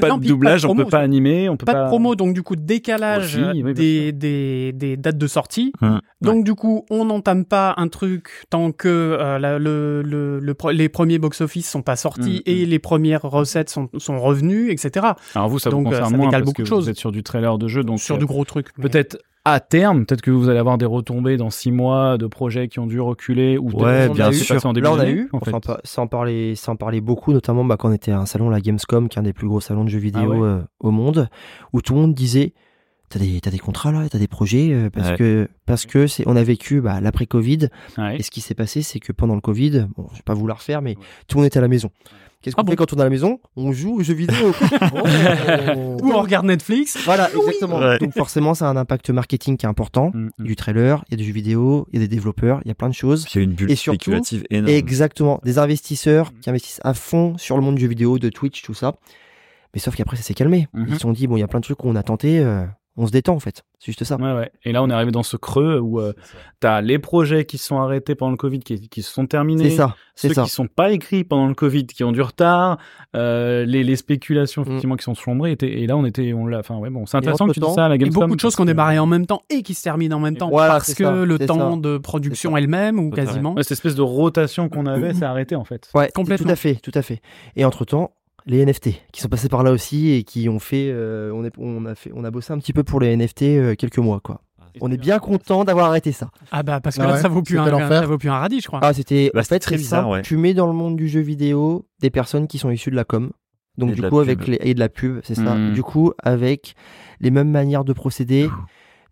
Speaker 2: pas
Speaker 1: Non,
Speaker 2: de
Speaker 1: puis
Speaker 2: doublage,
Speaker 1: pas de
Speaker 2: on peut
Speaker 1: promo,
Speaker 2: pas animer, on peut pas.
Speaker 1: Pas de promo, donc du coup, décalage
Speaker 2: Aussi, oui, bien
Speaker 1: des, des, des dates de sortie.
Speaker 5: Hmm.
Speaker 1: Donc du coup, on n'entame pas un truc tant que euh, la- le, le- le pro- les premiers box-office sont pas sortis
Speaker 2: Mm, mm.
Speaker 1: et les premières recettes sont, sont revenues, etc.
Speaker 2: Alors vous, ça
Speaker 1: Donc,
Speaker 2: vous
Speaker 1: euh,
Speaker 2: concerne
Speaker 1: ça
Speaker 2: moins
Speaker 1: décale
Speaker 2: parce
Speaker 1: beaucoup
Speaker 2: que
Speaker 1: de choses.
Speaker 2: vous êtes sur du trailer de jeu, donc
Speaker 1: sur
Speaker 2: euh,
Speaker 1: du gros truc. mais-
Speaker 2: peut-être à terme, peut-être que vous allez avoir des retombées dans six mois de projets qui ont dû reculer ou peut-être
Speaker 5: Ouais,
Speaker 2: des gens
Speaker 5: bien
Speaker 2: qui sont
Speaker 5: sûr.
Speaker 2: passés en début
Speaker 6: Là, on a
Speaker 2: d'année,
Speaker 6: eu,
Speaker 2: en
Speaker 6: enfin,
Speaker 2: fait.
Speaker 6: pas- sans, parler, sans parler beaucoup, notamment bah, quand on était à un salon, la Gamescom, qui est un des plus gros salons de jeux vidéo
Speaker 2: Ah ouais.
Speaker 6: euh, au monde, où tout le monde disait T'as des, t'as des contrats là, t'as des projets, euh, parce
Speaker 5: Ouais.
Speaker 6: que, parce que c'est, on a vécu bah, l'après-Covid,
Speaker 2: Ouais.
Speaker 6: et ce qui s'est passé, c'est que pendant le Covid, bon, je vais pas vous la refaire, mais tout le monde était à la maison. Qu'est-ce qu'on
Speaker 1: Ah bon
Speaker 6: fait quand on est à la maison On joue aux jeux vidéo. On-
Speaker 1: Ou on regarde Netflix.
Speaker 6: Voilà, exactement.
Speaker 5: Ouais.
Speaker 6: Donc forcément, ça a un impact marketing qui est important.
Speaker 2: Mm,
Speaker 6: Il
Speaker 2: mm.
Speaker 6: y a du trailer, il y a des jeux vidéo, il y a des développeurs, il y a plein de choses.
Speaker 5: Il y a une bulle
Speaker 6: Et surtout,
Speaker 5: spéculative énorme.
Speaker 6: Exactement, des investisseurs qui investissent à fond sur le monde du jeu vidéo, de Twitch, tout ça. Mais sauf qu'après, ça s'est calmé.
Speaker 2: Mhm.
Speaker 6: Ils se sont dit, bon, il y a plein de trucs qu'on a tenté, euh, on se détend en fait. C'est juste ça.
Speaker 2: Ouais, ouais. Et là, on est arrivé dans ce creux où euh, t'as les projets qui se sont arrêtés pendant le Covid, qui, qui se sont terminés.
Speaker 6: C'est ça, c'est
Speaker 2: Ceux
Speaker 6: ça.
Speaker 2: qui sont pas écrits pendant le Covid, qui ont du retard, euh, les, les spéculations
Speaker 6: Mm.
Speaker 2: effectivement qui sont sombrées. Et, t'es- et là, on était, on l'a. Enfin, ouais, bon, c'est
Speaker 6: Et
Speaker 2: intéressant que tu dis
Speaker 6: entre-temps,
Speaker 2: ça à la
Speaker 1: Et
Speaker 2: Gamescom.
Speaker 1: beaucoup de choses
Speaker 2: parce
Speaker 1: qu'on
Speaker 2: que-
Speaker 1: démarrait en même temps et qui se terminent en même temps
Speaker 6: Voilà,
Speaker 1: parce
Speaker 6: c'est
Speaker 1: que
Speaker 6: ça,
Speaker 1: le
Speaker 6: c'est
Speaker 1: temps
Speaker 6: ça.
Speaker 1: de production elle-même ou
Speaker 6: Tout à fait.
Speaker 1: quasiment.
Speaker 2: Ouais, cette espèce de rotation qu'on avait, c'est arrêté en fait.
Speaker 6: Ouais,
Speaker 1: Complètement.
Speaker 6: Tout à fait, tout à fait. Et entre temps, les NFT qui sont passés par là aussi et qui ont fait, euh, on, est- on a fait, on a bossé un petit peu pour les NFT euh, quelques mois quoi. On est bien content d'avoir arrêté ça.
Speaker 1: Ah bah parce que
Speaker 3: Ah
Speaker 1: là
Speaker 3: ouais,
Speaker 1: ça vaut plus un,
Speaker 3: c'était l'enfer.
Speaker 1: ça vaut plus un radis, je crois.
Speaker 6: Ah, c'était
Speaker 5: Bah,
Speaker 6: en
Speaker 5: c'était
Speaker 6: fait
Speaker 5: très
Speaker 6: c'est
Speaker 5: bizarre,
Speaker 6: simple.
Speaker 5: ouais.
Speaker 6: Tu mets dans le monde du jeu vidéo des personnes qui sont issues de la com. Donc
Speaker 5: Et de
Speaker 6: du
Speaker 5: la
Speaker 6: coup avec
Speaker 5: pub.
Speaker 6: les et de la pub, c'est ça.
Speaker 2: Mhm.
Speaker 6: Du coup avec les mêmes manières de procéder.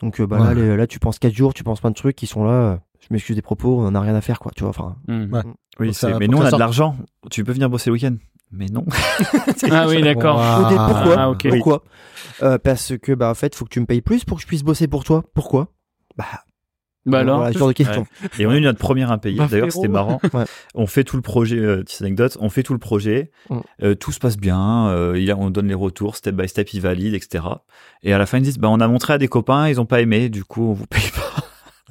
Speaker 6: Donc euh, bah, là,
Speaker 3: Ouais.
Speaker 6: les- là tu penses 4 jours, tu penses plein de trucs qui sont là. euh, Je m'excuse des propos, on en a rien à faire quoi. Tu vois, enfin.
Speaker 2: Mm.
Speaker 3: Ouais.
Speaker 5: Oui,
Speaker 3: Pour ça-
Speaker 5: c'est- mais
Speaker 3: pour
Speaker 5: nous, on
Speaker 3: ça
Speaker 5: a de
Speaker 3: sorte.
Speaker 5: l'argent. Tu peux venir bosser le week-end. Mais non.
Speaker 2: Ah oui, d'accord.
Speaker 3: Ouah.
Speaker 6: Au dé- pourquoi
Speaker 2: Ah, ok.
Speaker 6: Pourquoi Euh, Parce que bah en fait faut que tu me payes plus pour que je puisse bosser pour toi. Pourquoi Bah
Speaker 2: Bah alors.
Speaker 6: voilà, ce genre de question.
Speaker 5: Et on a eu notre première impayée.
Speaker 1: Bah,
Speaker 5: D'ailleurs,
Speaker 1: frérot.
Speaker 5: c'était marrant.
Speaker 6: Ouais.
Speaker 5: On fait tout le projet, euh, petite anecdote, on fait tout le projet,
Speaker 6: Mm.
Speaker 5: euh, tout se passe bien, euh, il a- on donne les retours, step by step, ils valident, etc. Et à la fin, ils disent, bah, on a montré à des copains, ils ont pas aimé, du coup, on vous paye pas.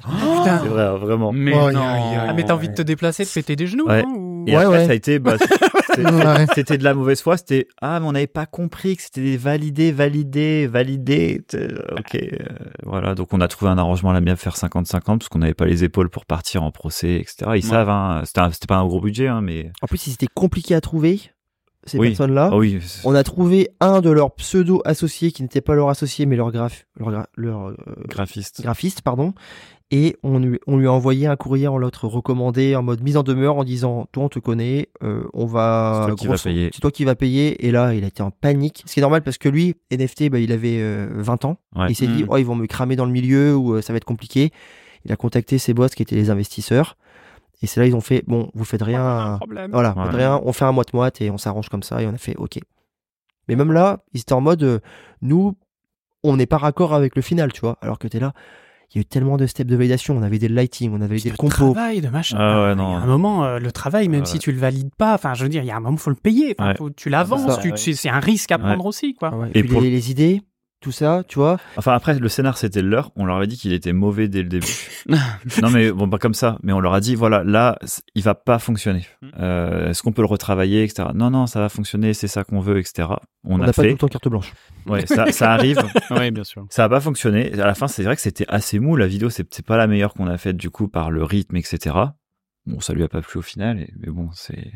Speaker 1: Putain.
Speaker 5: C'est vrai, vraiment.
Speaker 2: Mais non.
Speaker 3: Oh, y a-
Speaker 1: Ah, mais t'as envie de te déplacer, de péter des genoux,
Speaker 5: Ouais.
Speaker 1: non, ou-
Speaker 5: Et
Speaker 6: Ouais,
Speaker 5: après,
Speaker 6: ouais.
Speaker 5: ça a été, bah, c'était-
Speaker 3: Ouais.
Speaker 5: c'était de la mauvaise foi, c'était, ah, mais on n'avait pas compris que c'était validé, validé, validé. T'es- Ok, euh, voilà. Donc, on a trouvé un arrangement à la mienne, faire 50-50, parce qu'on n'avait pas les épaules pour partir en procès, etc. Ils savent, hein, c'était un- c'était pas un gros budget, hein, mais.
Speaker 6: En plus, c'était compliqué à trouver ces
Speaker 5: Oui.
Speaker 6: personnes là.
Speaker 5: Ah oui, c'est-
Speaker 6: On a trouvé un de leurs pseudo-associés qui n'était pas leur associé, mais leur, graph, leur, gra- leur, euh,
Speaker 5: graphiste.
Speaker 6: graphiste. pardon. Et on lui, on lui a envoyé un courrier en lettre recommandée, en mode mise en demeure, en disant Toi, on te connaît, euh, on va.
Speaker 5: C'est toi qui
Speaker 6: grosso-
Speaker 5: vas payer.
Speaker 6: C'est toi qui vas payer. Et là, il a été en panique. Ce qui est normal parce que lui, NFT, bah, il avait euh, 20 ans.
Speaker 5: Ouais.
Speaker 6: Il s'est dit
Speaker 2: Mm.
Speaker 6: Oh, ils vont me cramer dans le milieu ou euh, ça va être compliqué. Il a contacté ses boss qui étaient les investisseurs. Et c'est là, ils ont fait Bon, vous faites rien. à-
Speaker 1: Problème.
Speaker 6: voilà,
Speaker 5: Ouais.
Speaker 6: de rien, on fait un moite-moite et on s'arrange comme ça et on a fait OK. Mais même là, ils étaient en mode, euh, nous, on n'est pas raccord avec le final, tu vois. Alors que t'es là, il y a eu tellement de steps de validation, on avait des lighting, on avait des
Speaker 1: Le
Speaker 6: compos.
Speaker 1: travail de machin.
Speaker 5: Ah ouais,
Speaker 1: Il y a
Speaker 5: non.
Speaker 1: un moment, euh, le travail, même
Speaker 5: Ouais.
Speaker 1: si tu le valides pas, enfin, je veux dire, il y a un moment, faut le payer. Enfin,
Speaker 5: Ouais.
Speaker 1: faut- tu l'avances,
Speaker 6: Ça,
Speaker 1: tu-
Speaker 2: ouais.
Speaker 1: tu- c'est un risque à
Speaker 5: Ouais.
Speaker 1: prendre aussi, quoi.
Speaker 6: Ah ouais,
Speaker 5: Et
Speaker 6: Et puis
Speaker 5: pour-
Speaker 6: les, les idées, tout ça, tu vois.
Speaker 5: Enfin, après, le scénar, c'était le leur. On leur avait dit qu'il était mauvais dès le début. non, mais bon, pas comme ça. Mais on leur a dit, voilà, là, c- il va pas fonctionner.
Speaker 6: Hmm.
Speaker 5: Euh, Est-ce qu'on peut le retravailler, etc. Non, non, ça va fonctionner, c'est ça qu'on veut, etc. On,
Speaker 6: On
Speaker 5: a
Speaker 6: n'a pas tout
Speaker 5: fait.
Speaker 6: le temps carte blanche.
Speaker 5: Ouais, ça, ça arrive.
Speaker 2: Oui, bien sûr.
Speaker 5: Ça a pas fonctionné. À la fin, c'est vrai que c'était assez mou. La vidéo, c'est c'est pas la meilleure qu'on a faite, du coup, par le rythme, etc. Bon, ça lui a pas plu au final, et- mais bon, c'est.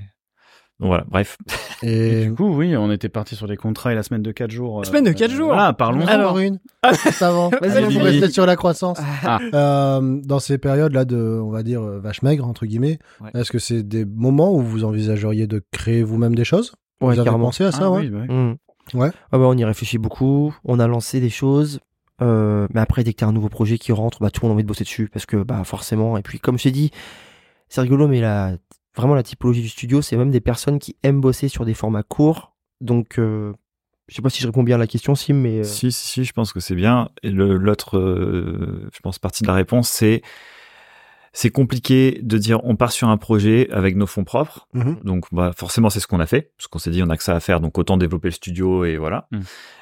Speaker 5: Donc voilà, bref.
Speaker 2: Et
Speaker 3: Et
Speaker 2: du coup, oui, on était parti sur les contrats et la semaine de 4 jours.
Speaker 1: Semaine de quatre jours.
Speaker 2: Ah, parlons.
Speaker 1: Alors-
Speaker 3: Alors une, juste avant,
Speaker 1: Vas-y,
Speaker 3: Allez,
Speaker 2: vas-y.
Speaker 3: vous restez sur la croissance.
Speaker 2: Ah.
Speaker 3: Euh, dans ces périodes-là de, on va dire, euh, vache maigre, entre guillemets,
Speaker 5: Ouais.
Speaker 3: est-ce que c'est des moments où vous envisageriez de créer vous-même des choses Vous
Speaker 6: Ouais,
Speaker 3: avez
Speaker 2: Ah,
Speaker 5: Ah
Speaker 6: carrément.
Speaker 2: bah
Speaker 3: pensé à ça, ouais
Speaker 6: Mm.
Speaker 3: Ouais.
Speaker 6: Ah bah, on y réfléchit beaucoup, on a lancé des choses. Euh, mais après, dès que t'as un nouveau projet qui rentre, bah, tout le monde a envie de bosser dessus parce que bah, forcément. Et puis, comme je t'ai dit, c'est rigolo, mais la, vraiment la typologie du studio, c'est même des personnes qui aiment bosser sur des formats courts. Donc, euh, je sais pas si je réponds bien à la question, Sim, mais. euh,
Speaker 5: Si, si, si, je pense que c'est bien. Et le- L'autre, euh, je pense, partie de la réponse, c'est c'est compliqué de dire on part sur un projet avec nos fonds propres.
Speaker 3: Mhm.
Speaker 5: Donc bah, forcément, c'est ce qu'on a fait, parce qu'on s'est dit on a que ça à faire, donc autant développer le studio et voilà.
Speaker 2: Mhm.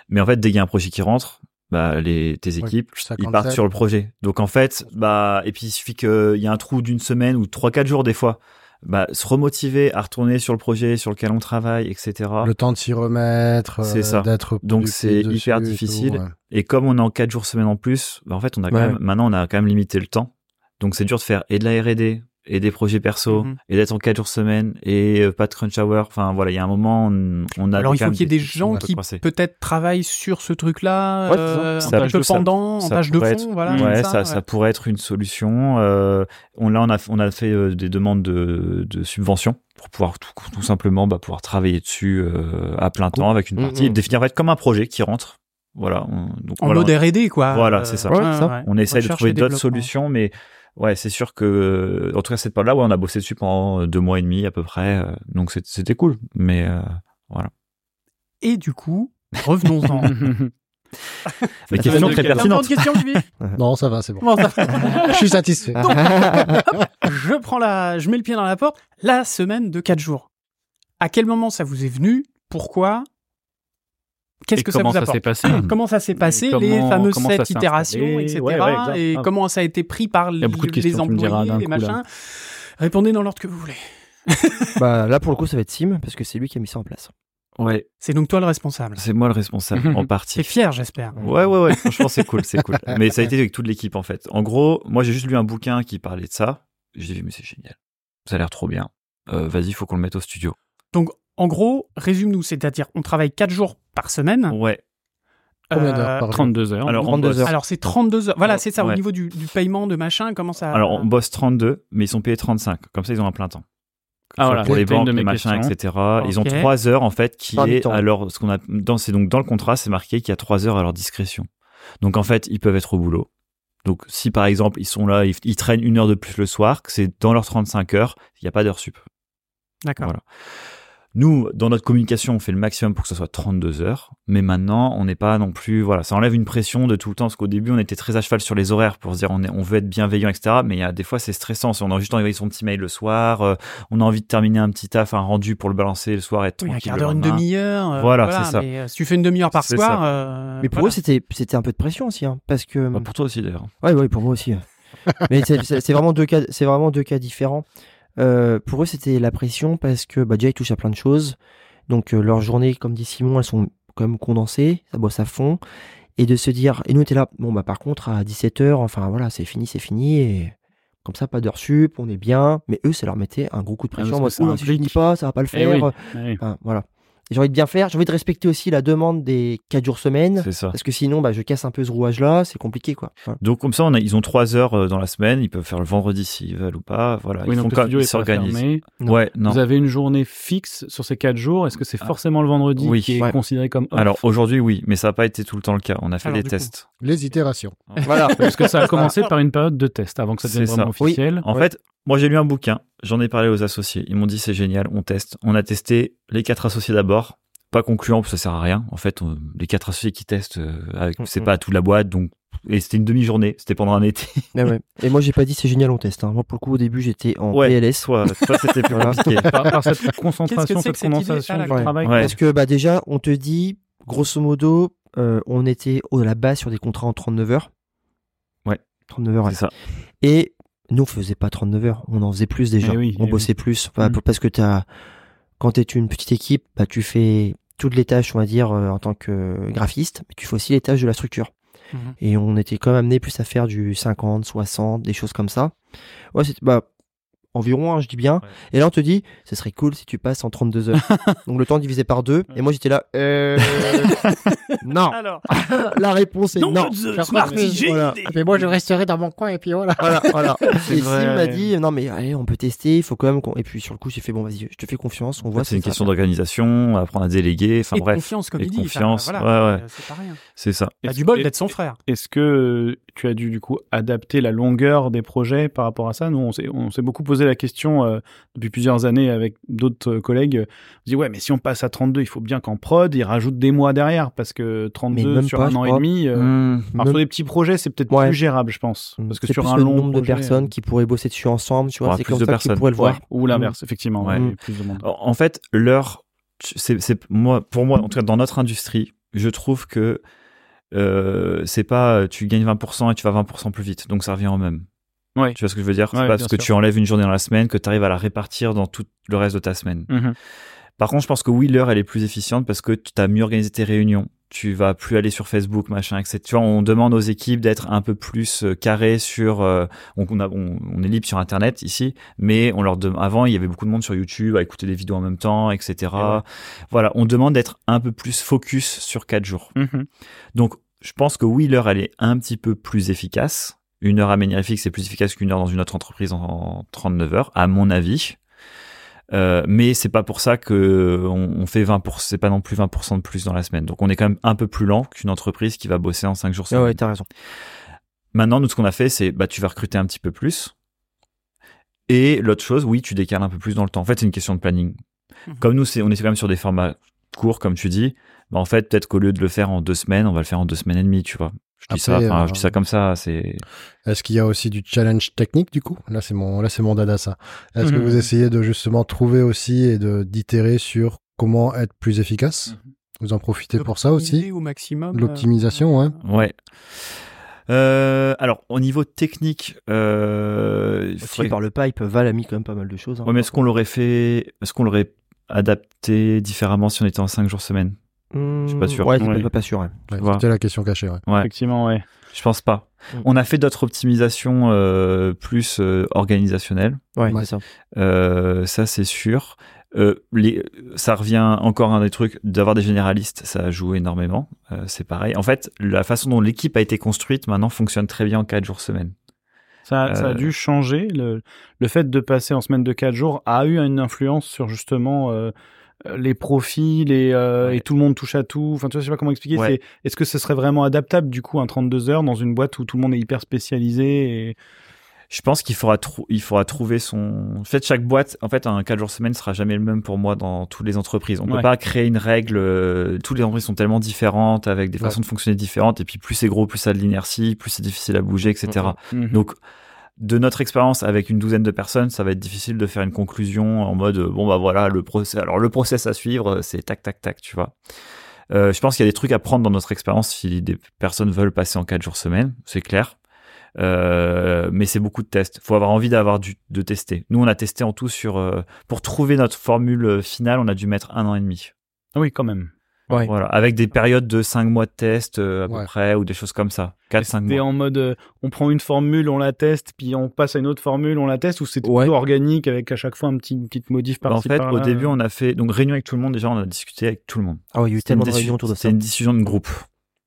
Speaker 5: Mais en fait, dès qu'il y a un projet qui rentre, bah, les, tes équipes,
Speaker 3: ça
Speaker 5: ils
Speaker 3: cancel.
Speaker 5: partent sur le projet. Donc en fait, bah, et puis il suffit qu'il y a un trou d'une semaine ou trois, quatre jours des fois. Bah, se remotiver à retourner sur le projet sur lequel on travaille, etc.
Speaker 3: Le temps de s'y remettre, euh,
Speaker 5: C'est ça.
Speaker 3: d'être
Speaker 5: Donc,
Speaker 3: productif
Speaker 5: c'est
Speaker 3: dessus
Speaker 5: hyper
Speaker 3: et tout,
Speaker 5: difficile.
Speaker 3: ouais.
Speaker 5: Et comme on est en 4 jours semaine en plus, bah, en fait, on a quand
Speaker 6: Ouais.
Speaker 5: même, maintenant, on a quand même limité le temps. Donc, c'est dur de faire et de la R&D, et des projets perso,
Speaker 1: Mhm.
Speaker 5: et d'être en 4 jours semaine, et euh, pas de crunch hour. Enfin, voilà, il y a un moment, on, on a...
Speaker 1: Alors il
Speaker 5: quand
Speaker 1: faut
Speaker 5: même
Speaker 1: qu'il y ait des gens
Speaker 5: un peu
Speaker 1: qui
Speaker 5: coincés.
Speaker 1: peut-être travaillent sur ce truc-là,
Speaker 5: Ouais, c'est ça.
Speaker 1: euh,
Speaker 5: Ça
Speaker 1: un
Speaker 5: peut
Speaker 1: peu
Speaker 5: être- ça-
Speaker 1: pendant, en
Speaker 5: ça
Speaker 1: page de fond,
Speaker 5: pourrait être-
Speaker 1: voilà.
Speaker 5: ouais,
Speaker 1: comme
Speaker 5: ça,
Speaker 1: ouais.
Speaker 5: ça pourrait être une solution. Euh, on, là, on a, on a fait euh, des demandes de, de subventions pour pouvoir tout, tout simplement bah, pouvoir travailler dessus euh, à plein temps
Speaker 1: Mm,
Speaker 5: avec une
Speaker 6: Mhm.
Speaker 5: partie, et le définir en fait, comme un projet qui rentre. Voilà. on- donc,
Speaker 1: En
Speaker 5: voilà, on-
Speaker 1: mode R&D, quoi. Euh,
Speaker 5: Voilà, c'est ça.
Speaker 6: Ouais, ça.
Speaker 5: on essaye de
Speaker 1: Recherche
Speaker 5: trouver
Speaker 1: et
Speaker 5: d'autres
Speaker 1: développement.
Speaker 5: solutions, mais ouais, c'est sûr que, en tout cas, cette période-là, ouais, on a bossé dessus pendant euh, deux mois et demi à peu près, euh, donc c'est- c'était cool. Mais euh,
Speaker 1: Et du coup, revenons-en.
Speaker 2: question
Speaker 5: la question
Speaker 2: de
Speaker 5: très
Speaker 2: quel-
Speaker 1: T'as encore
Speaker 5: pertinente.
Speaker 1: une question, Olivier
Speaker 3: Non, ça va, c'est bon.
Speaker 1: Comment ça
Speaker 3: Je suis satisfait.
Speaker 1: je prends la, je mets le pied dans la porte, la semaine de 4 jours. À quel moment ça vous est venu Pourquoi Qu'est-ce
Speaker 2: Et
Speaker 1: que ça
Speaker 2: comment
Speaker 1: vous
Speaker 2: ça s'est
Speaker 1: apporte
Speaker 2: passé
Speaker 1: Comment ça s'est passé,
Speaker 2: Mmh. Comment-
Speaker 1: les fameuses
Speaker 2: comment ça
Speaker 1: sept
Speaker 2: s'est
Speaker 1: itérations,
Speaker 2: installé
Speaker 1: etc.
Speaker 2: Ouais, ouais, exact.
Speaker 1: et
Speaker 2: Ah.
Speaker 1: comment ça a été pris par
Speaker 2: y a beaucoup de
Speaker 1: les- les
Speaker 2: questions, tu me
Speaker 1: employés,
Speaker 2: diras d'un
Speaker 1: les
Speaker 2: coup, là.
Speaker 1: machins Répondez dans l'ordre que vous voulez.
Speaker 6: bah, là, pour le coup, ça va être Sim parce que c'est lui qui a mis ça en place.
Speaker 5: Ouais,
Speaker 1: C'est donc toi le responsable.
Speaker 5: c'est moi le responsable en partie.
Speaker 1: T'es fier, j'espère.
Speaker 5: Ouais, ouais, ouais, franchement, c'est cool, c'est cool. Mais ça a été avec toute l'équipe, en fait. En gros, moi, j'ai juste lu un bouquin qui parlait de ça. J'ai dit, mais c'est génial. Ça a l'air trop bien. Euh, Vas-y, faut qu'on le mette au studio.
Speaker 1: En gros, résume-nous, c'est-à-dire on travaille 4 jours par semaine.
Speaker 5: Ouais.
Speaker 3: Combien d'heures
Speaker 1: Euh,
Speaker 3: par jour
Speaker 2: 32 heures.
Speaker 5: Alors, on
Speaker 6: 32
Speaker 5: bosse.
Speaker 6: heures.
Speaker 1: alors c'est 32 heures. Voilà,
Speaker 5: Ouais.
Speaker 1: c'est ça, au
Speaker 5: Ouais.
Speaker 1: niveau du, du paiement de machin, comment ça...
Speaker 5: Alors,
Speaker 2: euh,
Speaker 5: on bosse 32, mais ils sont payés 35. Comme ça, ils ont un plein temps.
Speaker 2: Ah,
Speaker 5: Soit
Speaker 2: voilà,
Speaker 5: pour les
Speaker 2: c'était une
Speaker 5: banques,
Speaker 2: de mes
Speaker 5: les machins,
Speaker 2: questions.
Speaker 5: etc. Ils ont
Speaker 1: Ok.
Speaker 5: trois heures, en fait, qui
Speaker 6: Par
Speaker 5: est
Speaker 6: mi-temps.
Speaker 5: alors ce qu'on a dans, c'est donc dans le contrat, c'est marqué qu'il y a trois heures à leur discrétion. Donc, en fait, ils peuvent être au boulot. Donc, si par exemple, ils sont là, ils, ils traînent une heure de plus le soir, que c'est dans leurs 35 heures, il n'y a pas d'heure sup.
Speaker 1: D'accord.
Speaker 5: Voilà. Nous, dans notre communication, on fait le maximum pour que ça soit 32 heures, mais maintenant, on n'est pas non plus. Voilà, ça enlève une pression de tout le temps, parce qu'au début, on était très à cheval sur les horaires pour se dire on, est, on veut être bienveillant, etc. Mais il y a, des fois, c'est stressant. Si on a juste envoyé son petit mail le soir, euh, on a envie de terminer un petit taf, un rendu pour le balancer le soir, être
Speaker 1: Oui,
Speaker 5: tranquille.
Speaker 1: un quart
Speaker 5: le
Speaker 1: d'heure, une
Speaker 5: lendemain.
Speaker 1: demi-heure. euh,
Speaker 5: Voilà, c'est ça.
Speaker 1: Mais, euh, si tu fais une demi-heure par
Speaker 5: C'est
Speaker 1: soir.
Speaker 5: ça.
Speaker 1: euh,
Speaker 6: Mais pour
Speaker 1: voilà.
Speaker 6: eux, c'était c'était un peu de pression aussi, hein, parce que.
Speaker 5: Bah, pour toi aussi, d'ailleurs.
Speaker 6: Ouais, ouais, pour moi aussi. Mais c'est- c'est c'est vraiment deux cas, c'est vraiment deux cas différents. Euh, pour eux, c'était la pression parce que bah, déjà ils touchent à plein de choses, donc euh, leurs journées, comme dit Simon, elles sont quand même condensées, ça bosse à fond, et de se dire, et nous t'es là, bon bah par contre à 17h, enfin voilà, c'est fini, c'est fini, et comme ça pas d'heure sup, on est bien, mais eux ça leur mettait un gros coup de
Speaker 2: Ah, parce
Speaker 6: pression, en
Speaker 2: que
Speaker 6: mode,
Speaker 2: ça
Speaker 6: Oula, si je
Speaker 2: implique-
Speaker 6: dis pas, ça va pas le
Speaker 2: Eh
Speaker 6: faire,
Speaker 2: oui. Ouais.
Speaker 6: Enfin, voilà. Et J'ai envie de bien faire, j'ai envie de respecter aussi la demande des 4 jours semaine,
Speaker 5: C'est ça.
Speaker 6: parce que sinon bah, je casse un peu ce rouage-là, c'est compliqué quoi. Voilà.
Speaker 5: Donc, comme ça, on a, ils ont trois heures euh, dans la semaine, ils peuvent faire le vendredi s'ils veulent ou pas. Voilà,
Speaker 2: Ah Oui,
Speaker 5: ils
Speaker 2: donc
Speaker 5: font
Speaker 2: le
Speaker 5: comme-
Speaker 2: studio
Speaker 5: ils
Speaker 2: est pas
Speaker 5: s'organisent.
Speaker 2: fermé.
Speaker 6: Non.
Speaker 5: Ouais, non.
Speaker 2: Vous avez une journée fixe sur ces quatre jours. Est-ce que c'est
Speaker 5: Ah.
Speaker 2: forcément le vendredi
Speaker 5: Oui.
Speaker 2: qui est
Speaker 6: Ouais.
Speaker 2: considéré comme off
Speaker 5: Alors, aujourd'hui, oui, mais ça n'a pas été tout le temps le cas. On a fait
Speaker 1: Alors,
Speaker 5: des
Speaker 1: du coup,
Speaker 5: tests.
Speaker 3: Les itérations.
Speaker 2: Voilà. Parce que ça a commencé par une période de test avant que ça devienne
Speaker 5: C'est
Speaker 2: vraiment
Speaker 5: ça.
Speaker 6: Oui.
Speaker 2: officiel.
Speaker 5: En fait, moi j'ai lu un bouquin, j'en ai parlé aux associés. Ils m'ont dit c'est génial, on teste. On a testé les quatre associés d'abord, pas concluant parce que ça sert à rien. En fait, on- les quatre associés qui testent, euh, avec- c'est
Speaker 6: Mhm.
Speaker 5: pas à toute la boîte, donc et c'était une demi-journée, c'était pendant un été.
Speaker 6: Ah ouais. Et moi, j'ai pas dit c'est génial, on teste. hein. Moi, pour le coup, au début, j'étais en
Speaker 5: Ouais,
Speaker 6: PLS.
Speaker 5: Toi, toi, c'était plus
Speaker 6: Voilà.
Speaker 5: compliqué.
Speaker 2: Par, par cette
Speaker 1: Qu'est-ce
Speaker 2: concentration,
Speaker 1: que c'est
Speaker 2: cette
Speaker 1: que cette idée
Speaker 2: condensation
Speaker 1: Ah,
Speaker 2: du
Speaker 1: d'accord.
Speaker 2: travail.
Speaker 5: Ouais.
Speaker 6: Parce que bah, déjà, on te dit, grosso modo, euh, on était au- à la base sur des contrats en 39 heures.
Speaker 5: Ouais.
Speaker 6: 39 heures. ouais.
Speaker 5: C'est ça.
Speaker 6: Et nous, on faisait pas 39 heures. On en faisait plus déjà.
Speaker 2: Eh oui,
Speaker 6: on
Speaker 2: eh
Speaker 6: bossait plus. Enfin,
Speaker 2: Mm.
Speaker 6: pour- Parce que t'as... quand tu es une petite équipe, bah, tu fais toutes les tâches, on va dire, euh, en tant que graphiste, mais tu fais aussi les tâches de la structure.
Speaker 1: Mhm.
Speaker 6: Et on était quand même amené plus à faire du 50, 60, des choses comme ça. Ouais, c'est- bah, environ, hein, je dis bien.
Speaker 8: Ouais.
Speaker 6: Et là, on te dit, ce serait cool si tu passes en 32 heures. Donc le temps divisé par deux. Et moi, j'étais là, euh, non.
Speaker 1: Alors,
Speaker 6: La réponse est non.
Speaker 1: non, The
Speaker 3: Faire
Speaker 1: Smart,
Speaker 3: part-
Speaker 1: j'ai une
Speaker 6: voilà.
Speaker 1: idée.
Speaker 3: Mais moi, je resterai dans mon coin et puis voilà.
Speaker 6: Voilà, voilà.
Speaker 8: C'est
Speaker 6: Et Sim
Speaker 8: vrai.
Speaker 6: m'a dit, non, mais allez, on peut tester, il faut quand même qu'on. Et puis sur le coup, j'ai fait, bon, vas-y, je te fais confiance, on voit
Speaker 5: C'est
Speaker 6: ce
Speaker 5: une
Speaker 6: que ça
Speaker 5: question
Speaker 6: va
Speaker 5: d'organisation, apprendre à déléguer, enfin
Speaker 1: et de
Speaker 5: bref,
Speaker 1: confiance, comme
Speaker 5: et
Speaker 1: il
Speaker 5: de
Speaker 1: dit. enfin,
Speaker 5: confiance,
Speaker 1: voilà,
Speaker 5: ouais, ouais.
Speaker 1: euh, c'est pas rien.
Speaker 5: c'est ça.
Speaker 1: Il a
Speaker 2: Est-ce-
Speaker 1: du bol
Speaker 2: et-
Speaker 1: d'être son frère.
Speaker 2: Est-ce que euh, tu as dû du coup adapter la longueur des projets par rapport à ça Nous, on s'est, on s'est beaucoup posé la question euh, depuis plusieurs années avec d'autres euh, collègues. On se dit ouais, mais si on passe à 32, il faut bien qu'en prod, ils rajoutent des mois derrière parce que 32
Speaker 6: même
Speaker 2: sur
Speaker 6: pas,
Speaker 2: un
Speaker 6: je
Speaker 2: an et
Speaker 6: crois.
Speaker 2: demi. euh,
Speaker 6: faire.
Speaker 2: Alors sur des petits projets, c'est peut-être
Speaker 6: Ouais.
Speaker 2: plus gérable, je pense,
Speaker 6: Mm.
Speaker 2: parce que
Speaker 6: C'est
Speaker 2: sur
Speaker 6: plus
Speaker 2: un
Speaker 6: le
Speaker 2: long
Speaker 6: nombre de
Speaker 2: projet,
Speaker 6: personnes qui pourraient bosser dessus ensemble, tu vois,
Speaker 5: Aura
Speaker 6: c'est
Speaker 5: euh, plus
Speaker 6: comme
Speaker 5: de
Speaker 6: ça qu'ils
Speaker 5: personnes.
Speaker 6: pourraient le voir.
Speaker 5: Ouais.
Speaker 2: ou l'inverse,
Speaker 6: Mmh.
Speaker 2: effectivement,
Speaker 5: Ouais.
Speaker 2: il y a plus de monde.
Speaker 5: En en fait, l'heure, tu- c'est c'est- moi, pour moi, en tout cas dans notre industrie, je trouve que euh, c'est pas euh, tu gagnes 20% et tu vas 20% plus vite, donc ça revient en même.
Speaker 2: Ouais.
Speaker 5: Tu vois ce que je veux dire C'est
Speaker 2: Ouais, bien
Speaker 5: pas parce que
Speaker 2: sûr.
Speaker 5: tu enlèves une journée dans la semaine que tu arrives à la répartir dans tout le reste de ta semaine.
Speaker 6: Mmh.
Speaker 2: Mhm.
Speaker 5: Par contre, je pense que oui, l'heure, elle est plus efficiente parce que tu as mieux organisé tes réunions. Tu vas plus aller sur Facebook, machin, etc. Tu vois, on demande aux équipes d'être un peu plus euh, carrées sur. euh, on, on a- on- on est libre sur Internet ici, mais on leur demande. Avant, il y avait beaucoup de monde sur YouTube à écouter des vidéos en même temps, etc. Voilà, on demande d'être un peu plus focus sur quatre jours.
Speaker 2: Mhm.
Speaker 5: Donc, je pense que oui, l'heure, elle est un petit peu plus efficace. Une heure à manière fixe, c'est plus efficace qu'une heure dans une autre entreprise en 39 heures, à mon avis. Euh, mais c'est pas pour ça que on, on fait 20 c'est pas non plus 20 de plus dans la semaine. Donc on est quand même un peu plus lent qu'une entreprise qui va bosser en 5 jours.
Speaker 6: Ah
Speaker 5: semaine.
Speaker 6: ouais, t'as raison.
Speaker 5: Maintenant, nous ce qu'on a fait, c'est bah tu vas recruter un petit peu plus. Et l'autre chose, oui, tu décales un peu plus dans le temps. En fait, c'est une question de planning.
Speaker 1: Mhm.
Speaker 5: Comme nous, c'est on est quand même sur des formats courts, comme tu dis. Bah, en fait, peut-être qu'au lieu de le faire en deux semaines, on va le faire en deux semaines et demie, tu vois. Je dis,
Speaker 3: Après,
Speaker 5: ça, enfin,
Speaker 3: euh,
Speaker 5: je dis ça comme ça, c'est...
Speaker 3: Est-ce qu'il y a aussi du challenge technique du coup Là, c'est mon, là, c'est mon dada ça. Est-ce que
Speaker 2: Mhm.
Speaker 3: vous essayez de justement trouver aussi et de d'itérer sur comment être plus efficace Vous en profitez pour ça aussi
Speaker 1: Optimiser au maximum.
Speaker 3: L'optimisation,
Speaker 1: euh,
Speaker 3: ouais.
Speaker 5: Ouais. Euh, alors, au niveau technique, euh, il
Speaker 6: Aussi,
Speaker 5: faudrait-
Speaker 6: par le pipe, Val a mis quand même pas mal de choses. hein.
Speaker 5: Ouais, mais est-ce qu'on l'aurait fait, est-ce qu'on l'aurait adapté différemment si on était en 5 jours semaine
Speaker 6: Hmm,
Speaker 5: Je suis pas sûr.
Speaker 6: Ouais, t'es
Speaker 2: Ouais.
Speaker 6: pas, pas sûr. hein.
Speaker 3: Ouais,
Speaker 5: vois.
Speaker 3: C'était la question cachée. Ouais.
Speaker 5: Ouais.
Speaker 2: Effectivement, ouais.
Speaker 5: Je pense pas.
Speaker 6: Mm.
Speaker 5: On a fait d'autres optimisations euh, plus euh, organisationnelles.
Speaker 6: Ouais,
Speaker 3: Ouais.
Speaker 6: c'est ça.
Speaker 5: Euh, ça, c'est sûr. Euh, les, ça revient encore à un des trucs d'avoir des généralistes, ça joue énormément. Euh, c'est pareil. En fait, la façon dont l'équipe a été construite maintenant fonctionne très bien en 4 jours semaine.
Speaker 2: Ça, ça a
Speaker 5: Euh,
Speaker 2: dû changer. Le, le fait de passer en semaine de 4 jours a eu une influence sur justement euh, les profils et, euh,
Speaker 5: Ouais.
Speaker 2: et tout le monde touche à tout. Enfin, tu vois, je sais pas comment expliquer.
Speaker 5: Ouais.
Speaker 2: C'est- Est-ce que ce serait vraiment adaptable du coup un 32 heures dans une boîte où tout le monde est hyper spécialisé et...
Speaker 5: Je pense qu'il faudra, trou- il faudra trouver son. En fait, chaque boîte, en fait, un 4 jours semaine sera jamais le même pour moi dans toutes les entreprises. On
Speaker 2: Ouais.
Speaker 5: peut pas créer une règle. euh, Toutes les entreprises sont tellement différentes, avec des
Speaker 3: Ouais.
Speaker 5: façons de fonctionner différentes. Et puis, plus c'est gros, plus ça a de l'inertie, plus c'est difficile à bouger, etc. Donc, de notre expérience avec une douzaine de personnes, ça va être difficile de faire une conclusion en mode euh, bon bah voilà le process. Alors le process à suivre, euh, c'est tac tac tac, tu vois. Euh, je pense qu'il y a des trucs à prendre dans notre expérience si des personnes veulent passer en quatre jours semaine, c'est clair. Euh, mais c'est beaucoup de tests. Faut avoir envie d'avoir du, de tester. Nous, on a testé en tout sur euh, pour trouver notre formule euh, finale, on a dû mettre un an et demi.
Speaker 2: Ah Oui, quand même.
Speaker 6: Ouais.
Speaker 5: Voilà, avec des périodes de cinq mois de test euh, à
Speaker 3: Ouais.
Speaker 5: peu près ou des choses comme ça. Quatre cinq
Speaker 2: C'était
Speaker 5: mois.
Speaker 2: en mode euh, on prend une formule, on la teste, puis on passe à une autre formule, on la teste, ou c'est plutôt
Speaker 6: Ouais.
Speaker 2: organique avec à chaque fois un petit, une petite modif par
Speaker 5: Bah, En fait, au
Speaker 2: euh.
Speaker 5: début, on a fait donc réunion avec tout le monde. Déjà, on a discuté avec tout le monde.
Speaker 6: Ah ouais, il y a eu
Speaker 5: C'était une
Speaker 6: tellement de
Speaker 5: discu-
Speaker 6: réunions autour de ça.
Speaker 5: C'était une discussion de groupe.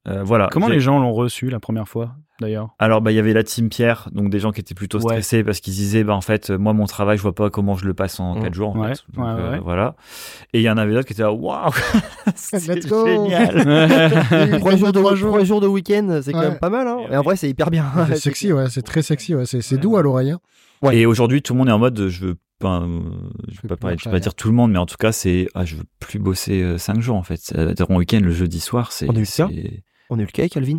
Speaker 5: Euh, voilà.
Speaker 2: Comment
Speaker 5: J'ai-
Speaker 2: les gens l'ont reçu la première fois d'ailleurs
Speaker 5: Alors, bah, il y avait la team Pierre, donc des gens qui étaient plutôt
Speaker 2: Ouais.
Speaker 5: stressés parce qu'ils disaient, bah, en fait, euh, moi, mon travail, je vois pas comment je le passe en
Speaker 6: Mm.
Speaker 5: 4 jours. En
Speaker 2: Ouais,
Speaker 5: fait. Donc,
Speaker 2: ouais,
Speaker 5: euh,
Speaker 2: ouais.
Speaker 5: Voilà. Et il y en avait d'autres qui étaient là, waouh,
Speaker 1: euh,
Speaker 5: c'est
Speaker 3: Let's go.
Speaker 5: génial.
Speaker 6: Trois jours, de,
Speaker 3: Trois jours.
Speaker 6: trois jours de week-end, c'est quand
Speaker 3: Ouais.
Speaker 6: même pas mal. Hein.
Speaker 5: Et
Speaker 6: Et en vrai, c'est hyper bien.
Speaker 3: C'est sexy, hein. ouais. C'est très sexy, ouais. C'est, c'est doux à l'oreille. hein.
Speaker 5: Et aujourd'hui, tout le monde est en mode, je veux pas, euh, je veux
Speaker 3: Plus
Speaker 5: pas, parler- je
Speaker 3: marcher
Speaker 5: veux pas dire tout le monde, mais en tout cas, c'est, ah, je veux plus bosser 5 jours, en fait. C'est-à-dire, Mon week-end, le jeudi soir, c'est.
Speaker 6: On a eu le
Speaker 5: c'est-
Speaker 6: cas On a eu le cas avec Alvin.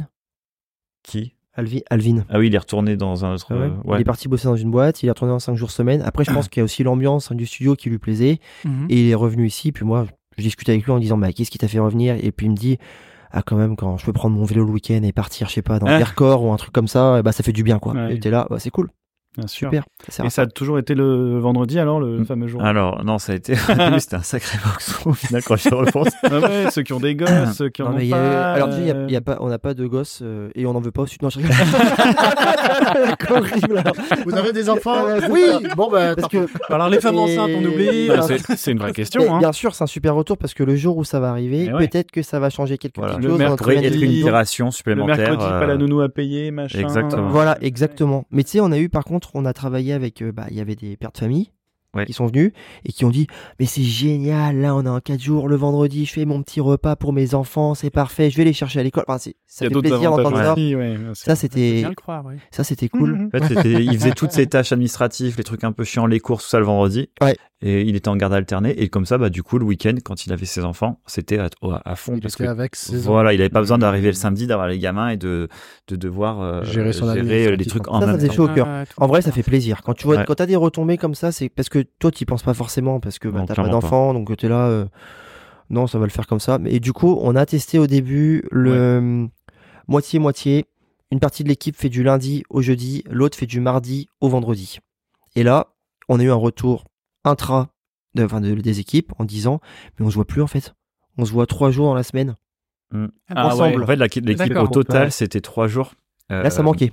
Speaker 5: Qui
Speaker 6: Alvi- Alvin.
Speaker 5: Ah oui, il est retourné dans un autre. euh,
Speaker 6: Ah Il
Speaker 5: ouais.
Speaker 6: est parti bosser dans une boîte, il est retourné en 5 jours semaine. Après, je pense qu'il y a aussi l'ambiance hein, du studio qui lui plaisait.
Speaker 1: Mhm.
Speaker 2: Mm-hmm.
Speaker 6: Et il est revenu ici. Puis moi, je discute avec lui en disant Bah, qu'est-ce qui t'a fait revenir Et puis il me dit Ah, quand même, quand je peux prendre mon vélo le week-end et partir, je sais pas, dans
Speaker 2: Ah.
Speaker 6: Vercors ou un truc comme ça, eh bah, ça fait du bien, quoi.
Speaker 2: Ouais.
Speaker 6: Et t'es là, Bah, c'est cool.
Speaker 2: Bien sûr.
Speaker 6: Super. Ça sert à
Speaker 2: Et ça a toujours été le vendredi, alors, le
Speaker 5: Mm.
Speaker 2: fameux jour
Speaker 5: Alors, non, ça a été. au début, C'était un sacré boxon au final quand je repense.
Speaker 2: Ah ouais, Ceux qui ont des gosses, ceux qui en
Speaker 6: Ah. Non, mais
Speaker 2: ont
Speaker 6: il y a-
Speaker 2: pas.
Speaker 6: alors,
Speaker 2: euh,
Speaker 6: tu sais, il y a- il y a pas, on n'a pas de gosses euh, et on n'en veut pas au sud. Non, je rigole. horrible. alors.
Speaker 3: Vous avez des enfants
Speaker 6: Ouais, c'est
Speaker 3: Oui
Speaker 6: ça.
Speaker 3: Bon, bah,
Speaker 6: Parce
Speaker 3: tant
Speaker 6: que,
Speaker 1: Alors les femmes
Speaker 6: Et-
Speaker 1: enceintes, on oublie.
Speaker 2: bah, c'est- c'est une vraie question.
Speaker 6: mais
Speaker 2: hein.
Speaker 6: bien sûr, c'est un super retour parce que le jour où ça va arriver,
Speaker 2: Eh ouais.
Speaker 6: peut-être que ça va changer quelque
Speaker 5: Voilà.
Speaker 6: chose.
Speaker 2: Le
Speaker 6: dans notre
Speaker 2: mercredi,
Speaker 5: pourrait
Speaker 6: manière
Speaker 5: être
Speaker 6: de
Speaker 5: une
Speaker 6: vivre.
Speaker 5: itération
Speaker 2: Le
Speaker 5: supplémentaire.
Speaker 2: mercredi, pas la
Speaker 5: euh,
Speaker 2: nounou à payer, machin.
Speaker 5: exactement.
Speaker 6: Voilà, exactement. Mais tu sais, on a eu par contre, on a travaillé avec, euh, bah, il y avait des pères de famille
Speaker 5: Ouais.
Speaker 6: qui sont venus et qui ont dit, mais c'est génial, là on est en 4 jours, le vendredi je fais mon petit repas pour mes enfants, c'est parfait, je vais les chercher à l'école. Enfin, c'est-
Speaker 2: Il y
Speaker 6: ça
Speaker 2: a
Speaker 6: fait
Speaker 2: d'autres
Speaker 6: plaisir
Speaker 2: avantages.
Speaker 6: d'entendre ça.
Speaker 2: aussi, ouais, bien sûr.
Speaker 6: Ça
Speaker 1: Faut
Speaker 6: c'était,
Speaker 1: Bien le croire, oui.
Speaker 6: ça c'était cool.
Speaker 2: Mhm.
Speaker 5: En fait, c'était- il faisait toutes ses tâches administratives, les trucs un peu chiants, les courses, tout ça le vendredi.
Speaker 6: Ouais.
Speaker 5: Et il était en garde alternée. Et comme ça, bah, du coup, le week-end, quand il avait ses enfants, c'était à, au- à fond.
Speaker 3: Il
Speaker 5: parce
Speaker 3: était
Speaker 5: que,
Speaker 3: avec ses enfants.
Speaker 5: voilà, il n'avait pas besoin d'arriver le samedi, d'avoir les gamins et de, de devoir euh,
Speaker 3: Gérer son
Speaker 5: les
Speaker 3: administratif,
Speaker 5: trucs
Speaker 3: quoi.
Speaker 5: en
Speaker 6: Ça, ça
Speaker 5: même
Speaker 6: faisait
Speaker 5: temps.
Speaker 6: chaud au cœur.
Speaker 1: Ah, tout
Speaker 6: En vrai,
Speaker 1: le
Speaker 6: ça
Speaker 1: temps.
Speaker 6: fait plaisir. Quand tu vois,
Speaker 5: Ouais.
Speaker 6: quand t'as des retombées comme ça, c'est parce que toi, t'y penses pas forcément parce que bah,
Speaker 5: Non,
Speaker 6: t'as pas
Speaker 5: clairement pas.
Speaker 6: d'enfant, donc t'es là. euh, non, ça va le faire comme ça. Mais- Et du coup, on a testé au début le moitié moitié. Une partie de l'équipe fait du lundi au jeudi, l'autre fait du mardi au vendredi. Et là, on a eu un retour intra de, enfin, de- des équipes en disant, mais on se voit plus en fait. On se voit trois jours dans la semaine.
Speaker 2: Ah ouais.
Speaker 5: En fait, la- l'équipe
Speaker 1: D'accord.
Speaker 5: au total,
Speaker 6: Ouais.
Speaker 5: c'était trois jours. Euh,
Speaker 6: Là, ça manquait.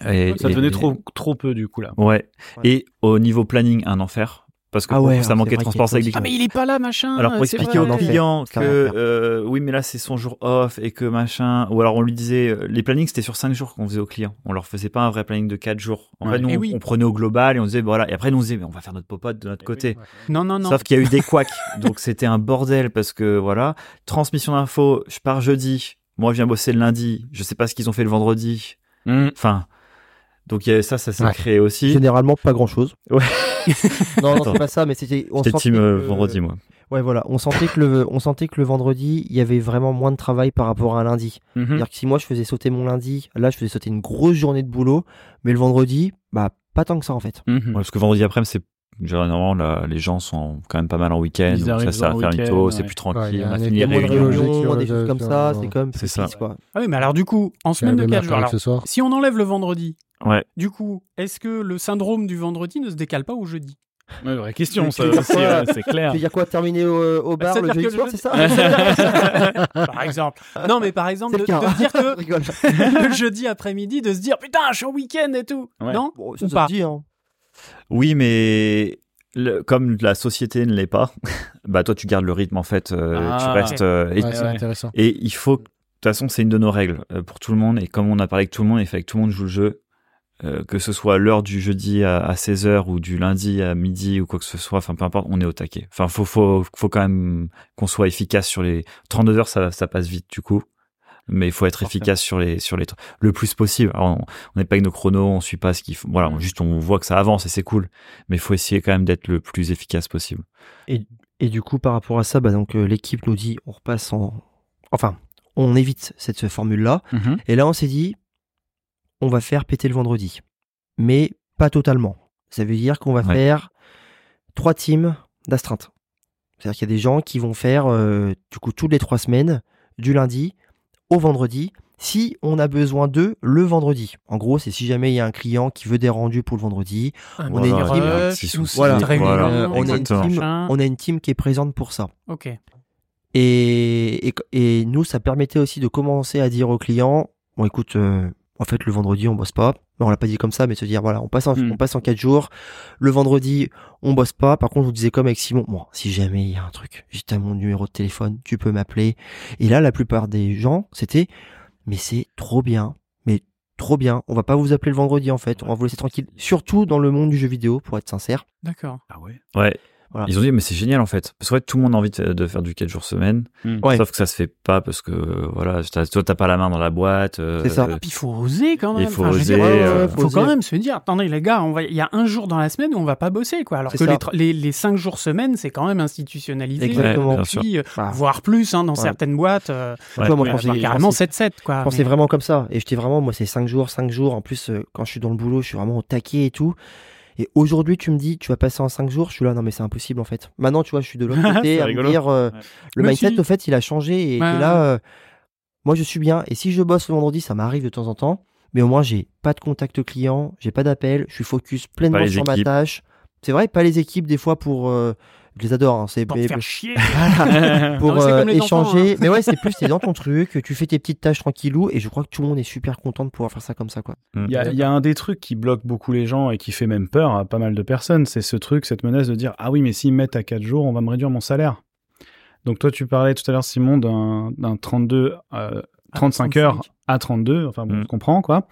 Speaker 5: et-
Speaker 2: Ça
Speaker 5: et-
Speaker 2: devenait
Speaker 5: et-
Speaker 2: trop, trop peu, du coup, là.
Speaker 5: Ouais.
Speaker 6: Ouais.
Speaker 5: Et au niveau planning, un enfer. Parce que
Speaker 6: Ah
Speaker 5: pour-
Speaker 6: ouais,
Speaker 5: ça
Speaker 6: c'est
Speaker 5: manquait de
Speaker 6: vrai qu'il y a
Speaker 5: transport avec
Speaker 6: tout
Speaker 5: les
Speaker 6: ça.
Speaker 1: Ah mais il est pas là, machin.
Speaker 5: Alors pour
Speaker 1: c'est
Speaker 5: expliquer
Speaker 1: vrai.
Speaker 5: aux clients
Speaker 6: C'est
Speaker 5: que
Speaker 6: un enfer.
Speaker 5: euh, oui mais là c'est son jour off et que machin ou alors on lui disait euh, les plannings c'était sur 5 jours qu'on faisait aux clients on leur faisait pas un vrai planning de 4 jours en
Speaker 2: Ouais.
Speaker 5: fait nous
Speaker 1: Eh
Speaker 5: on,
Speaker 1: oui.
Speaker 5: on prenait au global et on disait voilà et après nous on disait mais on va faire notre popote de
Speaker 6: Eh
Speaker 5: notre côté
Speaker 1: Non non non.
Speaker 5: sauf qu'il y a eu des couacs donc c'était un bordel parce que voilà transmission d'infos je pars jeudi moi je viens bosser le lundi je sais pas ce qu'ils ont fait le vendredi
Speaker 6: Hmm.
Speaker 5: enfin donc il y a- ça ça s'est
Speaker 3: Ouais.
Speaker 5: créé aussi
Speaker 6: Généralement, pas grand chose.
Speaker 5: Ouais.
Speaker 6: non, non,
Speaker 5: Attends.
Speaker 6: c'est pas ça, mais c'était. on
Speaker 5: j'étais
Speaker 6: sentait
Speaker 5: team euh,
Speaker 6: que-
Speaker 5: vendredi moi
Speaker 6: Ouais, voilà. On sentait que le, on sentait que le vendredi, il y avait vraiment moins de travail par rapport à un lundi.
Speaker 5: Mhm.
Speaker 6: C'est-à-dire que si moi je faisais sauter mon lundi, là je faisais sauter une grosse journée de boulot, mais le vendredi, bah pas tant que ça en fait.
Speaker 5: Ouais, parce que vendredi après-midi, c'est généralement là, les gens sont quand même pas mal en week-end,
Speaker 2: Ils
Speaker 5: donc
Speaker 2: arrivent
Speaker 5: ça sert à
Speaker 2: en
Speaker 5: faire une
Speaker 2: week-end,
Speaker 5: taux,
Speaker 2: ouais.
Speaker 5: c'est plus
Speaker 3: Ouais, il
Speaker 5: tranquille,
Speaker 3: y a
Speaker 5: on a
Speaker 3: un
Speaker 5: fini les
Speaker 3: élément de
Speaker 5: réunions.
Speaker 3: réunion. logique,
Speaker 6: réunions,
Speaker 3: euh,
Speaker 6: des choses
Speaker 3: de-
Speaker 6: comme
Speaker 3: de-
Speaker 6: ça,
Speaker 3: de-
Speaker 6: c'est quand même
Speaker 5: C'est
Speaker 6: plus
Speaker 5: ça.
Speaker 6: fixe, quoi.
Speaker 1: Ah oui mais alors du coup en
Speaker 3: Il y
Speaker 1: semaine de
Speaker 3: avait
Speaker 1: 4 jours.
Speaker 3: mercredi
Speaker 1: Alors
Speaker 3: ce soir.
Speaker 1: si on enlève le vendredi.
Speaker 5: Ouais.
Speaker 1: Du coup, est-ce que le syndrome du vendredi ne se décale pas au jeudi
Speaker 2: Ouais, vraie question, ça
Speaker 6: Tu veux
Speaker 2: aussi,
Speaker 6: dire quoi
Speaker 2: ouais, c'est
Speaker 5: Ah.
Speaker 2: clair.
Speaker 6: Tu veux dire quoi Terminer au, au bar le
Speaker 1: Bah, C'est-à-dire
Speaker 6: jeudi
Speaker 1: que
Speaker 6: soir,
Speaker 1: le
Speaker 6: Bah, c'est ça
Speaker 1: Par exemple. Non mais par exemple
Speaker 6: C'est
Speaker 1: de,
Speaker 6: le cas. hein.
Speaker 1: de dire
Speaker 6: Je
Speaker 1: que
Speaker 6: rigole.
Speaker 1: le jeudi après-midi de se dire putain je suis en week-end et tout.
Speaker 2: Ouais.
Speaker 1: Non
Speaker 6: Bon,
Speaker 1: Ou
Speaker 6: ça se
Speaker 1: pas.
Speaker 6: dit, hein.
Speaker 5: Oui, mais le- comme la société ne l'est pas, bah toi tu gardes le rythme en fait, euh, tu
Speaker 2: Ah.
Speaker 5: restes euh, et,
Speaker 3: Ouais, c'est
Speaker 2: ouais.
Speaker 3: intéressant.
Speaker 5: et il faut, que- de toute façon c'est une de nos règles euh, pour tout le monde et comme on a parlé avec tout le monde, il fallait que tout le monde joue le jeu. euh, que ce soit l'heure du jeudi à, 16h ou du lundi à midi ou quoi que ce soit, enfin peu importe, on est au taquet. Enfin, faut, faut, faut quand même qu'on soit efficace sur les 32 heures, ça, ça passe vite du coup. Mais il faut être
Speaker 2: Forcément.
Speaker 5: efficace sur les, sur les, tr- le plus possible. Alors, on- on n'est pas avec nos chronos, on suit pas ce qu'ils font. Voilà, on- juste on voit que ça avance et c'est cool. Mais il faut essayer quand même d'être le plus efficace possible.
Speaker 6: Et du coup, par rapport à ça, bah, donc euh, l'équipe nous dit, on repasse en, enfin, on évite cette ce formule-là.
Speaker 2: Mhm.
Speaker 6: Et là, on s'est dit, on va faire péter le vendredi. Mais pas totalement. Ça veut dire qu'on va
Speaker 5: Ouais.
Speaker 6: faire trois teams d'astreinte. C'est-à-dire qu'il y a des gens qui vont faire, euh, du coup, toutes les trois semaines, du lundi au vendredi, si on a besoin d'eux le vendredi. En gros, c'est si jamais il y a un client qui veut des rendus pour le vendredi,
Speaker 1: Un
Speaker 6: On est
Speaker 1: petit
Speaker 6: une
Speaker 1: rush,
Speaker 6: team.
Speaker 5: Six
Speaker 1: une
Speaker 5: ou
Speaker 1: petite
Speaker 6: voilà,
Speaker 5: sept,
Speaker 1: réunion,
Speaker 5: voilà,
Speaker 1: on est une
Speaker 5: exactement.
Speaker 1: team,
Speaker 6: Exactement.
Speaker 1: machin.
Speaker 6: on a une team qui est présente pour ça.
Speaker 1: Ok.
Speaker 6: Et, et, et nous, ça permettait aussi de commencer à dire aux clients, bon écoute, euh, en fait le vendredi on bosse pas, on l'a pas dit comme ça, mais se dire voilà, on passe en,
Speaker 2: Hmm.
Speaker 6: on passe en quatre jours, le vendredi on bosse pas. Par contre, je vous disais comme avec Simon, bon si jamais il y a un truc, j'ai t'as mon numéro de téléphone, tu peux m'appeler. Et là, la plupart des gens, c'était, mais c'est trop bien, mais trop bien. On va pas vous appeler le vendredi en fait, on va vous laisser tranquille. Surtout dans le monde du jeu vidéo, pour être sincère.
Speaker 1: D'accord.
Speaker 2: Ah ouais.
Speaker 5: Ouais.
Speaker 6: Voilà.
Speaker 5: Ils ont dit, mais c'est génial en fait. Parce que tout le monde a envie de, de faire du 4 jours semaine.
Speaker 2: Mm.
Speaker 6: Ouais.
Speaker 5: Sauf que ça se fait pas parce que euh, voilà, t'as- toi t'as pas la main dans la boîte. euh,
Speaker 6: C'est ça.
Speaker 5: euh,
Speaker 1: Et Ah, puis il faut oser quand même.
Speaker 5: Il faut
Speaker 1: Enfin, je veux
Speaker 5: oser,
Speaker 1: dire,
Speaker 5: euh,
Speaker 1: faut, quand même se dire, attendez les gars, on va- il y a un jour dans la semaine où on va pas bosser quoi. Alors
Speaker 6: C'est
Speaker 1: que
Speaker 6: ça.
Speaker 1: les, tr- les, les cinq jours semaine, c'est quand même institutionnalisé.
Speaker 6: Exactement.
Speaker 1: Et
Speaker 5: bien
Speaker 1: puis,
Speaker 5: sûr.
Speaker 1: euh,
Speaker 6: Bah,
Speaker 1: voire plus hein, dans
Speaker 6: Ouais.
Speaker 1: certaines boîtes. euh,
Speaker 6: tu vois, moi,
Speaker 2: ouais,
Speaker 6: quand
Speaker 1: bah,
Speaker 6: j'ai- quand
Speaker 1: carrément
Speaker 6: c'est-
Speaker 1: 7-7 quoi.
Speaker 6: Quand c'est
Speaker 1: Mais-
Speaker 6: vraiment comme ça. Et j'étais vraiment, moi, c'est 5 jours, 5 jours. En plus, euh, quand je suis dans le boulot, je suis vraiment au taquet et tout. Et aujourd'hui, tu me dis, tu vas passer en 5 jours. Je suis là, non, mais c'est impossible, en fait. Maintenant, tu vois, je suis de l'autre côté
Speaker 2: C'est
Speaker 6: à me
Speaker 2: rigolo.
Speaker 6: dire, euh,
Speaker 2: Ouais.
Speaker 6: le
Speaker 1: Mais
Speaker 6: mindset,
Speaker 1: si.
Speaker 6: au fait, il a changé. Et, et
Speaker 1: Ouais.
Speaker 6: là, euh, moi, je suis bien. Et si je bosse le vendredi, ça m'arrive de temps en temps. mais au moins j'ai pas de contact client, j'ai pas d'appel, je suis focus pleinement
Speaker 5: les
Speaker 6: sur ma
Speaker 5: équipes.
Speaker 6: tâche. C'est vrai, pas les équipes des fois pour euh, je les adore, hein, c'est
Speaker 1: Pour
Speaker 6: mais-
Speaker 1: faire chier.
Speaker 6: voilà, pour
Speaker 1: Non, mais c'est
Speaker 6: euh,
Speaker 1: comme les enfants, hein.
Speaker 6: échanger. Mais ouais, c'est plus t'es dans ton truc, tu fais tes petites tâches tranquillou et je crois que tout le monde est super content de pouvoir faire ça comme ça quoi.
Speaker 5: Mm.
Speaker 2: Il y, a, il y a un des trucs qui bloque beaucoup les gens et qui fait même peur à pas mal de personnes, c'est ce truc, cette menace de dire Ah oui, mais s'ils me mettent à 4 jours, on va me réduire mon salaire. Donc toi, tu parlais tout à l'heure, Simon, d'un d'un 32, euh, 35 heures à 32, enfin bon,
Speaker 5: Mm.
Speaker 2: on comprend quoi.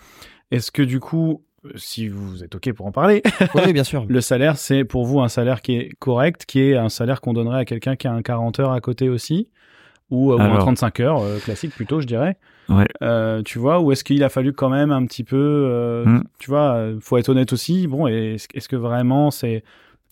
Speaker 2: Est-ce que du coup, si vous êtes OK pour en parler,
Speaker 6: Oui, bien
Speaker 5: Mm.
Speaker 6: sûr.
Speaker 2: le salaire, c'est pour vous un salaire qui est correct, qui est un salaire qu'on donnerait à quelqu'un qui a un 40 heures à côté aussi ou, euh, ou un
Speaker 5: Alors.
Speaker 2: 35 heures euh, classique plutôt, je dirais.
Speaker 5: Ouais.
Speaker 2: Euh, tu vois, ou est-ce qu'il a fallu quand même un petit peu, euh,
Speaker 5: Mm.
Speaker 2: tu vois, euh, faut être honnête aussi. Bon, et est-ce est-ce que vraiment c'est,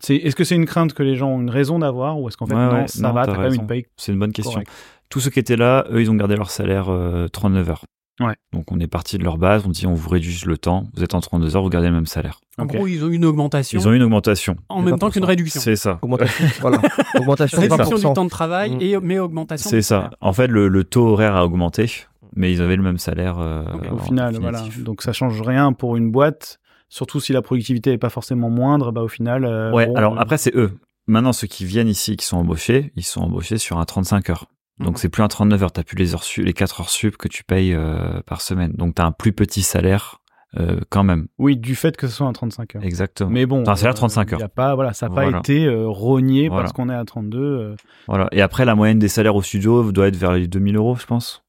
Speaker 2: c'est, est-ce que c'est une crainte que les gens ont une raison d'avoir, ou est-ce qu'en fait
Speaker 5: Ouais,
Speaker 2: non,
Speaker 5: ouais,
Speaker 2: ça
Speaker 5: non,
Speaker 2: va,
Speaker 5: t'as
Speaker 2: t'as quand même
Speaker 5: raison.
Speaker 2: une paye
Speaker 5: C'est une bonne question.
Speaker 2: correcte.
Speaker 5: Tous ceux qui étaient là, eux, ils ont gardé leur salaire euh, 39 heures.
Speaker 2: Ouais.
Speaker 5: Donc on est parti de leur base, on dit on vous réduit juste le temps, vous êtes en 32 heures, vous gardez le même salaire.
Speaker 1: En
Speaker 2: Ok.
Speaker 1: gros, ils ont eu une augmentation
Speaker 5: Ils ont eu une augmentation.
Speaker 1: en même temps qu'une réduction.
Speaker 5: C'est ça.
Speaker 6: Augmentation, voilà. Augmentation de
Speaker 1: Réduction du
Speaker 6: 20%.
Speaker 1: temps de travail,
Speaker 6: Mm.
Speaker 1: et, mais augmentation.
Speaker 5: C'est
Speaker 1: du
Speaker 5: ça.
Speaker 1: salaire.
Speaker 5: En fait, le, le taux horaire a augmenté, mais ils avaient le même salaire euh,
Speaker 2: au
Speaker 5: en
Speaker 2: final, voilà.
Speaker 5: définitif.
Speaker 2: Donc ça change rien pour une boîte, surtout si la productivité est pas forcément moindre. Bah au final, euh,
Speaker 5: Ouais,
Speaker 2: bon,
Speaker 5: alors
Speaker 2: euh,
Speaker 5: après, c'est eux. Maintenant, ceux qui viennent ici, qui sont embauchés, ils sont embauchés sur un 35 heures. Donc,
Speaker 1: Mhm.
Speaker 5: c'est plus un 39 heures. T'as plus les, heures su- les 4 heures sup que tu payes euh, par semaine. Donc, t'as un plus petit salaire euh, quand même.
Speaker 2: oui, du fait que ce soit un 35 heures.
Speaker 5: Exactement.
Speaker 2: Mais bon,
Speaker 5: T'as un salaire
Speaker 2: euh,
Speaker 5: 35 heures.
Speaker 2: y a pas, voilà, ça n'a pas
Speaker 5: Voilà.
Speaker 2: été euh, rogné
Speaker 5: Voilà.
Speaker 2: parce qu'on est à 32. euh.
Speaker 5: Voilà. Et après, la moyenne des salaires au studio doit être vers les 2000 euros, je pense.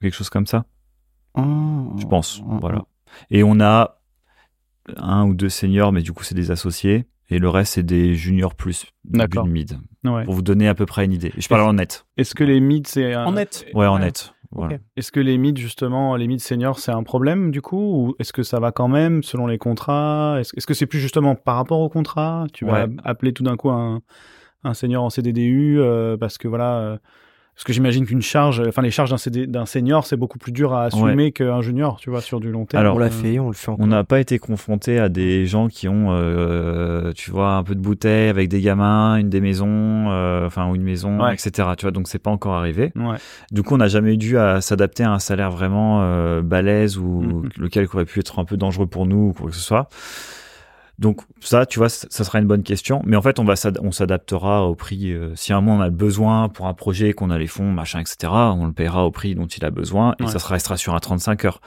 Speaker 5: Quelque chose comme ça.
Speaker 6: Ah.
Speaker 2: Mm,
Speaker 5: Je pense. Voilà. Et on a un ou deux seniors, mais du coup, c'est des associés. Et le reste, c'est des juniors plus début
Speaker 2: D'accord.
Speaker 5: de mid.
Speaker 2: euh, Ouais.
Speaker 5: Pour vous donner à peu près une idée. Je parle en net.
Speaker 2: Est-ce que les mythes, c'est un-
Speaker 1: En net.
Speaker 5: Ouais, en
Speaker 1: Ouais.
Speaker 5: net. Voilà.
Speaker 2: Est-ce que les mythes, justement, les mythes seniors, c'est un problème du coup Ou est-ce que ça va quand même selon les contrats Est-ce est-ce que c'est plus justement par rapport au contrat Tu vas
Speaker 5: Ouais.
Speaker 2: appeler tout d'un coup un, un senior en CDDU euh, parce que voilà. euh, parce que j'imagine qu'une charge, enfin les charges d'un CD d'un senior, c'est beaucoup plus dur à assumer qu'un junior, tu vois, sur du long terme.
Speaker 5: Alors, hum,
Speaker 6: on l'a
Speaker 2: Euh,
Speaker 6: fait, on le fait encore.
Speaker 5: On n'a pas été confronté à des gens qui ont, euh, tu vois, un peu de bouteille avec des gamins, une des maisons, euh, enfin ou une maison,
Speaker 2: Ouais.
Speaker 5: etc. Tu vois, donc c'est pas encore arrivé.
Speaker 2: Ouais.
Speaker 5: Du coup, on n'a jamais dû à s'adapter à un salaire vraiment euh, balèze ou
Speaker 2: Mhm.
Speaker 5: lequel aurait pu être un peu dangereux pour nous ou quoi que ce soit. Donc ça, tu vois, c- ça sera une bonne question. Mais en fait, on va s'ad- on s'adaptera au prix. euh, si à un moment on a le besoin pour un projet, qu'on a les fonds, machin, etc., on le paiera au prix dont il a besoin et
Speaker 2: Ouais.
Speaker 5: ça sera- restera sur un 35 heures.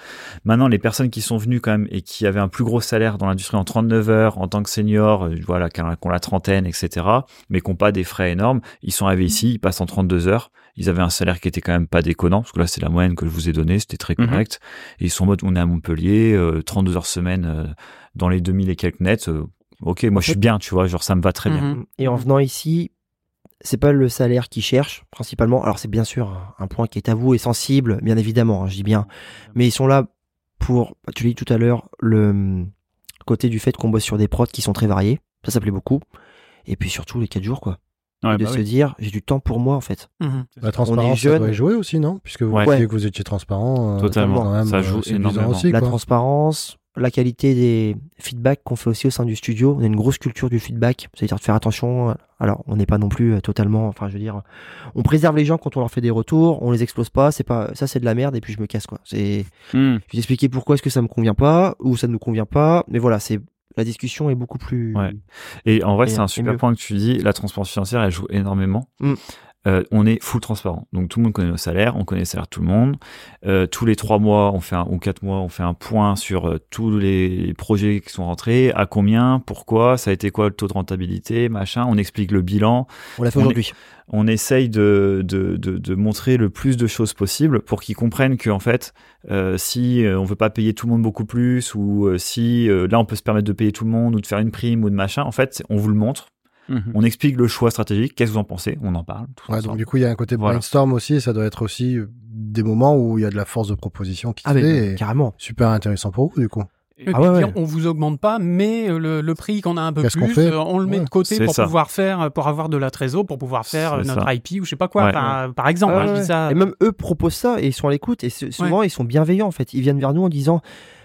Speaker 5: Maintenant, les personnes qui sont venues quand même et qui avaient un plus gros salaire dans l'industrie en 39 heures, en tant que senior, euh, voilà, qui ont qui ont la trentaine, etc., mais qui n'ont pas des frais énormes, ils sont arrivés ici, ils passent en 32 heures, ils avaient un salaire qui était quand même pas déconnant, parce que là, c'est la moyenne que je vous ai donnée, c'était très
Speaker 2: Mhm.
Speaker 5: correct. Et ils sont en mode, on est à Montpellier, euh, 32 heures semaine, euh, dans les 2000 et quelques nets, euh, ok, moi je suis bien, tu vois, genre ça me va très bien.
Speaker 1: Mhm.
Speaker 6: Et en venant ici, c'est pas le salaire qu'ils cherchent principalement. Alors c'est bien sûr un point qui est tabou et sensible, bien évidemment, hein, je dis bien. Mais ils sont là pour, tu l'as dit tout à l'heure, le hum, côté du fait qu'on bosse sur des prods qui sont très variés. Ça, ça plaît beaucoup. Et puis surtout les 4 jours, quoi.
Speaker 2: ouais,
Speaker 6: de
Speaker 2: bah
Speaker 6: se
Speaker 2: oui.
Speaker 6: dire, j'ai du temps pour moi, en fait.
Speaker 1: Mhm.
Speaker 3: La Bah, transparence, ça
Speaker 6: jeune.
Speaker 3: doit y jouer aussi, non Puisque vous
Speaker 5: Ouais.
Speaker 3: disiez que vous étiez transparent. euh,
Speaker 5: Totalement.
Speaker 3: quand même,
Speaker 5: Ça
Speaker 3: euh,
Speaker 5: joue
Speaker 3: séduisant
Speaker 5: énormément.
Speaker 3: aussi,
Speaker 6: la
Speaker 3: quoi.
Speaker 6: transparence, la qualité des feedbacks qu'on fait aussi au sein du studio. On a une grosse culture du feedback, c'est-à-dire de faire attention. Alors, on n'est pas non plus euh, totalement, enfin, je veux dire, on préserve les gens quand on leur fait des retours, on les explose pas. C'est pas ça, c'est de la merde et puis je me casse quoi. C'est,
Speaker 2: Hmm.
Speaker 6: je vais expliquer pourquoi est-ce que ça me convient pas ou ça ne nous convient pas. Mais voilà, c'est la discussion est beaucoup plus.
Speaker 5: Ouais. Et en vrai,
Speaker 6: Et-
Speaker 5: c'est un
Speaker 6: et
Speaker 5: super
Speaker 6: mieux.
Speaker 5: point que tu dis. La transparence financière, elle joue énormément.
Speaker 6: Mm.
Speaker 5: Euh, on est full transparent. Donc tout le monde connaît nos salaires, on connaît les salaires de tout le monde. Euh, tous les trois mois, on fait un, ou quatre mois, on fait un point sur euh, tous les projets qui sont rentrés, à combien, pourquoi, ça a été quoi le taux de rentabilité, machin. On explique le bilan
Speaker 6: On l'a fait
Speaker 5: On est-
Speaker 6: aujourd'hui.
Speaker 5: on essaye de, de, de, de montrer le plus de choses possible pour qu'ils comprennent que en fait, euh, si euh, on veut pas payer tout le monde beaucoup plus ou euh, si euh, là on peut se permettre de payer tout le monde ou de faire une prime ou de machin, en fait, on vous le montre.
Speaker 2: Mhm.
Speaker 5: On explique le choix stratégique. Qu'est-ce que vous en pensez On en parle. tous
Speaker 3: Ouais, donc
Speaker 5: ensemble.
Speaker 3: du coup, il y a un côté
Speaker 5: Voilà.
Speaker 3: brainstorm aussi, et ça doit être aussi euh, des moments où il y a de la force de proposition qui
Speaker 6: Ah,
Speaker 3: se
Speaker 6: mais
Speaker 3: fait. et
Speaker 6: carrément.
Speaker 3: Super intéressant pour vous, du coup.
Speaker 1: Et
Speaker 6: Ah ouais,
Speaker 1: puis,
Speaker 6: ouais.
Speaker 1: On vous augmente pas, mais euh, le, le prix qu'on a un peu
Speaker 3: Qu'est-ce qu'on
Speaker 1: plus,
Speaker 3: fait
Speaker 1: euh, on le met
Speaker 3: Ouais.
Speaker 1: de côté
Speaker 5: C'est
Speaker 1: pour
Speaker 5: ça.
Speaker 1: pouvoir faire, pour avoir de la trésor, pour pouvoir faire euh,
Speaker 5: C'est
Speaker 1: notre
Speaker 5: ça.
Speaker 1: IP ou je sais pas quoi.
Speaker 5: Ouais.
Speaker 1: Enfin, Par exemple,
Speaker 6: Ah
Speaker 1: hein, je
Speaker 6: ouais.
Speaker 1: dis ça.
Speaker 6: Et même eux proposent ça et ils sont à l'écoute et c'est- souvent ils sont bienveillants en fait. Ils viennent vers nous en disant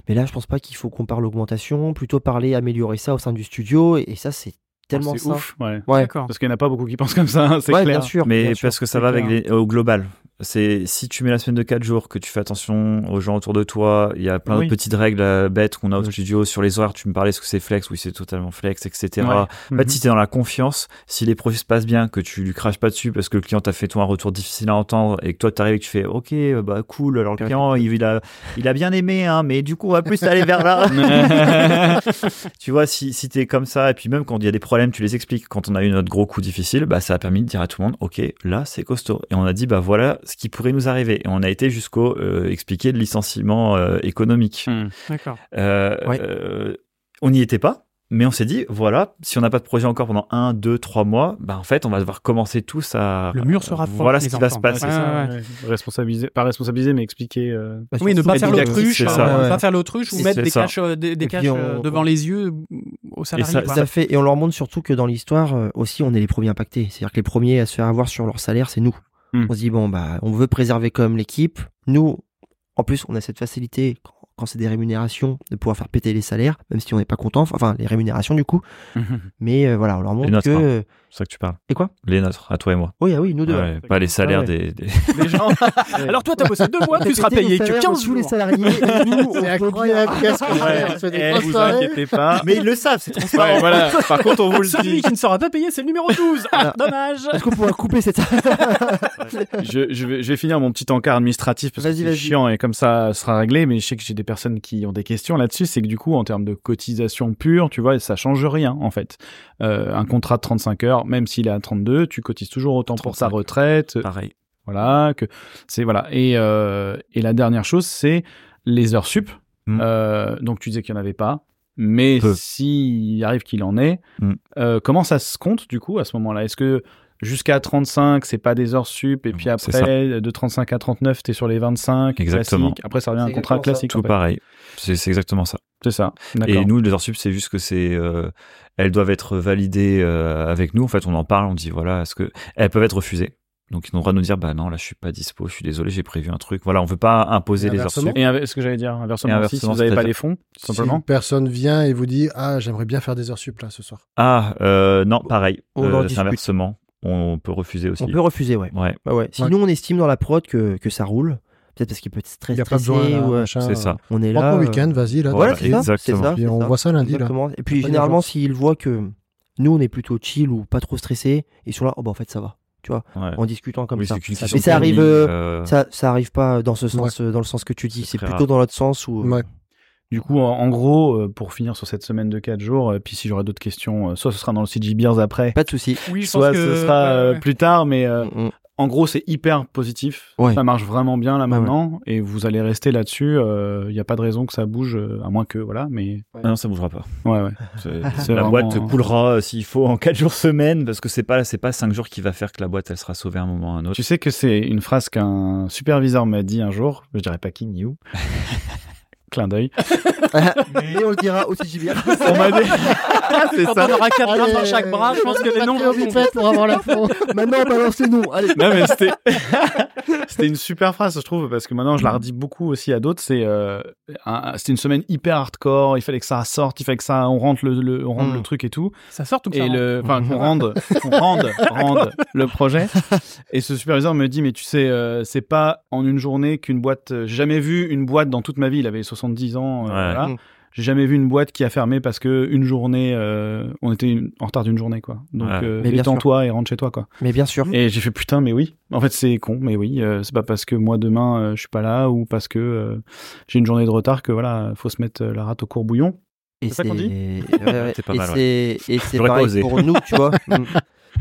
Speaker 6: mais là je pense pas qu'il faut qu'on parle augmentation, plutôt parler améliorer ça au sein du studio et, et ça c'est
Speaker 1: Ah,
Speaker 6: tellement
Speaker 2: C'est
Speaker 6: ça.
Speaker 2: ouf, ouais.
Speaker 6: Ouais.
Speaker 1: D'accord.
Speaker 2: Parce qu'il n'y en a pas beaucoup qui pensent comme ça, hein, c'est
Speaker 6: Ouais,
Speaker 2: clair.
Speaker 6: bien sûr.
Speaker 5: Mais
Speaker 6: bien
Speaker 5: parce
Speaker 6: sûr.
Speaker 5: que ça
Speaker 2: c'est
Speaker 5: va avec
Speaker 2: clair.
Speaker 5: les- au global. c'est si tu mets la semaine de 4 jours, que tu fais attention aux gens autour de toi, il y a plein
Speaker 2: Oui.
Speaker 5: de petites règles euh, bêtes qu'on a au
Speaker 2: Oui.
Speaker 5: studio sur les horaires. Tu me parlais, est-ce que c'est flex Oui, c'est totalement flex, etc.
Speaker 2: Ouais.
Speaker 5: En fait, si t'es dans la confiance, si les projets se passent bien, que tu lui craches pas dessus parce que le client t'a fait toi un retour difficile à entendre et que toi t'arrives et que tu fais ok euh, bah cool alors le client il, il a il a bien aimé hein mais du coup on va plus aller vers là tu vois si si t'es comme ça et puis même quand il y a des problèmes tu les expliques quand on a eu notre gros coup difficile bah ça a permis de dire à tout le monde ok là c'est costaud et on a dit bah voilà ce qui pourrait nous arriver et on a été jusqu'au euh, expliquer le licenciement euh, économique
Speaker 2: Mhm.
Speaker 1: D'accord.
Speaker 5: euh,
Speaker 6: Ouais.
Speaker 5: euh, on n'y était pas, mais on s'est dit, voilà, si on n'a pas de projet encore pendant un, deux, trois mois, bah, en fait, on va devoir commencer tous à.
Speaker 1: Le mur se rapproche.
Speaker 5: Voilà ce
Speaker 1: les
Speaker 5: qui va
Speaker 1: enfants.
Speaker 5: se passer.
Speaker 1: Ouais, ouais, ouais.
Speaker 2: Responsabiliser, pas responsabiliser, mais expliquer. euh,
Speaker 6: Bah,
Speaker 1: Oui, ne
Speaker 6: surtout,
Speaker 1: pas
Speaker 6: euh,
Speaker 1: faire
Speaker 5: didactique,
Speaker 1: l'autruche,
Speaker 5: c'est
Speaker 1: euh,
Speaker 5: ça,
Speaker 1: ne
Speaker 6: ouais.
Speaker 1: pas faire l'autruche ou
Speaker 5: C'est-
Speaker 1: mettre
Speaker 5: c'est
Speaker 1: des
Speaker 5: ça.
Speaker 1: caches, euh, des, des
Speaker 6: Et
Speaker 1: caches
Speaker 6: puis on-
Speaker 1: euh, devant les yeux euh, aux salariés.
Speaker 5: ça-
Speaker 1: quoi.
Speaker 6: Tout à fait. Et on leur montre surtout que dans l'histoire euh, aussi, on est les premiers impactés. C'est-à-dire que les premiers à se faire avoir sur leur salaire, c'est nous.
Speaker 2: Hmm.
Speaker 6: On se dit bon bah, on veut préserver comme l'équipe. Nous, en plus, on a cette facilité quand- quand c'est des rémunérations de pouvoir faire péter les salaires, même si on n'est pas content. Enfin, les rémunérations du coup. Mais euh, voilà, on leur montre
Speaker 5: nôtres,
Speaker 6: que
Speaker 5: hein.
Speaker 6: euh,
Speaker 5: C'est ça que tu parles.
Speaker 6: Et quoi
Speaker 5: Les nôtres, à toi et moi.
Speaker 6: oui, ah oui, nous deux.
Speaker 5: Ouais, pas les salaires
Speaker 6: Ah
Speaker 5: des. des-
Speaker 1: Les gens- Alors toi, t'as bossé deux mois,
Speaker 6: On a
Speaker 1: tu seras
Speaker 6: pété
Speaker 1: payé
Speaker 6: nos
Speaker 1: que
Speaker 6: salaires de
Speaker 1: 15
Speaker 6: tous les
Speaker 1: jours.
Speaker 6: salariés. Et nous, on
Speaker 3: C'est
Speaker 6: peut
Speaker 3: incroyable, qu'est-ce qu'on fait On se fait des
Speaker 2: eh,
Speaker 3: grosses
Speaker 2: vous
Speaker 3: soirées.
Speaker 2: inquiétez pas.
Speaker 5: Mais ils le savent, c'est
Speaker 2: Ouais,
Speaker 5: transparent.
Speaker 2: voilà. Par contre, on vous le
Speaker 1: Celui
Speaker 2: dit.
Speaker 1: qui ne sera pas payé, c'est le numéro 12. Ah, dommage.
Speaker 6: Est-ce qu'on pourra couper cette
Speaker 2: Je, je vais, je vais finir mon petit encart administratif parce que
Speaker 6: Vas-y,
Speaker 2: c'est
Speaker 6: vas-y.
Speaker 2: chiant et comme ça ça sera réglé. Mais je sais que j'ai des personnes qui ont des questions là-dessus. C'est que du coup, en termes de cotisation pure, tu vois, ça change rien en fait. Euh, un contrat de 35 heures, même s'il est à 32, tu cotises toujours autant pour sa
Speaker 5: 35.
Speaker 2: retraite,
Speaker 5: Pareil.
Speaker 2: Voilà, que c'est voilà. Et, euh, et la dernière chose, c'est les heures sup.
Speaker 5: Mm.
Speaker 2: Euh, donc tu disais qu'il n'y en avait pas, mais
Speaker 5: Peu.
Speaker 2: s'il arrive qu'il en ait,
Speaker 5: Mm.
Speaker 2: euh, comment ça se compte du coup à ce moment-là Est-ce que jusqu'à 35, c'est pas des heures sup, et puis
Speaker 5: C'est ça.
Speaker 2: après, de 35 à 39, t'es sur les 25,
Speaker 5: Exactement.
Speaker 2: classique. Après, ça revient à un
Speaker 4: C'est
Speaker 2: contrat
Speaker 4: exactement ça.
Speaker 2: classique.
Speaker 5: Tout
Speaker 2: en fait.
Speaker 5: pareil. C'est c'est exactement ça.
Speaker 2: C'est ça.
Speaker 5: Et
Speaker 2: D'accord.
Speaker 5: nous, les heures sup, c'est juste que c'est, euh, elles doivent être validées euh, avec nous. En fait, on en parle, on dit voilà, est-ce que elles peuvent être refusées. Donc ils ont le droit de nous dire bah non, là je suis pas dispo, je suis désolé, j'ai prévu un truc. Voilà, on veut pas imposer les heures
Speaker 3: Inversement.
Speaker 5: sup.
Speaker 2: Et inver- ce que j'allais dire, inversement,
Speaker 5: Et
Speaker 2: aussi, si
Speaker 5: inversement,
Speaker 2: vous n'avez pas
Speaker 5: c'est-à-dire-
Speaker 2: les fonds, tout
Speaker 3: Si une
Speaker 2: simplement.
Speaker 3: personne vient et vous dit Ah, j'aimerais bien faire des heures sup là ce soir.
Speaker 5: Ah euh, non, pareil.
Speaker 6: On en
Speaker 5: Euh,
Speaker 6: discute.
Speaker 5: c'est inversement, on peut refuser aussi.
Speaker 6: On peut refuser, ouais.
Speaker 5: Ouais,
Speaker 6: Bah ouais. Si
Speaker 3: Ouais.
Speaker 6: nous on estime dans la prod que, que ça roule, peut-être parce qu'il peut être très
Speaker 3: Il n'y a pas
Speaker 6: stressé
Speaker 3: besoin là,
Speaker 6: ou euh,
Speaker 3: machin.
Speaker 5: c'est ça.
Speaker 6: on est
Speaker 3: Prends
Speaker 6: là.
Speaker 3: ton
Speaker 6: euh,
Speaker 3: week-end, vas-y là.
Speaker 5: Voilà,
Speaker 6: Voilà, c'est ça. c'est
Speaker 5: bah, exactement.
Speaker 6: ça,
Speaker 3: Puis
Speaker 6: c'est
Speaker 3: on
Speaker 6: ça.
Speaker 3: voit ça lundi là.
Speaker 6: Exactement. Et puis
Speaker 3: Pas
Speaker 6: généralement,
Speaker 3: d'urgence.
Speaker 6: s'ils voient que nous on est plutôt chill ou pas trop stressé, ils sont là, oh bah en fait ça va,
Speaker 5: Ouais.
Speaker 6: en discutant comme
Speaker 5: Oui,
Speaker 6: ça.
Speaker 5: c'est qu'une
Speaker 6: Mais
Speaker 5: question de
Speaker 6: ça arrive,
Speaker 5: timing,
Speaker 6: euh,
Speaker 5: euh,
Speaker 6: Ça, ça arrive pas dans ce sens, euh, dans le sens que tu dis.
Speaker 5: C'est
Speaker 6: C'est
Speaker 5: très
Speaker 6: plutôt
Speaker 5: rare.
Speaker 6: dans l'autre sens où.
Speaker 3: Ouais.
Speaker 2: Du coup, en, en gros, euh, pour finir sur cette semaine de 4 jours, euh, puis si j'aurai d'autres questions, euh, soit ce sera dans le CG Beers après,
Speaker 6: Pas de souci.
Speaker 1: Oui, je
Speaker 2: soit
Speaker 1: pense que-
Speaker 2: ce sera
Speaker 1: ouais,
Speaker 2: euh,
Speaker 1: ouais.
Speaker 2: plus tard, mais euh,
Speaker 6: Mm, mm.
Speaker 2: en gros, c'est hyper positif.
Speaker 6: Ouais.
Speaker 2: Ça marche vraiment bien là
Speaker 6: Ouais,
Speaker 2: maintenant, et vous allez rester là-dessus. Il n'y a pas de raison que ça bouge, euh, à moins que voilà. Mais
Speaker 5: ah non, ça bougera pas.
Speaker 2: ouais, ouais.
Speaker 5: La boîte
Speaker 2: vraiment- hein.
Speaker 5: coulera euh, s'il faut en 4 jours semaine parce que c'est pas c'est pas 5 jours qui va faire que la boîte elle sera sauvée à un moment ou à un autre.
Speaker 2: Tu sais que c'est une phrase qu'un superviseur m'a dit un jour. Je dirais pas qui ni où. Clin d'œil.
Speaker 6: Et on le dira aussi bien.
Speaker 2: On m'a dit. c'est
Speaker 1: Quand
Speaker 2: ça.
Speaker 1: on aura quatre bras
Speaker 3: Allez,
Speaker 1: par chaque bras, je pense que les
Speaker 3: Pas
Speaker 1: noms
Speaker 3: très
Speaker 1: vont
Speaker 3: envie de fête pour avoir la fond.
Speaker 6: Maintenant, balance les noms. Allez.
Speaker 2: Non, mais c'était c'était une super phrase, je trouve, parce que maintenant je la redis beaucoup aussi à d'autres. C'est euh, un- c'était une semaine hyper hardcore. Il fallait que ça sorte, il fallait que ça on rentre le, le- on rentre
Speaker 6: Mm.
Speaker 2: le truc et tout.
Speaker 1: Ça sort tout
Speaker 2: et
Speaker 1: ça. rentre.
Speaker 2: le enfin qu'on rende qu'on rende rende le projet et ce superviseur me dit mais tu sais euh, c'est pas en une journée qu'une boîte euh, j'ai jamais vu une boîte dans toute ma vie il avait 70 ans euh,
Speaker 5: Ouais.
Speaker 2: voilà.
Speaker 6: Mm.
Speaker 2: j'ai jamais vu une boîte qui a fermé parce que une journée euh, on était une- en retard d'une journée quoi donc
Speaker 5: Ouais.
Speaker 2: euh,
Speaker 6: Mais bien
Speaker 2: détends-toi et rentre chez toi quoi
Speaker 6: Mais bien sûr.
Speaker 2: et j'ai fait putain, mais oui. En fait, c'est con, mais oui. euh, c'est pas parce que moi demain euh, je suis pas là ou parce que euh, j'ai une journée de retard que voilà, faut se mettre euh, la rate au courbouillon.
Speaker 6: Et
Speaker 2: C'est ça qu'on dit
Speaker 6: ouais, ouais.
Speaker 5: C'est pas
Speaker 6: Et
Speaker 5: mal, ouais.
Speaker 6: c'est- Et c'est
Speaker 5: J'aurais pas
Speaker 6: pareil
Speaker 5: osé.
Speaker 6: pour nous, tu vois. Mm.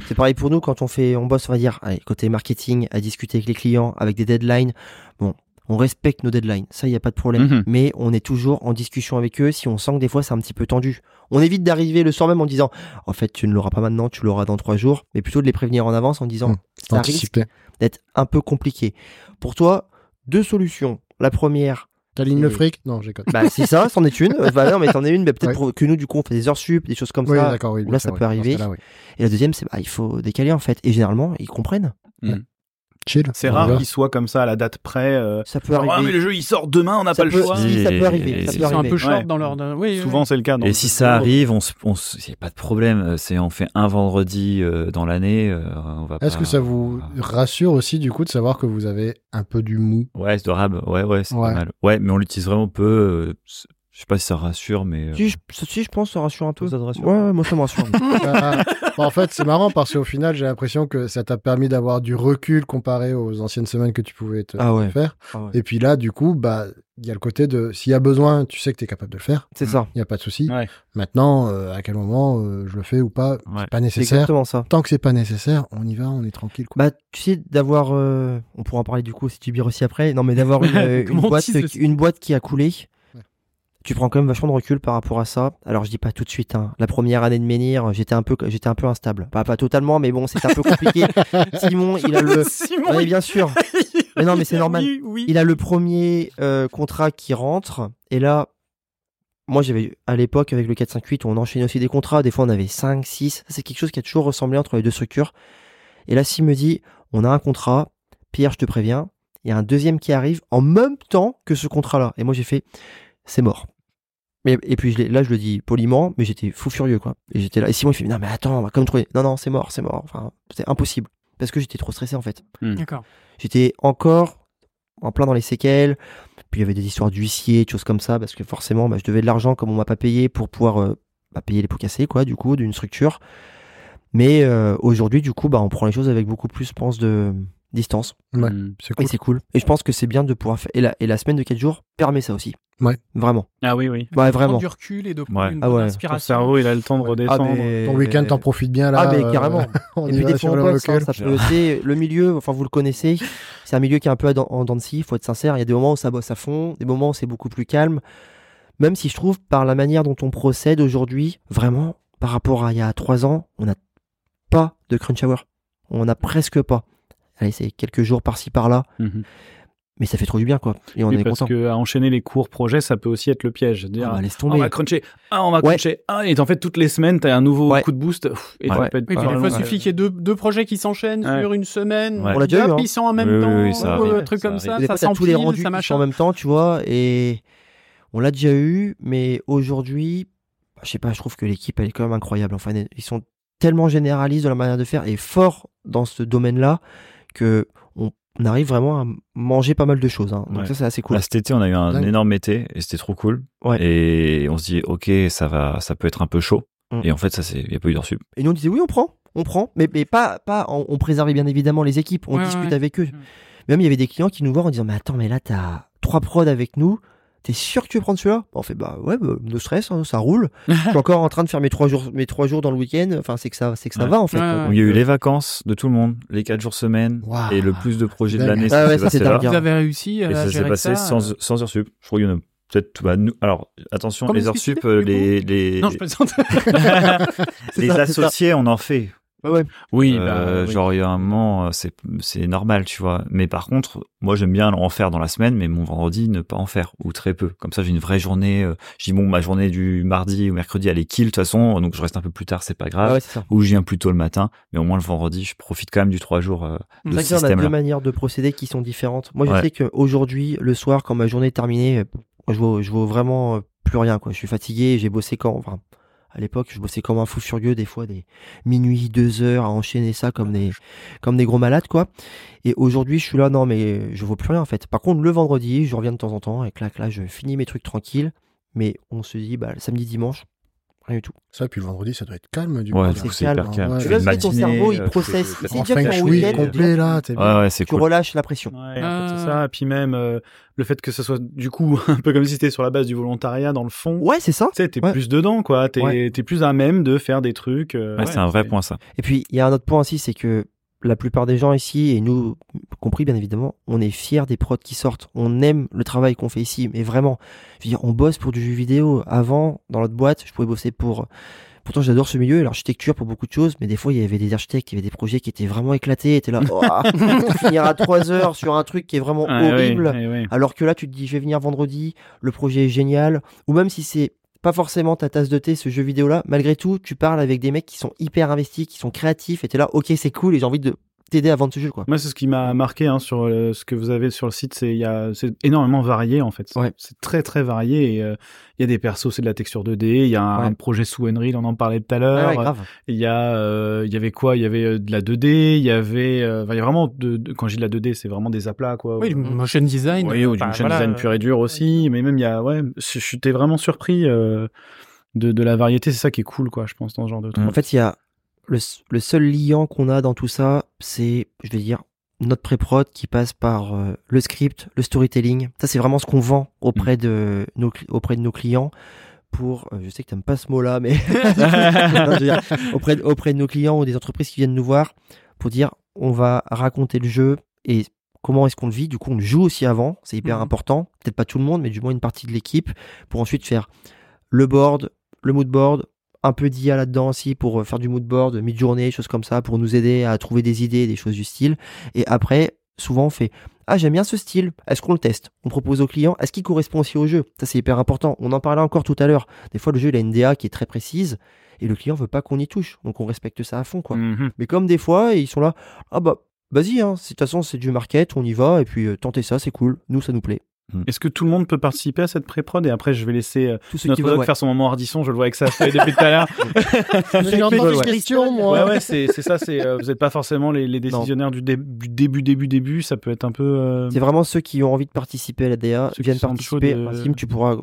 Speaker 6: C'est pareil pour nous quand on fait, on bosse, on va dire, allez, côté marketing, à discuter avec les clients, avec des deadlines. Bon, on respecte nos deadlines, ça, il n'y a pas de problème.
Speaker 2: Mhm.
Speaker 6: Mais on est toujours en discussion avec eux si on sent que des fois c'est un petit peu tendu. On évite d'arriver le soir même en disant, en fait, tu ne l'auras pas maintenant, tu l'auras dans trois jours, mais plutôt de les prévenir en avance en disant,
Speaker 5: Mhm.
Speaker 3: Mm.
Speaker 6: ça risque
Speaker 3: Anticiper.
Speaker 6: d'être un peu compliqué. Pour toi, deux solutions. La première,
Speaker 3: T'alignes le
Speaker 6: Et-
Speaker 3: fric Non, j'ai
Speaker 6: bah c'est ça, c'en est une. Euh, Bah non, mais c'en est une, mais peut-être
Speaker 3: Ouais.
Speaker 6: pour- que nous, du coup, on fait des heures sup, des choses comme
Speaker 3: Oui,
Speaker 6: ça.
Speaker 3: d'accord, oui.
Speaker 6: là,
Speaker 3: bien
Speaker 6: ça
Speaker 3: sûr,
Speaker 6: peut
Speaker 3: oui. Dans ce
Speaker 6: arriver.
Speaker 3: cas-là, oui.
Speaker 6: Et la deuxième, c'est bah il faut décaler en fait. Et généralement, ils comprennent.
Speaker 3: Chill.
Speaker 2: C'est
Speaker 3: On
Speaker 2: rare
Speaker 3: verra.
Speaker 2: qu'il soit comme ça à la date près. euh,
Speaker 6: Ça peut
Speaker 2: genre, ah, mais
Speaker 6: arriver.
Speaker 2: le jeu il sort demain, on n'a
Speaker 6: Ça
Speaker 2: pas
Speaker 6: peut-
Speaker 2: le choix.
Speaker 6: si, ça
Speaker 5: Et-
Speaker 6: peut arriver. Ça
Speaker 5: et-
Speaker 1: Ils
Speaker 6: peut
Speaker 1: sont un
Speaker 6: arriver.
Speaker 1: peu short
Speaker 2: Ouais.
Speaker 1: dans leur. dans- Oui, oui,
Speaker 2: Souvent c'est le cas. dans-
Speaker 5: Et si ça arrive, on se, on se- y a pas de problème. euh, C'est on fait un vendredi euh, dans l'année. euh, on va
Speaker 3: Est-ce
Speaker 5: pas-
Speaker 3: que ça vous rassure aussi, du coup, de savoir que vous avez un peu du mou
Speaker 5: Ouais, c'est de rab. Ouais, ouais, c'est
Speaker 3: Ouais.
Speaker 5: pas mal. Ouais, mais on l'utilise vraiment peu. euh, c'est- je sais pas si ça rassure, mais. euh,
Speaker 6: Si je, si, je pense que ça rassure un peu.
Speaker 5: Ça te rassure
Speaker 6: Ouais, ouais, moi ça me rassure.
Speaker 3: Ah, bah, en fait, c'est marrant parce qu'au final, j'ai l'impression que ça t'a permis d'avoir du recul comparé aux anciennes semaines que tu pouvais te
Speaker 6: Ah ouais.
Speaker 3: faire.
Speaker 6: Ah ouais.
Speaker 3: Et puis là, du coup, bah, il y a le côté de s'il y a besoin, tu sais que tu es capable de le faire.
Speaker 6: C'est ça.
Speaker 3: Il n'y a pas de souci.
Speaker 2: Ouais.
Speaker 3: Maintenant, euh, à quel moment euh, je le fais ou pas,
Speaker 5: Ouais.
Speaker 3: c'est pas
Speaker 6: C'est
Speaker 3: nécessaire.
Speaker 6: exactement ça.
Speaker 3: Tant que c'est pas nécessaire, on y va, on est tranquille. Quoi.
Speaker 6: Bah, tu sais, d'avoir. euh, on pourra en parler du coup si tu bires aussi après. Non, mais d'avoir une, euh, une
Speaker 1: Comment on
Speaker 6: boîte,
Speaker 1: tease le
Speaker 6: qui- une boîte qui a coulé. Tu prends quand même vachement de recul par rapport à ça. Alors je dis pas tout de suite. hein. La première année de menhir, j'étais un peu, j'étais un peu instable. Pas, pas totalement, mais bon, c'était un peu compliqué. Simon, il a le.
Speaker 1: Simon,
Speaker 6: Oui, bien sûr.
Speaker 1: il-
Speaker 6: Mais non, mais c'est
Speaker 1: il a
Speaker 6: normal.
Speaker 1: mis, oui.
Speaker 6: Il a le premier euh, contrat qui rentre. Et là, moi, j'avais à l'époque, avec le 4-5-8, on enchaînait aussi des contrats. Des fois, on avait 5, 6. C'est quelque chose qui a toujours ressemblé entre les deux structures. Et là, s'il me dit, on a un contrat, Pierre, je te préviens, il y a un deuxième qui arrive en même temps que ce contrat-là. Et moi, j'ai fait, c'est mort. Mais, et puis je l'ai- là, je le dis poliment, mais j'étais fou furieux, quoi. Et j'étais là. Et Simon, il fait, non, mais attends, on va quand même trouver. Non, non, c'est mort, c'est mort. Enfin, c'est impossible. Parce que j'étais trop stressé, en fait.
Speaker 1: D'accord.
Speaker 6: J'étais encore en plein dans les séquelles. Puis il y avait des histoires d'huissier, de choses comme ça, parce que forcément, bah, je devais de l'argent comme on m'a pas payé pour pouvoir euh, bah, payer les pots cassés, quoi, du coup, d'une structure. Mais euh, aujourd'hui, du coup, bah, on prend les choses avec beaucoup plus, je pense, de distance.
Speaker 3: Ouais.
Speaker 2: Mm.
Speaker 3: C'est
Speaker 6: Et
Speaker 3: cool.
Speaker 6: c'est cool. Et je pense que c'est bien de pouvoir faire. Et la, et la semaine de 4 jours permet ça aussi.
Speaker 3: Ouais.
Speaker 6: Vraiment.
Speaker 2: Ah oui, oui.
Speaker 6: Ouais,
Speaker 1: Prendre
Speaker 6: vraiment.
Speaker 1: du recul et de
Speaker 5: Ouais.
Speaker 1: prendre une
Speaker 6: Ah
Speaker 1: bonne
Speaker 6: ouais.
Speaker 2: Ton
Speaker 1: inspiration.
Speaker 2: cerveau il a le temps de redescendre.
Speaker 6: Ah, mais-
Speaker 3: Ton week-end, t'en profites bien là.
Speaker 6: Ah, mais
Speaker 3: euh,
Speaker 6: carrément.
Speaker 3: on
Speaker 6: Et
Speaker 3: y
Speaker 6: puis
Speaker 3: va
Speaker 6: des fois,
Speaker 3: sur
Speaker 6: on
Speaker 3: le
Speaker 6: bosse, hein,
Speaker 3: local.
Speaker 6: ça peut, tu sais, le milieu, enfin vous le connaissez, c'est un milieu qui est un peu à dan- en dents de scie, il faut être sincère, il y a des moments où ça bosse à fond, des moments où c'est beaucoup plus calme, même si je trouve par la manière dont on procède aujourd'hui, vraiment, par rapport à il y a trois ans, on n'a pas de crunch hour, on n'a presque pas. Allez, c'est quelques jours par-ci par-là,
Speaker 2: Mhm.
Speaker 6: mais ça fait trop du bien quoi, et on
Speaker 2: Oui,
Speaker 6: est
Speaker 2: parce
Speaker 6: content.
Speaker 2: que à enchaîner les cours projets, ça peut aussi être le piège. Dire,
Speaker 6: Ah bah, laisse
Speaker 2: Ah, on
Speaker 6: tomber.
Speaker 2: va cruncher, ah, on va
Speaker 6: Ouais.
Speaker 2: cruncher, ah, et en fait, toutes les semaines, t'as un nouveau
Speaker 6: Ouais.
Speaker 2: coup de boost, ouf, et
Speaker 5: Ouais.
Speaker 2: ça peut être
Speaker 1: Oui, puis
Speaker 2: pas
Speaker 1: des fois,
Speaker 2: long.
Speaker 1: il suffit qu'il y ait deux, deux projets qui s'enchaînent
Speaker 2: Ouais.
Speaker 1: sur une semaine.
Speaker 5: Ouais.
Speaker 6: On l'a déjà
Speaker 1: Hop,
Speaker 6: eu, hein.
Speaker 1: Ils sont en même
Speaker 5: Oui, oui,
Speaker 1: temps,
Speaker 5: oui, ça
Speaker 1: ou, euh,
Speaker 5: arrive.
Speaker 1: un truc
Speaker 5: Ça
Speaker 1: comme ça,
Speaker 6: Des
Speaker 1: ça
Speaker 6: fois, t'as tous
Speaker 1: s'empile,
Speaker 6: les rendus
Speaker 1: ça
Speaker 6: qui sont en
Speaker 1: machin.
Speaker 6: même temps, tu vois, et on l'a déjà eu, mais aujourd'hui, bah, je sais pas, je trouve que l'équipe elle est quand même incroyable. Enfin, ils sont tellement généralistes de la manière de faire et forts dans ce domaine-là que on on arrive vraiment à manger pas mal de choses. hein. Donc
Speaker 5: Ouais. Bah,
Speaker 6: ça, c'est assez cool.
Speaker 5: Là, cet été, on a eu un
Speaker 3: Dingue.
Speaker 5: énorme été et c'était trop cool.
Speaker 6: Ouais.
Speaker 5: Et on se dit, ok, ça va, ça peut être un peu chaud.
Speaker 6: Mm.
Speaker 5: Et en fait, ça, c'est, il n'y a pas eu d'heure sup.
Speaker 6: Et nous on disait oui, on prend, on prend, mais, mais pas, pas, on, on préservait bien évidemment les équipes, on
Speaker 1: Ouais,
Speaker 6: discute
Speaker 1: ouais. Mm.
Speaker 6: avec eux. Même il y avait des clients qui nous voient en disant mais attends mais là t'as trois prods avec nous, t'es sûr que tu veux prendre celui-là On fait bah ouais, bah, no stress, hein, ça roule. Je suis encore en train de faire mes trois jours, mes trois jours dans le week-end. Enfin c'est que ça, c'est que ça
Speaker 5: Ouais.
Speaker 6: va en fait. Euh,
Speaker 1: Ouais,
Speaker 6: Donc,
Speaker 5: Donc, il y a eu les vacances de tout le monde, les 4 jours semaine,
Speaker 3: Waouh.
Speaker 5: et le plus de projets de
Speaker 3: Dingue.
Speaker 5: l'année.
Speaker 6: Ouais,
Speaker 5: ça
Speaker 6: ouais,
Speaker 5: s'est
Speaker 6: ça,
Speaker 5: passé
Speaker 6: c'est
Speaker 5: là.
Speaker 6: Ah, dingue,
Speaker 1: Vous
Speaker 6: hein.
Speaker 1: avez réussi
Speaker 5: Et
Speaker 1: à
Speaker 5: ça s'est
Speaker 1: gérer
Speaker 5: passé
Speaker 1: ça, euh.
Speaker 5: sans, sans heure sup. Je crois qu'il y en a peut-être. bah, nous- alors, attention,
Speaker 1: Combien
Speaker 5: les heures
Speaker 1: est-ce que
Speaker 5: sup,
Speaker 1: tu fais,
Speaker 5: les, les,
Speaker 1: Non, je plaisante.
Speaker 5: les
Speaker 6: ça, c'est ça.
Speaker 5: associés, on en fait.
Speaker 2: Oui, bah,
Speaker 5: Euh,
Speaker 2: oui.
Speaker 5: Genre, il y a un moment, euh, c'est, c'est normal, tu vois. Mais par contre, moi, j'aime bien en faire dans la semaine, mais mon vendredi, ne pas en faire, ou très peu. Comme ça, j'ai une vraie journée. euh, je dis, bon, ma journée du mardi ou mercredi, elle est kill, de toute façon, donc je reste un peu plus tard, c'est pas grave.
Speaker 6: Ah ouais, c'est ça.
Speaker 5: Ou je viens plus tôt le matin, mais au moins le vendredi, je profite quand même du trois jours
Speaker 1: Mm.
Speaker 5: euh, de
Speaker 6: C'est
Speaker 5: ce
Speaker 6: vrai qu'on a deux
Speaker 5: système-là.
Speaker 6: manières de procéder qui sont différentes. Moi, je
Speaker 5: Ouais.
Speaker 6: sais qu'aujourd'hui, le soir, quand ma journée est terminée, euh, je vois, je vois vraiment euh, plus rien. Quoi. Je suis fatigué, j'ai bossé quand. Enfin, à l'époque, je bossais comme un fou furieux, des fois, des minuit, deux heures, à enchaîner ça comme des, comme des gros malades, quoi. Et aujourd'hui, je suis là, non, mais je vois plus rien, en fait. Par contre, le vendredi, je reviens de temps en temps, et clac, là, je finis mes trucs tranquilles. Mais on se dit, bah, le samedi, dimanche, rien du tout.
Speaker 3: Ça, puis le vendredi, ça doit être calme du
Speaker 5: Ouais,
Speaker 3: coup.
Speaker 5: du coup, c'est
Speaker 6: c'est
Speaker 5: hyper
Speaker 6: calme. hein.
Speaker 5: calme.
Speaker 3: Ouais.
Speaker 5: Tu
Speaker 3: Tu
Speaker 5: fais
Speaker 6: vois,
Speaker 5: une
Speaker 6: c'est ton
Speaker 5: matinée,
Speaker 6: cerveau, il
Speaker 5: euh, tu
Speaker 6: processe.
Speaker 5: fais-
Speaker 6: C'est
Speaker 3: En
Speaker 6: bien
Speaker 3: feng
Speaker 6: que ton
Speaker 3: shui
Speaker 6: week-end-
Speaker 3: complet là, t'es bien.
Speaker 5: Ouais, ouais, c'est
Speaker 6: Tu
Speaker 5: cool.
Speaker 6: relâches la pression.
Speaker 2: Ouais, en fait, c'est
Speaker 1: Ah.
Speaker 2: ça. Et puis même euh, le fait que ce soit du coup un peu comme si c'était sur la base du volontariat dans le fond.
Speaker 6: Ouais, c'est ça.
Speaker 2: Tu sais, t'es
Speaker 6: Ouais.
Speaker 2: plus dedans, quoi. T'es
Speaker 6: Ouais.
Speaker 2: t'es plus à même de faire des trucs. euh,
Speaker 5: Ouais, c'est un vrai
Speaker 2: c'est-
Speaker 5: point, ça.
Speaker 6: Et puis, il y a un autre point aussi, c'est que la plupart des gens ici, et nous compris bien évidemment, on est fiers des prods qui sortent. On aime le travail qu'on fait ici, mais vraiment. Je veux dire, on bosse pour du jeu vidéo. Avant, dans l'autre boîte, je pouvais bosser pour. Pourtant, j'adore ce milieu et l'architecture pour beaucoup de choses, mais des fois, il y avait des architectes, il y avait des projets qui étaient vraiment éclatés. Et t'es là, Ouah, finir à 3 heures sur un truc qui est vraiment
Speaker 2: Ah, ouais,
Speaker 6: horrible.
Speaker 2: ouais, ouais.
Speaker 6: Alors que là, tu te dis, je vais venir vendredi, le projet est génial, ou même si c'est pas forcément ta tasse de thé, ce jeu vidéo-là, malgré tout, tu parles avec des mecs qui sont hyper investis, qui sont créatifs, et t'es là, ok, c'est cool, et j'ai envie de t'aider à vendre ce jeu, quoi.
Speaker 2: Moi, c'est ce qui m'a marqué hein, sur euh, ce que vous avez sur le site. C'est il y a- c'est énormément varié en fait.
Speaker 6: Ouais.
Speaker 2: C'est très très varié. et, euh, Il y a des persos, c'est de la texture 2D. Il y a un,
Speaker 6: Ouais.
Speaker 2: un projet sous Unreal, on en parlait tout à
Speaker 6: Ouais, ouais,
Speaker 2: l'heure.
Speaker 6: grave.
Speaker 2: Il y a, euh, il y avait quoi Il y avait euh, de la 2D. Il y avait, euh, enfin, il y a vraiment de, de- quand je dis de la 2D, c'est vraiment des aplats quoi.
Speaker 1: Oui, du motion design.
Speaker 2: Oui, ou du
Speaker 1: Enfin,
Speaker 2: motion
Speaker 1: voilà,
Speaker 2: design
Speaker 1: euh,
Speaker 2: pur et dur aussi. Mais même il y a, ouais, je- j'étais vraiment surpris euh, de, de la variété. C'est ça qui est cool quoi, je pense dans ce genre de truc.
Speaker 6: En fait, il y a le, s- le seul liant qu'on a dans tout ça, c'est, je vais dire, notre pré-prod qui passe par euh, le script, le storytelling. Ça, c'est vraiment ce qu'on vend auprès de nos, cli- auprès de nos clients pour, euh, je sais que t'aimes pas ce mot-là, mais Non, je veux dire, auprès, de- auprès de nos clients ou des entreprises qui viennent nous voir pour dire, on va raconter le jeu et comment est-ce qu'on le vit. Du coup, on le joue aussi avant. C'est hyper
Speaker 1: Mhm.
Speaker 6: important. Peut-être pas tout le monde, mais du moins une partie de l'équipe pour ensuite faire le board, le mood board, un peu d'IA là-dedans aussi pour euh, faire du mood board, mid-journée, choses comme ça, pour nous aider à trouver des idées, des choses du style. Et après, souvent, on fait Ah, j'aime bien ce style. Est-ce qu'on le teste On propose au client Est-ce qu'il correspond aussi au jeu Ça, c'est hyper important. On en parlait encore tout à l'heure. Des fois, le jeu, il a une DA qui est très précise et le client veut pas qu'on y touche. Donc, on respecte ça à fond, quoi.
Speaker 2: Mhm.
Speaker 6: Mais comme des fois, ils sont là Ah, bah, vas-y, hein. C'est- de toute façon, c'est du market, on y va, et puis euh, tentez ça, c'est cool. Nous, ça nous plaît.
Speaker 2: Est-ce que tout le monde peut participer à cette pré-prod et après je vais laisser euh,
Speaker 6: Tous ceux
Speaker 2: notre
Speaker 6: qui veulent.
Speaker 2: doc
Speaker 6: ouais.
Speaker 2: faire son moment hardisson, je le vois avec sa feuille depuis tout à l'heure.
Speaker 3: J'ai entendu
Speaker 2: ouais.
Speaker 3: une question,
Speaker 2: Ouais,
Speaker 3: moi.
Speaker 2: ouais, c'est c'est ça, c'est euh, vous n'êtes pas forcément les, les décisionnaires du, dé- du début, début, début, ça peut être un peu... euh,
Speaker 6: C'est vraiment ceux qui ont envie de participer à la DA,
Speaker 2: Ceux qui
Speaker 6: viennent
Speaker 2: sont chauds
Speaker 6: participer.
Speaker 2: de-
Speaker 6: Maxime, tu pourras.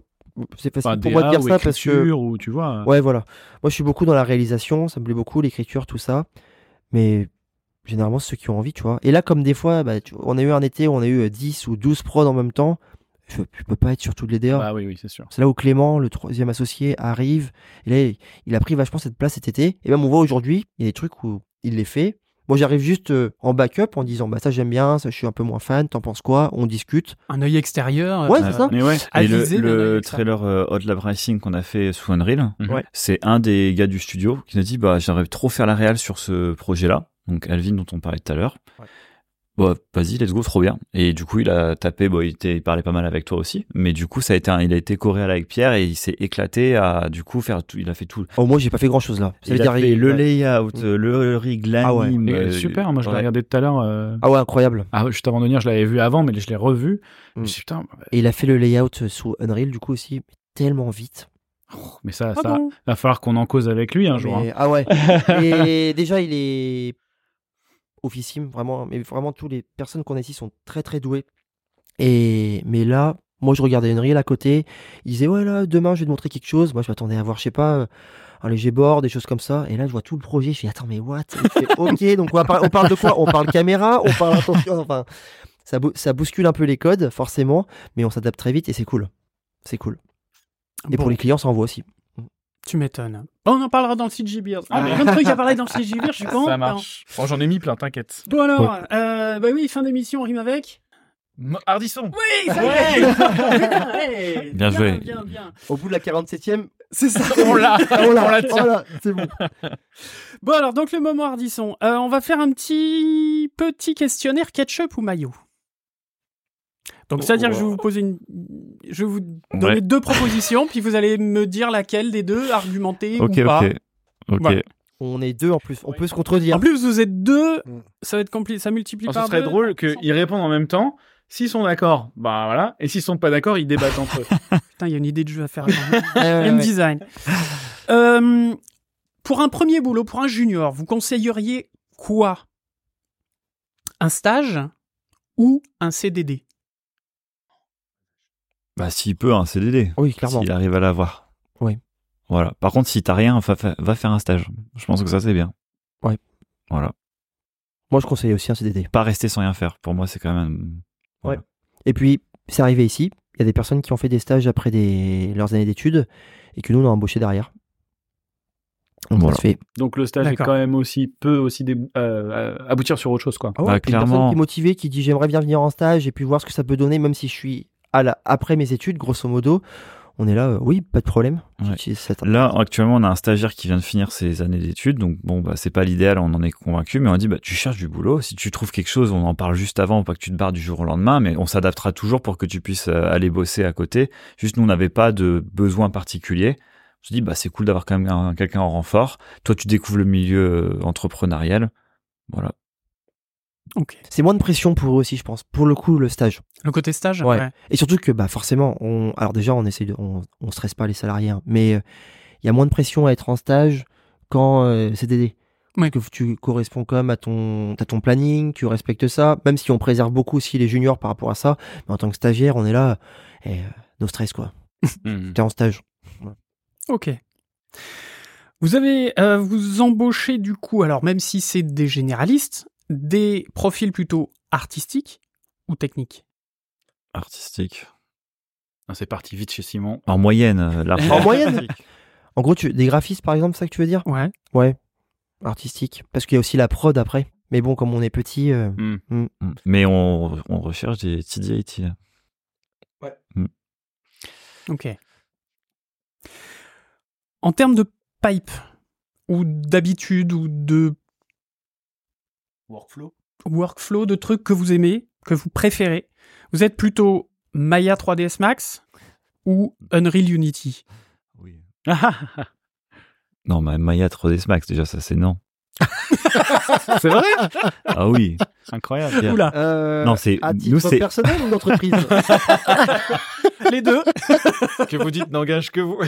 Speaker 6: C'est facile
Speaker 2: enfin,
Speaker 6: pour
Speaker 2: DA
Speaker 6: moi de dire
Speaker 2: ou
Speaker 6: ça parce que.
Speaker 2: écriture, ou tu vois...
Speaker 6: Ouais, voilà. Moi, je suis beaucoup dans la réalisation, ça me plaît beaucoup, l'écriture, tout ça. Mais généralement, ceux qui ont envie, tu vois. Et là, comme des fois, bah, tu- on a eu un été où on a eu euh, 10 ou 12 prods en même temps, je, je peux pas être sur toutes les DA.
Speaker 2: Ah oui, oui, c'est sûr.
Speaker 6: C'est là où Clément, le troisième associé, arrive. Et là, il- il a pris vachement cette place cet été. Et même on voit aujourd'hui, il y a des trucs où il les fait. Moi, j'arrive juste euh, en backup en disant bah ça j'aime bien, ça je suis un peu moins fan, t'en penses quoi On discute.
Speaker 1: Un œil extérieur.
Speaker 6: Ouais,
Speaker 1: euh,
Speaker 6: c'est ça.
Speaker 2: Mais ouais,
Speaker 5: Et le,
Speaker 1: avisé, mais un œil
Speaker 5: le
Speaker 1: extérieur.
Speaker 5: trailer euh, Hot Lab Racing qu'on a fait sous Unreal,
Speaker 2: Mhm.
Speaker 6: Ouais.
Speaker 5: c'est un des gars du studio qui nous a dit bah, J'aimerais trop faire la réal sur ce projet-là. Donc, Alvin, dont on parlait tout à l'heure.
Speaker 6: Ouais.
Speaker 5: Bah, vas-y, let's go, trop bien. Et du coup, il a tapé, bon, il, était- il parlait pas mal avec toi aussi, mais du coup, ça a été un- il a été coréal avec Pierre et il s'est éclaté à, du coup, faire tout, il a fait tout.
Speaker 6: Oh moi j'ai pas fait grand chose là. Ça
Speaker 5: il
Speaker 6: veut
Speaker 5: a
Speaker 6: dire,
Speaker 5: fait
Speaker 6: il-
Speaker 5: le
Speaker 6: ouais.
Speaker 5: layout, euh, le rig,
Speaker 6: Ah ouais.
Speaker 5: l'anime,
Speaker 2: Et,
Speaker 5: euh,
Speaker 2: super, hein, moi je l'ai
Speaker 5: ouais.
Speaker 2: regardé tout à l'heure. euh,
Speaker 6: Ah ouais incroyable.
Speaker 2: Ah, juste avant de venir, je l'avais vu avant, mais je l'ai revu. Je me
Speaker 6: Mm.
Speaker 2: suis dit, putain,
Speaker 6: Et il a fait le layout euh, sous Unreal du coup aussi tellement vite.
Speaker 2: mais ça,
Speaker 1: Ah
Speaker 2: ça
Speaker 1: bon
Speaker 2: va falloir qu'on en cause avec lui un jour. hein.
Speaker 6: Mais- Ah ouais. Et déjà il est officime vraiment, hein. mais vraiment toutes les personnes qu'on a ici sont très très douées. Et mais là, moi je regardais Unreal à côté, il disait ouais là demain je vais te montrer quelque chose. Moi je m'attendais à voir je sais pas euh, un léger board, des choses comme ça. Et là je vois tout le projet, je fais attends mais what Il fait, Ok donc on, va par- on parle de quoi On parle caméra, on parle attention. Enfin ça, bou- ça bouscule un peu les codes forcément, mais on s'adapte très vite et c'est cool. C'est cool. Et
Speaker 1: Bon.
Speaker 6: pour les clients, ça envoie aussi.
Speaker 1: Tu m'étonnes. On en parlera dans le CG Beers. Ah, mais plein de trucs à parler dans le CG Beers, je suis
Speaker 6: ah,
Speaker 1: content.
Speaker 2: Ça marche. Bon, Oh, j'en ai mis plein, t'inquiète.
Speaker 1: Bon alors, euh, bah oui, fin d'émission, on rime avec.
Speaker 2: Hardisson
Speaker 1: Oui, ça y est Ouais
Speaker 5: Bien joué.
Speaker 1: Bien, bien.
Speaker 6: Au bout de la 47e,
Speaker 1: C'est ça.
Speaker 2: On l'a
Speaker 6: on l'a,
Speaker 2: la tient.
Speaker 6: on l'a, Ah, c'est bon.
Speaker 1: Bon alors, donc le moment Ardisson. Euh, on va faire un petit petit questionnaire ketchup ou mayo. Donc c'est-à-dire que je vais vous poser une, je vais vous donner
Speaker 5: Oh, Ouais.
Speaker 1: deux propositions, puis vous allez me dire laquelle des deux, argumenter
Speaker 5: Ok,
Speaker 1: ou pas.
Speaker 5: ok. Ok.
Speaker 1: Voilà.
Speaker 6: On est deux en plus, on peut se
Speaker 1: En
Speaker 6: contredire.
Speaker 1: plus, vous êtes deux,
Speaker 3: Mm.
Speaker 1: ça va être compliqué, ça multiplie
Speaker 2: Oh, Ce
Speaker 1: par
Speaker 2: serait
Speaker 1: deux.
Speaker 2: drôle qu'ils répondent en même temps. S'ils sont d'accord, bah voilà. Et s'ils sont pas d'accord, ils débattent entre eux.
Speaker 1: Putain, il y a une idée de jeu à faire. quand même.
Speaker 6: Ouais, ouais,
Speaker 1: Game
Speaker 6: ouais.
Speaker 1: design. Euh, pour un premier boulot, pour un junior, vous conseilleriez quoi Un stage ou un CDD
Speaker 5: Bah, s'il peut, un CDD.
Speaker 6: Oui, clairement.
Speaker 5: S'il arrive à l'avoir.
Speaker 6: Oui.
Speaker 5: Voilà. Par contre, si t'as rien, fa- fa- va faire un stage. Je pense que ça, c'est bien.
Speaker 6: Ouais.
Speaker 5: Voilà. hein.
Speaker 6: Moi, je conseille aussi un CDD.
Speaker 5: Pas rester sans rien faire. Pour moi, c'est quand même.
Speaker 6: Et puis, c'est arrivé ici, il y a des personnes qui ont fait des stages après des... leurs années d'études et que nous, on a embauché derrière. Donc,
Speaker 5: Voilà.
Speaker 6: ça se fait.
Speaker 2: Donc le stage est
Speaker 1: D'accord.
Speaker 2: quand même aussi peut aussi dé- euh, euh, aboutir sur autre chose quoi.
Speaker 6: Ah ouais,
Speaker 5: Bah,
Speaker 6: puis une personne
Speaker 5: clairement.
Speaker 6: qui est motivée, qui dit j'aimerais bien venir en stage et puis voir ce que ça peut donner, même si je suis à la... après mes études, grosso modo, on est là, euh, oui, pas de problème.
Speaker 5: Ouais.
Speaker 6: C'est- c'est-
Speaker 5: Là, actuellement, on a un stagiaire qui vient de finir ses années d'études. Donc, bon, bah, c'est pas l'idéal, on en est convaincu. Mais on dit, bah, tu cherches du boulot. Si tu trouves quelque chose, on en parle juste avant, pas que tu te barres du jour au lendemain. Mais on s'adaptera toujours pour que tu puisses euh, aller bosser à côté. Juste, nous, on n'avait pas de besoin particulier. On se dit, bah, c'est cool d'avoir quand même un- quelqu'un en renfort. Toi, tu découvres le milieu euh, entrepreneurial. Voilà.
Speaker 1: Ok.
Speaker 6: C'est moins de pression pour eux aussi, je pense. Pour le coup, le stage.
Speaker 1: Le côté stage
Speaker 6: Ouais. Et surtout que, bah, forcément, on, alors déjà, on essaie de, on, on stresse pas les salariés, hein, mais il y a moins de pression à être en stage qu'en euh, CDD.
Speaker 1: Ouais.
Speaker 6: Parce que tu corresponds quand même à ton, t'as ton planning, tu respectes ça, même si on préserve beaucoup aussi les juniors par rapport à ça. Mais en tant que stagiaire, on est là, et euh, no stress, quoi.
Speaker 2: Hmm.
Speaker 5: Mhm.
Speaker 6: T'es en stage.
Speaker 1: Ok. Vous avez euh, vous embauchez du coup, alors même si c'est des généralistes, des profils plutôt artistiques ou techniques.
Speaker 5: Artistique.
Speaker 2: Ah, C'est parti vite chez Simon.
Speaker 5: En moyenne, euh, l'argent.
Speaker 6: En moyenne En gros, tu, des graphistes, par exemple, c'est ça que tu veux dire
Speaker 1: Ouais.
Speaker 6: Ouais, artistique. Parce qu'il y a aussi la prod après. Mais bon, comme on est petit, euh,
Speaker 5: Mm. Mais on, on recherche des TDIT. là.
Speaker 1: Ok. En termes de pipe ou d'habitude ou de
Speaker 4: Workflow.
Speaker 1: workflow, de trucs que vous aimez, que vous préférez, vous êtes plutôt Maya 3ds Max ou Unreal Unity.
Speaker 5: Non, mais Maya 3ds Max, déjà, ça c'est non.
Speaker 2: C'est vrai
Speaker 5: Ah oui.
Speaker 2: Incroyable.
Speaker 5: Bien.
Speaker 1: Oula,
Speaker 5: Non, c'est-
Speaker 6: Euh, à titre
Speaker 5: nous, c'est-
Speaker 6: personnel ou d'entreprise
Speaker 1: les deux.
Speaker 2: que vous dites n'engage que vous.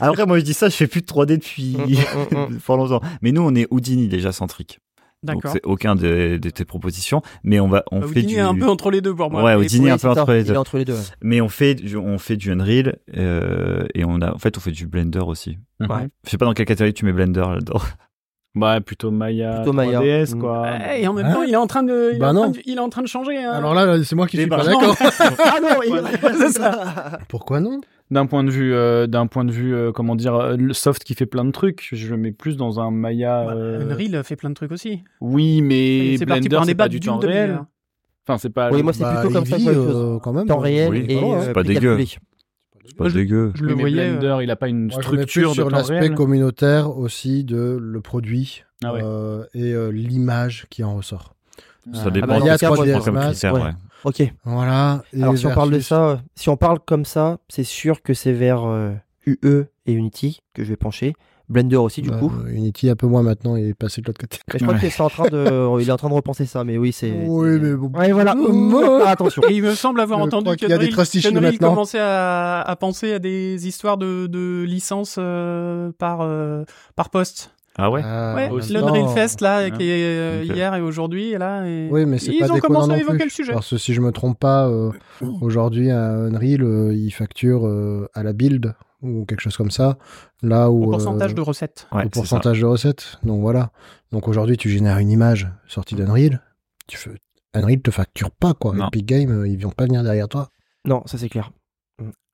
Speaker 5: Ah, Après, moi je dis ça, je fais plus de 3D depuis
Speaker 6: Mm, mm,
Speaker 5: fort longtemps. Mais nous, on est Houdini déjà centrique. Donc
Speaker 1: D'accord.
Speaker 5: c'est aucun de, de tes propositions. Mais on va, on
Speaker 1: Bah,
Speaker 5: fait
Speaker 1: Houdini
Speaker 5: du.
Speaker 1: est un peu entre les deux pour moi.
Speaker 5: Ouais,
Speaker 1: Mais
Speaker 5: Houdini
Speaker 1: pour
Speaker 5: est
Speaker 1: les-
Speaker 5: un peu entre les
Speaker 6: Il
Speaker 5: deux.
Speaker 6: est entre les deux.
Speaker 5: Mais on fait, du, on fait du Unreal euh, et on a, en fait, on fait du Blender aussi.
Speaker 1: Ouais.
Speaker 5: Je sais pas dans quelle catégorie tu mets Blender là-dedans.
Speaker 2: Bah, plutôt Maya.
Speaker 6: Plutôt Maya.
Speaker 2: 3DS,
Speaker 6: Mm.
Speaker 2: quoi.
Speaker 1: Ouais, et en même temps, il est en train de, il,
Speaker 3: Bah
Speaker 1: est en
Speaker 3: non.
Speaker 1: train de, il est en train de changer. hein.
Speaker 3: Alors là, là, c'est moi qui
Speaker 5: Les
Speaker 3: suis pas
Speaker 5: barres.
Speaker 3: d'accord.
Speaker 6: ah non,
Speaker 1: C'est ça.
Speaker 3: Pourquoi non
Speaker 2: D'un point de vue, euh, d'un point de vue, euh, comment dire, euh, le soft qui fait plein de trucs, je le mets plus dans un Maya.
Speaker 1: Bah,
Speaker 2: euh,
Speaker 1: Unreal fait plein de trucs aussi.
Speaker 2: Oui, mais
Speaker 1: c'est parti
Speaker 2: Blender,
Speaker 1: pour un
Speaker 2: c'est
Speaker 1: débat
Speaker 2: pas du
Speaker 1: d'une
Speaker 2: temps
Speaker 1: demi-heure.
Speaker 2: réel. Enfin, c'est pas.
Speaker 6: Oui, moi, c'est
Speaker 3: Bah,
Speaker 6: plutôt comme ça
Speaker 3: Ivy,
Speaker 6: que je vois les choses.
Speaker 3: euh, quand même.
Speaker 6: Temps réel
Speaker 5: Oui.
Speaker 6: et
Speaker 5: Ah ouais,
Speaker 6: euh,
Speaker 5: c'est pas
Speaker 6: prix
Speaker 5: dégueu.
Speaker 6: calculé.
Speaker 5: C'est pas dégueu.
Speaker 1: Je le
Speaker 2: mais
Speaker 1: voyais. euh,
Speaker 2: Blender, il a pas une
Speaker 3: Moi, je remets plus
Speaker 2: structure de
Speaker 3: sur
Speaker 2: temps
Speaker 3: l'aspect
Speaker 2: réel.
Speaker 3: communautaire aussi de le produit
Speaker 2: Ah ouais.
Speaker 3: euh, et euh, l'image qui en ressort.
Speaker 5: Ça
Speaker 3: Ah,
Speaker 5: dépend.
Speaker 3: bah, il y a
Speaker 5: de ce que tu
Speaker 3: 3DS
Speaker 5: prends comme
Speaker 3: Max,
Speaker 5: critère,
Speaker 6: ouais.
Speaker 5: ouais.
Speaker 6: Ok.
Speaker 3: Voilà. et
Speaker 6: Alors, si on parle de
Speaker 3: versus-
Speaker 6: ça, euh, si on parle comme ça, c'est sûr que c'est vers euh, UE et Unity que je vais pencher. Blender aussi, du
Speaker 3: bah,
Speaker 6: coup.
Speaker 3: euh, Unity un peu moins maintenant, il est passé de l'autre côté.
Speaker 6: Mais je crois qu'il est en train de, il est en train de repenser ça. Mais oui, c'est.
Speaker 3: Oui,
Speaker 6: c'est-
Speaker 3: mais bon. Euh,
Speaker 6: Ouais, voilà.
Speaker 3: Ouh.
Speaker 6: Ah, attention.
Speaker 1: Et il me semble avoir
Speaker 3: Je
Speaker 1: entendu
Speaker 3: crois qu'il y a des
Speaker 1: qu'Unreal
Speaker 3: trusty chez nous
Speaker 1: qu'Unreal
Speaker 3: maintenant.
Speaker 1: commençait à, à penser à des histoires de, de licences euh, par, euh, par poste.
Speaker 5: Ah ouais.
Speaker 3: Ah,
Speaker 1: ouais,
Speaker 3: en même
Speaker 1: l'Unreal
Speaker 3: temps,
Speaker 1: Fest, là,
Speaker 2: Hein.
Speaker 1: qui est euh,
Speaker 5: Ok.
Speaker 1: hier et aujourd'hui. Et là, et...
Speaker 3: Oui, mais c'est
Speaker 1: Ils
Speaker 3: pas
Speaker 1: ont
Speaker 3: déconnant
Speaker 1: commencé à
Speaker 3: non
Speaker 1: évoquer
Speaker 3: plus.
Speaker 1: le sujet.
Speaker 3: Parce que si je me trompe pas, euh, aujourd'hui à Unreal, euh, ils facturent euh, à la build ou quelque chose comme ça, là où
Speaker 1: Au pourcentage
Speaker 3: euh,
Speaker 1: de recettes.
Speaker 5: Ouais,
Speaker 3: au
Speaker 5: c'est ça.
Speaker 3: pourcentage de recettes. Donc voilà. Donc aujourd'hui, tu génères une image sortie d'Unreal, tu fais... Unreal te facture pas quoi.
Speaker 5: Non.
Speaker 3: Epic Games, euh, ils vont pas venir derrière toi.
Speaker 6: Non, ça c'est clair.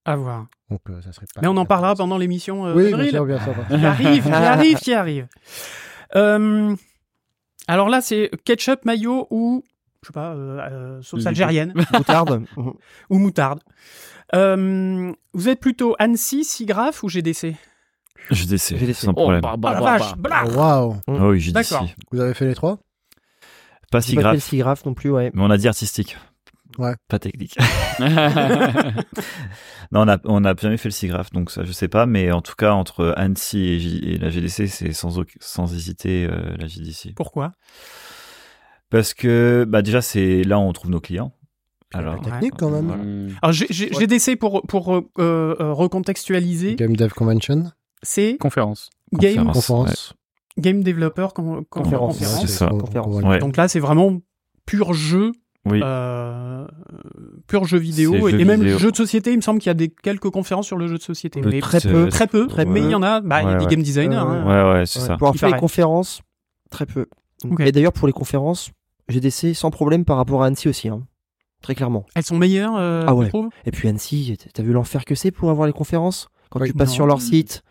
Speaker 1: À voir.
Speaker 3: Donc euh, ça serait pas.
Speaker 1: Mais on en parlera pendant l'émission euh,
Speaker 3: Oui, bien
Speaker 1: Unreal.
Speaker 3: sûr, bien sûr.
Speaker 1: Qui arrive, qui arrive, qui arrive. Euh, alors là, c'est ketchup, mayo ou, je sais pas, euh, euh, sauce
Speaker 2: Les
Speaker 1: algérienne
Speaker 6: Moutarde. Mhm.
Speaker 1: ou moutarde. Euh, vous êtes plutôt Annecy, SIGRAF ou GDC
Speaker 5: GDC,
Speaker 6: GDC.
Speaker 5: sans
Speaker 2: Oh,
Speaker 5: problème.
Speaker 2: bah,
Speaker 1: Ah
Speaker 2: bah,
Speaker 1: la
Speaker 2: bah,
Speaker 1: vache,
Speaker 2: bah.
Speaker 1: blah
Speaker 3: Oh, Waouh.
Speaker 5: Ah oui, GDC.
Speaker 1: D'accord.
Speaker 3: Vous avez fait les trois
Speaker 5: Pas
Speaker 6: J'ai
Speaker 5: si
Speaker 6: pas fait le
Speaker 5: grave.
Speaker 6: si grave non plus, ouais.
Speaker 5: Mais on a dit artistique.
Speaker 3: Ouais.
Speaker 5: Pas technique.
Speaker 2: bah.
Speaker 5: non, on a, on a jamais fait le SIGGRAPH, donc ça, je sais pas. Mais en tout cas, entre Annecy et, J- et la GDC, c'est sans, auc- sans hésiter euh, la GDC.
Speaker 1: Pourquoi
Speaker 5: Parce que, bah, déjà, c'est là où on trouve nos clients. Alors,
Speaker 1: Ouais.
Speaker 3: Technique quand même.
Speaker 5: Voilà.
Speaker 2: Mm.
Speaker 1: Alors G- G- GDC pour pour euh, euh, recontextualiser,
Speaker 3: Game Dev Convention,
Speaker 1: c'est
Speaker 2: Conférence.
Speaker 1: game
Speaker 5: Conférence.
Speaker 3: conférence.
Speaker 1: game developer con- con-
Speaker 6: Conférence.
Speaker 1: conférence.
Speaker 5: Ah, C'est ça.
Speaker 3: Con-
Speaker 6: Conférence.
Speaker 3: convention.
Speaker 5: Ouais.
Speaker 1: Donc là, c'est vraiment pur jeu,
Speaker 5: Oui.
Speaker 1: euh, pur jeu vidéo
Speaker 5: C'est
Speaker 1: et,
Speaker 5: jeu
Speaker 1: et même
Speaker 5: vidéo.
Speaker 1: jeu de société. Il me semble qu'il y a des quelques conférences sur le jeu de société, mais
Speaker 6: très peu.
Speaker 1: très peu.
Speaker 6: très peu.
Speaker 1: mais il y en a. Bah, il y a
Speaker 5: Ouais,
Speaker 1: des
Speaker 5: ouais.
Speaker 1: game designers.
Speaker 6: Euh,
Speaker 1: hein.
Speaker 5: euh, Ouais, ouais, c'est
Speaker 6: Ouais,
Speaker 5: ça.
Speaker 6: Pour avoir
Speaker 1: Il
Speaker 6: fait les
Speaker 1: paraît.
Speaker 6: conférences, très peu.
Speaker 1: Ok.
Speaker 6: Et d'ailleurs, pour les conférences, GDC sans problème par rapport à Annecy aussi. hein. Très clairement.
Speaker 1: Elles sont meilleures, euh,
Speaker 6: Ah
Speaker 1: tu
Speaker 6: ouais.
Speaker 1: trouves
Speaker 6: Et puis Annecy, t- t'as vu l'enfer que c'est pour avoir les conférences Quand
Speaker 3: Oui.
Speaker 6: tu passes
Speaker 1: Non.
Speaker 6: sur leur site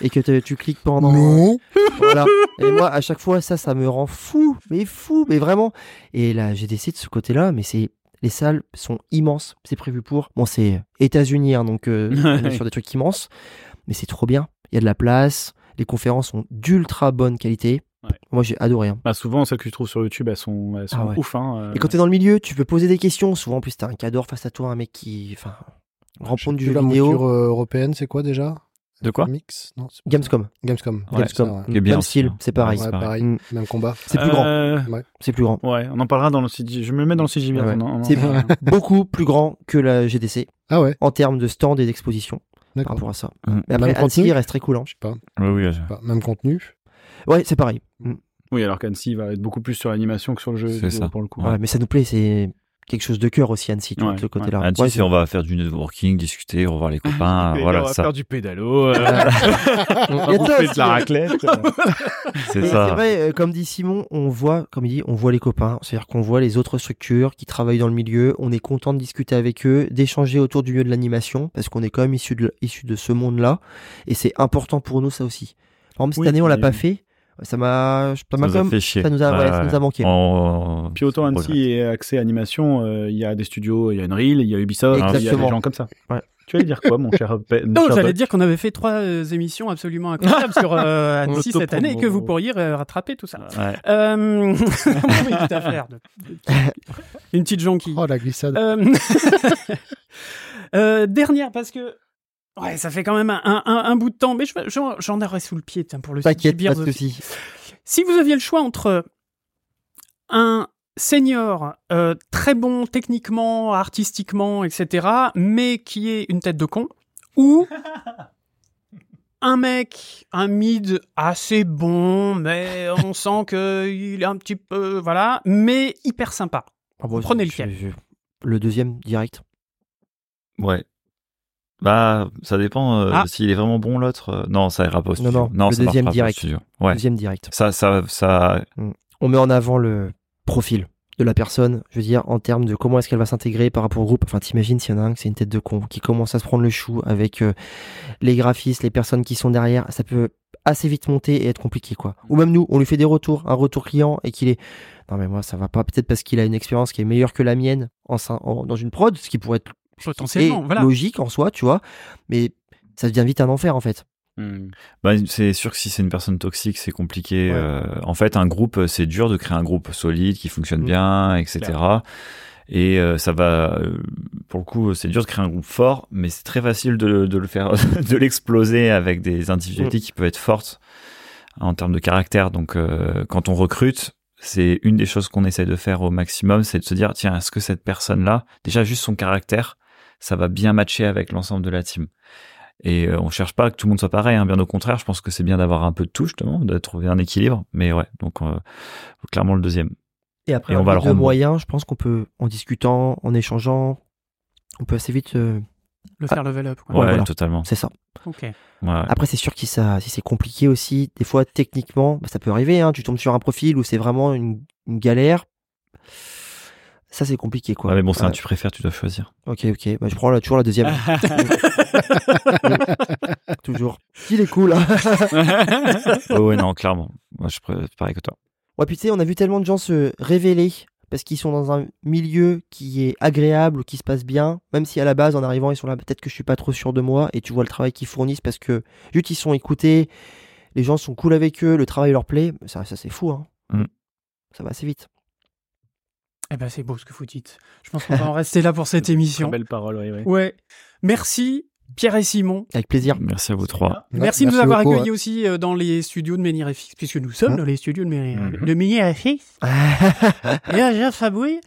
Speaker 6: et que te- tu cliques pendant.
Speaker 3: Non.
Speaker 6: Voilà. Et moi, à chaque fois, ça, ça me rend fou, mais fou, mais vraiment. Et là, GDC de ce côté-là, mais c'est. Les salles sont immenses, c'est prévu pour. Bon, c'est États-Unis, hein, donc euh, on est sur des trucs immenses, mais c'est trop bien. Il y a de la place, les conférences sont d'ultra bonne qualité.
Speaker 2: Ouais.
Speaker 6: Moi, j'ai adoré. hein.
Speaker 2: Bah, souvent, celles que tu trouves sur YouTube, elles sont, elles sont
Speaker 6: Ah ouais.
Speaker 2: ouf. Hein,
Speaker 6: Et quand t'es dans le milieu, tu peux poser des questions. Souvent, en plus, t'as un cadre face à toi, un mec qui. Enfin,
Speaker 3: Je sais
Speaker 6: rencontre du
Speaker 3: plus,
Speaker 6: jeu
Speaker 3: la
Speaker 6: vidéo.
Speaker 3: mouture euh, européenne, c'est quoi déjà
Speaker 5: De quoi
Speaker 3: Mix Non, c'est-
Speaker 6: Gamescom.
Speaker 3: Gamescom.
Speaker 5: Ouais,
Speaker 6: Gamescom.
Speaker 3: ça, ouais.
Speaker 5: Qui est bien
Speaker 6: Même
Speaker 5: aussi,
Speaker 6: style,
Speaker 5: hein.
Speaker 6: c'est pareil.
Speaker 5: Ouais.
Speaker 3: Ouais,
Speaker 5: c'est pareil.
Speaker 3: pareil.
Speaker 6: Mm.
Speaker 3: Même combat.
Speaker 6: C'est plus grand.
Speaker 2: Euh,
Speaker 6: C'est plus grand.
Speaker 2: Ouais, on en parlera dans le CJ. Je me le mets dans le CJ.
Speaker 6: Ah Ouais.
Speaker 2: on en- on en-
Speaker 6: C'est beaucoup plus grand que la GDC
Speaker 3: Ah ouais,
Speaker 6: en termes de stands et d'expositions par
Speaker 3: d'accord.
Speaker 6: rapport à ça.
Speaker 5: Mm.
Speaker 6: Mais après,
Speaker 3: Même
Speaker 6: Annecy
Speaker 3: contenu
Speaker 6: il reste très cool. hein.
Speaker 3: Je sais pas.
Speaker 5: Oui, oui, je-
Speaker 3: pas. Même contenu.
Speaker 6: Ouais, c'est pareil. Mm.
Speaker 2: Oui, alors qu'Annecy va être beaucoup plus sur l'animation que sur le jeu
Speaker 5: C'est
Speaker 2: vidéo,
Speaker 5: ça.
Speaker 2: pour le coup.
Speaker 6: Ouais, mais ça nous plaît, c'est quelque chose de cœur aussi, Annecy, tu vois,
Speaker 2: Ouais,
Speaker 6: de ce côté-là.
Speaker 5: Annecy,
Speaker 6: Ouais,
Speaker 5: c'est on va faire du networking, discuter, revoir les copains,
Speaker 2: Et
Speaker 5: Ah, voilà
Speaker 2: on va
Speaker 5: ça.
Speaker 2: faire du pédalo. euh, on va
Speaker 6: Et toi
Speaker 2: bouffer de
Speaker 6: aussi.
Speaker 2: la raclette.
Speaker 5: C'est
Speaker 6: Mais C'est
Speaker 5: ça.
Speaker 6: vrai, euh, comme dit Simon, on voit, comme il dit, on voit les copains, c'est-à-dire qu'on voit les autres structures qui travaillent dans le milieu, on est content de discuter avec eux, d'échanger autour du milieu de l'animation, parce qu'on est quand même issu de, issu de ce monde-là, et c'est important pour nous ça aussi. Par exemple, cette
Speaker 2: Oui,
Speaker 6: année on l'a
Speaker 2: puis-
Speaker 6: pas fait, ça m'a, je- ça
Speaker 5: Ça
Speaker 6: m'a
Speaker 5: nous
Speaker 6: quand
Speaker 5: a
Speaker 6: même-
Speaker 5: fait chier.
Speaker 6: ça nous a, ouais,
Speaker 5: Ouais,
Speaker 6: ça
Speaker 5: ouais.
Speaker 6: nous a manqué.
Speaker 5: On-
Speaker 2: Puis autant
Speaker 5: on regrette.
Speaker 2: Annecy et accès animation, euh, il y a des studios, il y a Unreal, il y a Ubisoft, il y a des
Speaker 6: Exactement.
Speaker 2: gens comme ça.
Speaker 6: Ouais.
Speaker 2: Tu allais dire quoi, mon cher Pe- mon
Speaker 1: Non,
Speaker 2: cher
Speaker 1: j'allais
Speaker 2: Doc
Speaker 1: dire qu'on avait fait trois euh, émissions absolument incroyables sur euh, Annecy cette
Speaker 2: Autopromo.
Speaker 1: année et que vous pourriez euh, rattraper tout ça.
Speaker 2: Ah,
Speaker 5: Ouais.
Speaker 1: Euh... oui, tout à fait. Une petite jonquille.
Speaker 3: Oh, la glissade.
Speaker 1: Euh, euh, dernière, parce que. Ouais, ça fait quand même un, un- un bout de temps, mais je- j'en j'en aurais sous le pied tiens, pour le
Speaker 6: T'inquiète,
Speaker 1: City
Speaker 6: pas
Speaker 1: Beers
Speaker 6: de
Speaker 1: aussi.
Speaker 6: soucis.
Speaker 1: Si vous aviez le choix entre un senior euh, très bon techniquement, artistiquement, etc., mais qui est une tête de con, ou un mec, un mid assez bon, mais on sent qu'il est un petit peu, voilà, mais hyper sympa.
Speaker 6: Ah bon,
Speaker 1: Prenez
Speaker 6: je-
Speaker 1: lequel.
Speaker 6: je- Le deuxième direct.
Speaker 5: Ouais. Bah, ça dépend euh,
Speaker 1: Ah.
Speaker 5: s'il est vraiment bon l'autre. euh, Non, ça ira pas au studio.
Speaker 6: non, le
Speaker 5: ça marchera
Speaker 6: deuxième
Speaker 5: pas au
Speaker 6: direct.
Speaker 5: studio. Ouais.
Speaker 6: Deuxième direct.
Speaker 5: Ça, ça, ça.
Speaker 6: on met en avant le profil de la personne, je veux dire, en termes de comment est-ce qu'elle va s'intégrer par rapport au groupe. Enfin, t'imagines s'il y en a un que c'est une tête de con, qui commence à se prendre le chou avec euh, les graphistes, les personnes qui sont derrière, ça peut assez vite monter et être compliqué, quoi. Ou même nous, on lui fait des retours, un retour client, et qu'il est, non mais moi ça va pas, peut-être parce qu'il a une expérience qui est meilleure que la mienne en, cin- en- dans une prod, ce qui pourrait être
Speaker 1: Potentiellement,
Speaker 6: est
Speaker 1: voilà.
Speaker 6: logique en soi, tu vois, mais ça devient vite un enfer, en fait.
Speaker 2: Hmm.
Speaker 5: Bah, c'est sûr que si c'est une personne toxique, c'est compliqué.
Speaker 6: Ouais.
Speaker 5: euh, en fait, un groupe, euh, c'est dur de créer un groupe solide qui fonctionne
Speaker 6: Mm.
Speaker 5: bien, etc. Et euh, ça va, euh, pour le coup, c'est dur de créer un groupe fort, mais c'est très facile de, de le faire, de l'exploser avec des
Speaker 6: Mm.
Speaker 5: individualités qui peuvent être fortes en termes de caractère. Donc, euh, quand on recrute, c'est une des choses qu'on essaie de faire au maximum, c'est de se dire, tiens, est-ce que cette personne-là, déjà juste son caractère, ça va bien matcher avec l'ensemble de la team. Et euh, on cherche pas que tout le monde soit pareil, hein. bien au contraire, je pense que c'est bien d'avoir un peu de tout justement, de trouver un équilibre. Mais ouais, donc euh, clairement le deuxième.
Speaker 6: Et après,
Speaker 5: Et on
Speaker 6: on
Speaker 5: va le
Speaker 6: de
Speaker 5: rendre.
Speaker 6: moyens, je pense qu'on peut, en discutant, en échangeant, on peut assez vite, euh,
Speaker 1: Le faire level up.
Speaker 5: Ouais,
Speaker 1: Quoi.
Speaker 6: voilà. Ah,
Speaker 5: totalement.
Speaker 6: c'est ça.
Speaker 1: Ok.
Speaker 5: Ouais, ouais.
Speaker 6: Après, c'est sûr que si, ça, si c'est compliqué aussi, des fois, techniquement, bah, ça peut arriver. Hein, tu tombes sur un profil où c'est vraiment une, une galère. Ça, c'est compliqué, quoi.
Speaker 5: Ouais, Ah, mais bon, c'est un
Speaker 6: Ouais.
Speaker 5: tu préfères, tu dois choisir.
Speaker 6: Ok, ok. Bah, je prends là, toujours la deuxième. toujours. Il est cool. hein.
Speaker 5: ouais, ouais, non, clairement. Moi, je préfère pareil que toi.
Speaker 6: Ouais, puis tu sais, on a vu tellement de gens se révéler parce qu'ils sont dans un milieu qui est agréable, qui se passe bien, même si à la base, en arrivant, ils sont là, peut-être que je suis pas trop sûr de moi, et tu vois le travail qu'ils fournissent parce que juste ils sont écoutés, les gens sont cool avec eux, le travail leur plaît, ça, ça c'est fou, hein.
Speaker 5: Mm.
Speaker 6: Ça va assez vite.
Speaker 1: Eh ben, c'est beau ce que vous dites. Je pense qu'on va en rester là pour cette émission.
Speaker 2: Très belle parole, oui, oui.
Speaker 1: Ouais. Merci, Pierre et Simon.
Speaker 6: Avec plaisir.
Speaker 5: Merci à vous trois.
Speaker 3: Ouais,
Speaker 1: Merci, de nous avoir
Speaker 3: beaucoup,
Speaker 1: accueillis aussi euh, dans les studios de Ménirefix, puisque nous sommes
Speaker 6: Hein
Speaker 1: dans les studios de Ménirefix.
Speaker 2: Mhm. Ah.
Speaker 1: De Ménirefix. et euh, Jean Fabouille.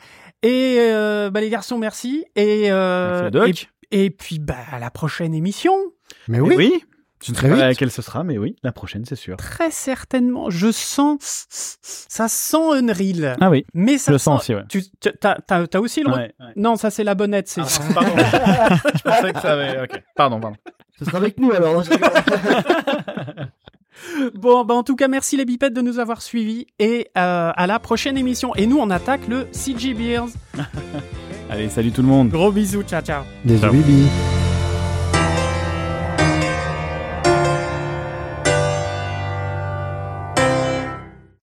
Speaker 1: Et euh, bah, les garçons, merci. Et,
Speaker 2: Merci
Speaker 1: euh,
Speaker 2: à Doc.
Speaker 1: et, et puis bah, à la prochaine émission,
Speaker 3: ouais. Mais
Speaker 2: Et
Speaker 3: oui,
Speaker 2: Eh oui. Je ne
Speaker 3: Très
Speaker 2: sais pas
Speaker 3: vite.
Speaker 2: laquelle ce sera, mais oui, la prochaine, c'est sûr.
Speaker 1: très certainement. Je sens, ça sent Unreal.
Speaker 2: Ah oui,
Speaker 1: Mais ça
Speaker 2: je le
Speaker 1: sent-
Speaker 2: sens aussi, ouais.
Speaker 1: Tu tu- t'as t'as- t'as aussi le. re-
Speaker 2: Ouais, ouais.
Speaker 1: Non, ça c'est la bonnette, c'est.
Speaker 2: Ah, pardon. je pensais que ça avait. Ok, pardon, pardon.
Speaker 6: Ce sera avec nous alors.
Speaker 1: Bon, bah en tout cas, merci les bipettes de nous avoir suivis et euh, à la prochaine émission. Et nous, on attaque le CG Beers.
Speaker 2: Allez, salut tout le monde.
Speaker 1: Gros bisous, ciao, ciao.
Speaker 3: des
Speaker 5: Ciao.
Speaker 3: bibis.